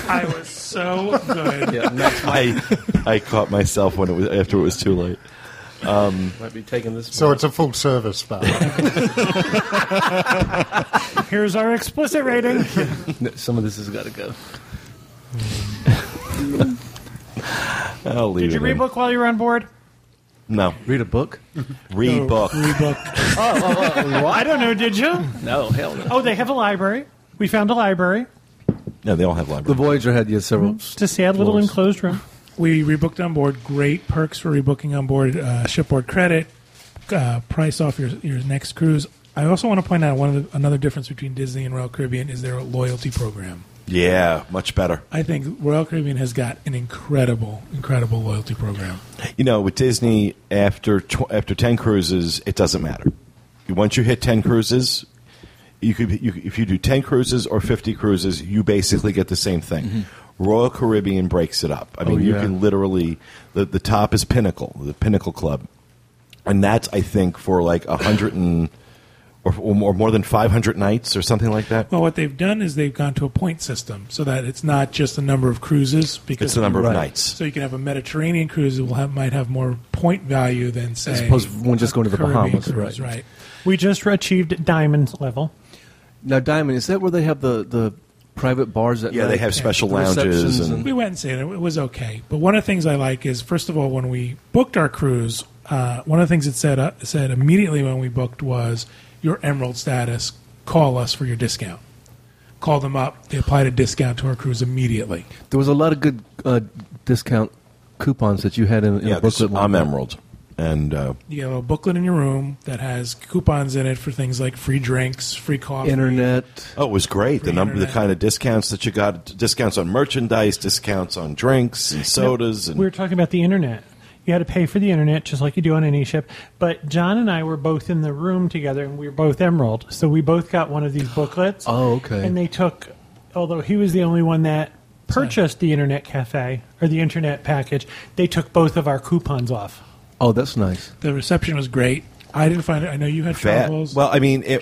[SPEAKER 3] I was so good.
[SPEAKER 4] yeah, Max
[SPEAKER 1] I I caught myself when it was after it was too late.
[SPEAKER 4] might be taking this.
[SPEAKER 6] So it's a full service bar.
[SPEAKER 2] Here's our explicit rating.
[SPEAKER 4] some of this has got to go.
[SPEAKER 1] I'll leave
[SPEAKER 2] Did you
[SPEAKER 1] it
[SPEAKER 2] read
[SPEAKER 1] in.
[SPEAKER 2] book while you were on board?
[SPEAKER 1] No,
[SPEAKER 4] Read a book?
[SPEAKER 1] read book.
[SPEAKER 2] I don't know. Did you?
[SPEAKER 4] No, hell no.
[SPEAKER 2] Oh, they have a library. We found a library.
[SPEAKER 1] No, they all have
[SPEAKER 4] The
[SPEAKER 1] libraries.
[SPEAKER 4] Voyager had yeah, several.
[SPEAKER 2] It's a sad little
[SPEAKER 4] Floors.
[SPEAKER 2] enclosed room.
[SPEAKER 3] We rebooked on board. Great perks for rebooking on board. Uh, shipboard credit, uh, price off your your next cruise. I also want to point out one of the, another difference between Disney and Royal Caribbean is their loyalty program.
[SPEAKER 1] Yeah, much better.
[SPEAKER 3] I think Royal Caribbean has got an incredible, incredible loyalty program.
[SPEAKER 1] You know, with Disney, after tw- after ten cruises, it doesn't matter. Once you hit ten cruises, you could you, if you do ten cruises or fifty cruises, you basically get the same thing. Royal Caribbean breaks it up. I mean, you
[SPEAKER 4] Mm-hmm. Oh, yeah.
[SPEAKER 1] can literally the the top is Pinnacle, the Pinnacle Club, and that's I think for like a hundred and or, or more, more than five hundred nights or something like that.
[SPEAKER 3] Well, what they've done is they've gone to a point system so that it's not just the number of cruises. Because
[SPEAKER 1] It's the number
[SPEAKER 4] Right.
[SPEAKER 1] of nights.
[SPEAKER 3] So you can have a Mediterranean cruise that will have, might have more point value than say
[SPEAKER 4] As opposed to one just
[SPEAKER 3] a
[SPEAKER 4] going to the
[SPEAKER 3] Caribbean
[SPEAKER 4] Bahamas,
[SPEAKER 3] cruise,
[SPEAKER 4] right.
[SPEAKER 3] right?
[SPEAKER 2] We just achieved diamond level.
[SPEAKER 4] Now, Diamond, is that where they have the, the private bars at
[SPEAKER 1] Yeah, they
[SPEAKER 4] night?
[SPEAKER 1] have special
[SPEAKER 4] The
[SPEAKER 1] lounges
[SPEAKER 4] receptions
[SPEAKER 1] and
[SPEAKER 3] We went and stayed. there. It was okay. But one of the things I like is, first of all, when we booked our cruise, uh, one of the things it said uh, said immediately when we booked was your Emerald status. Call us for your discount. Call them up. They applied a discount to our cruise immediately.
[SPEAKER 4] There was a lot of good uh, discount coupons that you had in, in
[SPEAKER 1] yeah,
[SPEAKER 4] a booklet.
[SPEAKER 1] I'm Emerald, and uh,
[SPEAKER 3] You have a booklet in your room that has coupons in it for things like free drinks, free coffee,
[SPEAKER 4] Internet.
[SPEAKER 1] Oh, it was great. The
[SPEAKER 3] Free
[SPEAKER 1] number, the
[SPEAKER 3] internet.
[SPEAKER 1] kind of discounts that you got, discounts on merchandise, discounts on drinks and sodas,
[SPEAKER 2] We were
[SPEAKER 1] and
[SPEAKER 2] talking about the internet. You had to pay for the internet just like you do on any ship. But John and I were both in the room together, and we were both Emerald, so we both got one of these booklets.
[SPEAKER 4] Oh, okay.
[SPEAKER 2] And they took, although he was the only one that purchased the internet cafe or the internet package, they took both of our coupons off.
[SPEAKER 4] Oh, that's nice.
[SPEAKER 3] The reception was great. I didn't find it. I know you had
[SPEAKER 1] That,
[SPEAKER 3] troubles.
[SPEAKER 1] well, I mean, it,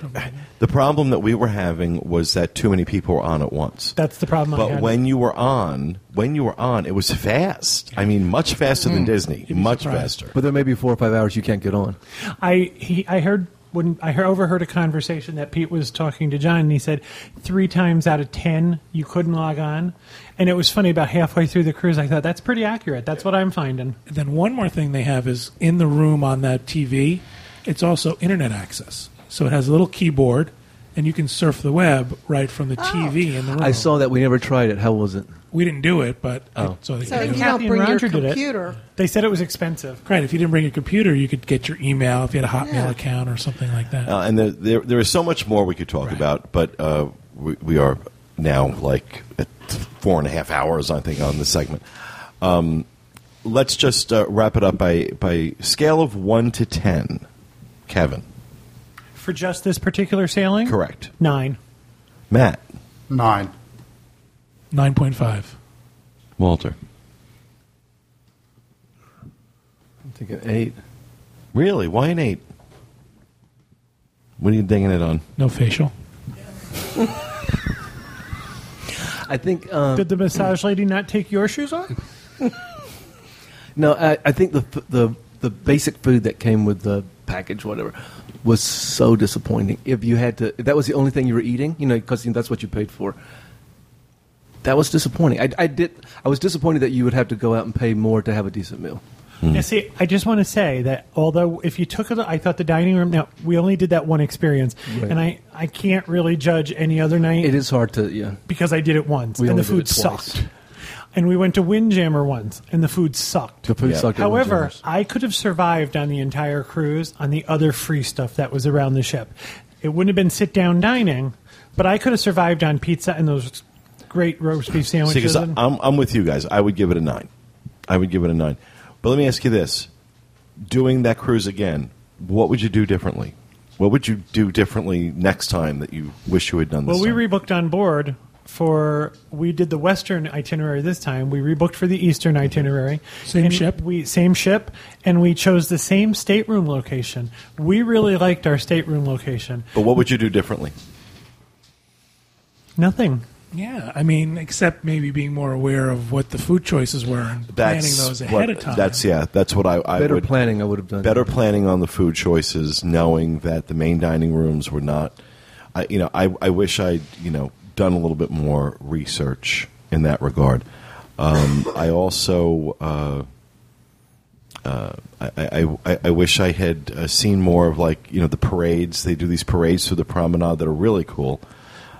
[SPEAKER 1] the problem that we were having was that too many people were on at once.
[SPEAKER 2] That's the problem. I
[SPEAKER 1] but
[SPEAKER 2] had.
[SPEAKER 1] when you were on, when you were on, it was fast. I mean, much faster than Disney.
[SPEAKER 3] Mm. be
[SPEAKER 1] Much
[SPEAKER 3] surprised.
[SPEAKER 1] faster.
[SPEAKER 4] But there may be four or five hours you can't get on.
[SPEAKER 2] I he I heard when I heard, overheard a conversation that Pete was talking to John, and he said three times out of ten you couldn't log on, and it was funny. About halfway through the cruise, I thought that's pretty accurate. That's what I'm finding.
[SPEAKER 3] And then one more thing they have is in the room on that TV, it's also internet access. So it has a little keyboard, and you can surf the web right from
[SPEAKER 7] Oh.
[SPEAKER 3] the TV in the room.
[SPEAKER 4] I saw that. We never tried it. How was it?
[SPEAKER 3] We didn't do it, but I
[SPEAKER 1] Oh.
[SPEAKER 3] saw that
[SPEAKER 7] So
[SPEAKER 3] you can do it.
[SPEAKER 7] you don't
[SPEAKER 2] Kathy and
[SPEAKER 7] bring your
[SPEAKER 2] Roger did it.
[SPEAKER 7] computer.
[SPEAKER 2] They said it was expensive.
[SPEAKER 3] Right, if you didn't bring your computer, you could get your email if you had a Hotmail
[SPEAKER 7] Yeah.
[SPEAKER 3] account or something like that.
[SPEAKER 1] Uh, and there, there, there is so much more we could talk about, but uh, we, we are now like at four and a half hours, I think, on this segment. Um, let's just uh, wrap it up by, by scale of one to ten. Kevin,
[SPEAKER 2] For just this particular sailing?
[SPEAKER 1] Correct.
[SPEAKER 2] Nine.
[SPEAKER 1] Matt,
[SPEAKER 6] Nine.
[SPEAKER 3] 9.5.
[SPEAKER 1] Walter.
[SPEAKER 4] I'm thinking eight.
[SPEAKER 1] Really? Why an eight? What are you dinging it on?
[SPEAKER 3] No facial.
[SPEAKER 4] I think. Um,
[SPEAKER 2] Did the massage lady not take your shoes off?
[SPEAKER 4] Hmm. No, I, I think the, f- the the basic food that came with the package, whatever, was so disappointing. If you had to, if that was the only thing you were eating, you know, because that's what you paid for. That was disappointing. I, I did. I was disappointed that you would have to go out and pay more to have a decent meal.
[SPEAKER 2] Yeah, see, I just want to say that although if you took, a, I thought the dining room. Now we only did that one experience,
[SPEAKER 4] Right.
[SPEAKER 2] and I I can't really judge any other night.
[SPEAKER 4] It is hard to, yeah.
[SPEAKER 2] because I did it once
[SPEAKER 4] We
[SPEAKER 2] and
[SPEAKER 4] only
[SPEAKER 2] the food
[SPEAKER 4] did it twice.
[SPEAKER 2] sucked. And we went to Windjammer once and the food sucked.
[SPEAKER 4] The food
[SPEAKER 1] Yeah.
[SPEAKER 4] sucked. at
[SPEAKER 2] However,
[SPEAKER 4] Windjammer's.
[SPEAKER 2] I could have survived on the entire cruise on the other free stuff that was around the ship. It wouldn't have been sit down dining, but I could have survived on pizza and those great roast beef
[SPEAKER 1] See,
[SPEAKER 2] sandwiches.
[SPEAKER 1] because
[SPEAKER 2] and-
[SPEAKER 1] I'm, I'm with you guys. I would give it a nine. I would give it a nine. But let me ask you this: Doing that cruise again, what would you do differently? What would you do differently next time that you wish you had done this?
[SPEAKER 2] Well, we
[SPEAKER 1] time?
[SPEAKER 2] rebooked on board for we did the western itinerary this time. We rebooked for the eastern itinerary.
[SPEAKER 3] Same
[SPEAKER 2] And
[SPEAKER 3] ship?
[SPEAKER 2] We same ship, and we chose the same stateroom location. We really liked our stateroom location.
[SPEAKER 1] But what would you do differently?
[SPEAKER 2] Nothing.
[SPEAKER 3] Yeah, I mean, except maybe being more aware of what the food choices were and
[SPEAKER 1] That's
[SPEAKER 3] planning those ahead
[SPEAKER 1] what-
[SPEAKER 3] of time.
[SPEAKER 1] That's yeah. That's what I, I
[SPEAKER 4] better
[SPEAKER 1] would,
[SPEAKER 4] planning, I would have done
[SPEAKER 1] better planning on the food choices, knowing that the main dining rooms were not. I, you know, I, I wish I'd you know done a little bit more research in that regard. Um, I also uh, uh, I, I, I, I wish I had uh, seen more of like you know the parades. They do these parades through the promenade that are really cool.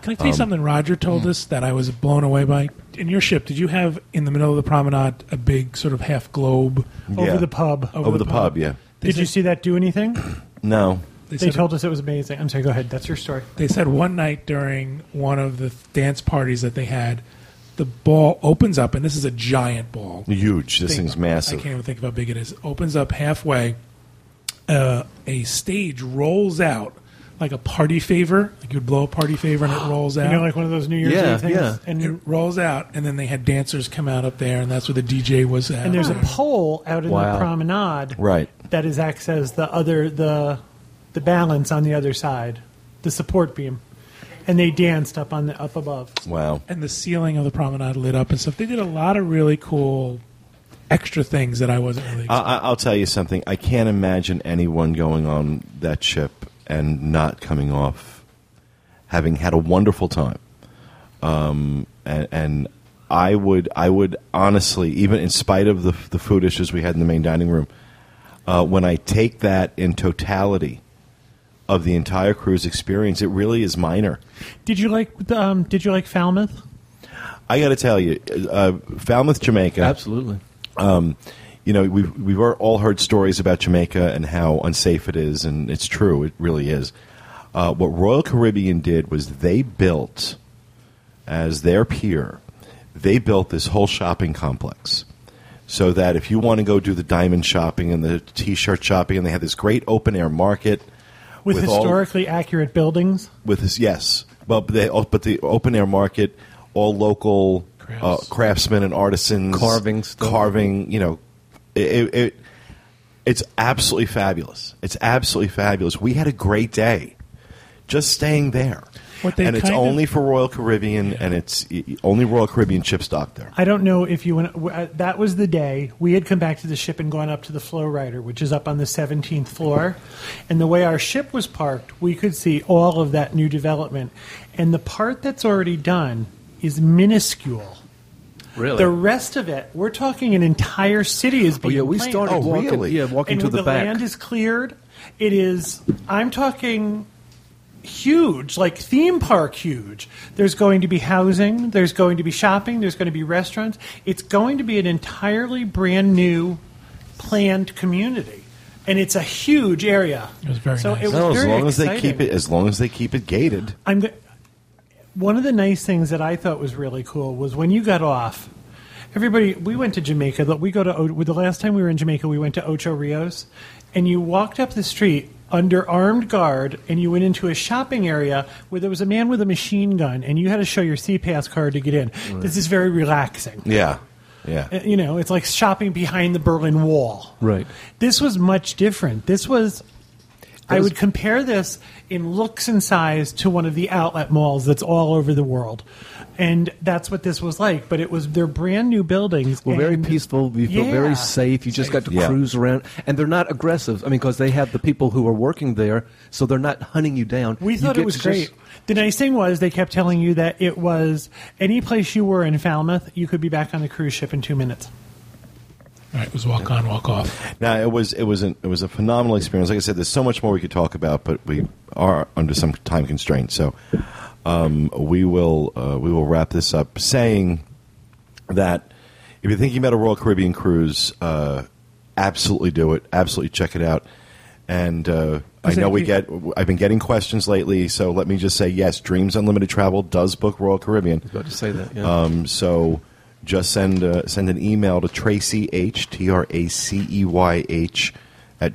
[SPEAKER 3] Can I tell you
[SPEAKER 1] Um,
[SPEAKER 3] something Roger told
[SPEAKER 1] hmm.
[SPEAKER 3] us that I was blown away by? In your ship, did you have in the middle of the promenade a big sort of half globe?
[SPEAKER 2] Over
[SPEAKER 1] Yeah.
[SPEAKER 2] the pub.
[SPEAKER 1] Over, the, pub. yeah.
[SPEAKER 3] They
[SPEAKER 2] Did
[SPEAKER 3] said-
[SPEAKER 2] you see that do anything?
[SPEAKER 1] No,
[SPEAKER 2] They
[SPEAKER 3] said-
[SPEAKER 2] told us it was amazing. I'm sorry. Go ahead. That's your story.
[SPEAKER 3] They said one night during one of the dance parties that they had, the ball opens up, and this is a giant ball.
[SPEAKER 1] huge. This
[SPEAKER 3] thing-
[SPEAKER 1] thing's massive.
[SPEAKER 3] I can't even think of how big it is. Opens up halfway. Uh, a stage rolls out like a party favor. Like you'd blow a party favor and it rolls out.
[SPEAKER 2] You know, like one of those New Year's
[SPEAKER 4] Yeah,
[SPEAKER 2] Eve things.
[SPEAKER 4] yeah.
[SPEAKER 2] And
[SPEAKER 3] it rolls out, and then they had dancers come out up there, and that's where the DJ was at.
[SPEAKER 2] and there's a pole out in
[SPEAKER 4] Wow.
[SPEAKER 2] the promenade
[SPEAKER 1] Right.
[SPEAKER 2] that is acts as the other the the balance on the other side the support beam and they danced up on the up above
[SPEAKER 1] Wow.
[SPEAKER 3] and the ceiling of the promenade lit up and stuff. They did a lot of really cool extra things that I wasn't really.
[SPEAKER 1] I, I- I'll tell you something. I can't imagine anyone going on that ship and not coming off having had a wonderful time. Um, and, and I would, I would honestly, even in spite of the, the food issues we had in the main dining room, uh, when I take that in totality of the entire cruise experience, it really is minor.
[SPEAKER 2] did you like the, um, did you like falmouth
[SPEAKER 1] I got to tell you, uh, Falmouth, Jamaica,
[SPEAKER 4] Absolutely.
[SPEAKER 1] um, you know, we've we've all heard stories about Jamaica and how unsafe it is, and it's true, it really is. Uh, what Royal Caribbean did was they built, as their pier, they built this whole shopping complex so that if you want to go do the diamond shopping and the t-shirt shopping, and they have this great open air market
[SPEAKER 2] with,
[SPEAKER 1] all-
[SPEAKER 2] historically accurate buildings.
[SPEAKER 1] with his yes, but they but the open air market, all local uh,
[SPEAKER 3] Crafts.
[SPEAKER 1] craftsmen and artisans,
[SPEAKER 4] Carving stuff.
[SPEAKER 1] carving. You know, it, it it's absolutely fabulous. It's absolutely fabulous. We had a great day, just staying there.
[SPEAKER 3] What they
[SPEAKER 1] and it's
[SPEAKER 3] kind of-
[SPEAKER 1] only for Royal Caribbean, and it's y- y- only Royal Caribbean chip stock there.
[SPEAKER 2] I don't know if you went. w- uh, That was the day we had come back to the ship and gone up to the flow rider, which is up on the 17th floor. And the way our ship was parked, we could see all of that new development. And the part that's already done is minuscule.
[SPEAKER 4] Really?
[SPEAKER 2] The rest of it, we're talking an entire city is
[SPEAKER 4] oh,
[SPEAKER 2] being
[SPEAKER 4] yeah, we
[SPEAKER 2] planned.
[SPEAKER 4] started
[SPEAKER 1] Oh,
[SPEAKER 4] walking,
[SPEAKER 1] really?
[SPEAKER 4] yeah, walking
[SPEAKER 2] and
[SPEAKER 4] to
[SPEAKER 2] when
[SPEAKER 4] the, back.
[SPEAKER 2] land is cleared. It is. I'm talking huge, like theme park huge. There's going to be housing. There's going to be shopping. There's going to be restaurants. It's going to be an entirely brand new planned community, and it's a huge area. It
[SPEAKER 3] was very
[SPEAKER 2] so
[SPEAKER 3] nice.
[SPEAKER 2] It was
[SPEAKER 1] No, as
[SPEAKER 2] very
[SPEAKER 1] long as they
[SPEAKER 2] exciting.
[SPEAKER 1] keep it, as long as they keep it gated.
[SPEAKER 2] I'm go- one of the nice things that I thought was really cool was when you got off. Everybody, we went to Jamaica. Look, We go to O- the last time we were in Jamaica, we went to Ocho Rios, and you walked up the street under armed guard, and you went into a shopping area where there was a man with a machine gun, and you had to show your CPAS card to get in. This is very relaxing.
[SPEAKER 1] Yeah, yeah.
[SPEAKER 2] Uh, You know, it's like shopping behind the Berlin Wall.
[SPEAKER 4] Right.
[SPEAKER 2] This was much different. This was. I
[SPEAKER 4] was-
[SPEAKER 2] would compare this in looks and size to one of the outlet malls that's all over the world, and that's what this was like. But it was their brand new buildings.
[SPEAKER 4] Well, very
[SPEAKER 2] and-
[SPEAKER 4] peaceful. We feel
[SPEAKER 2] Yeah.
[SPEAKER 4] very safe. You just got to
[SPEAKER 1] Yeah.
[SPEAKER 4] cruise around, and they're not aggressive. I mean, because they have the people who are working there, so they're not hunting you down.
[SPEAKER 2] We
[SPEAKER 4] You
[SPEAKER 2] thought
[SPEAKER 4] get
[SPEAKER 2] it was
[SPEAKER 4] to
[SPEAKER 2] great.
[SPEAKER 4] just-
[SPEAKER 2] The nice thing was they kept telling you that it was any place you were in Falmouth, you could be back on the cruise ship in two minutes.
[SPEAKER 3] All right, it was walk on, walk off.
[SPEAKER 1] Now it was it was an, it was a phenomenal experience. Like I said, there's so much more we could talk about, but we are under some time constraints. So um, we will uh, we will wrap this up saying that if you're thinking about a Royal Caribbean cruise, uh, absolutely do it. Absolutely check it out. And uh, I
[SPEAKER 3] Is it-
[SPEAKER 1] know we get I've been getting questions lately, so let me just say yes. Dreams Unlimited Travel does book Royal Caribbean.
[SPEAKER 4] Got to say that. Yeah.
[SPEAKER 1] Um, so just send uh, send an email to Tracy H T R A C E Y H at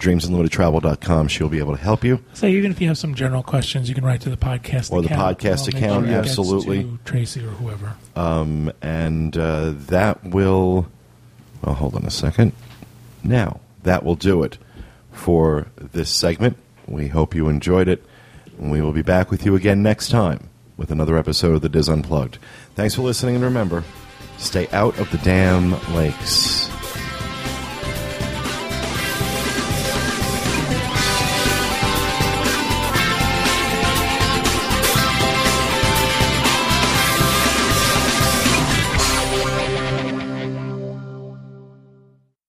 [SPEAKER 1] dreamsunlimitedtravel.com. She'll be able to help you.
[SPEAKER 3] So even if you have some general questions, you can write to the podcast
[SPEAKER 1] Or the
[SPEAKER 3] account.
[SPEAKER 1] podcast
[SPEAKER 3] I'll make
[SPEAKER 1] account,
[SPEAKER 3] it gets
[SPEAKER 1] absolutely.
[SPEAKER 3] to Tracy or whoever.
[SPEAKER 1] Um, and uh, that will. Well, hold on a second. Now that will do it for this segment. We hope you enjoyed it, and we will be back with you again next time with another episode of the Diz Unplugged. Thanks for listening, and remember, stay out of the damn lakes.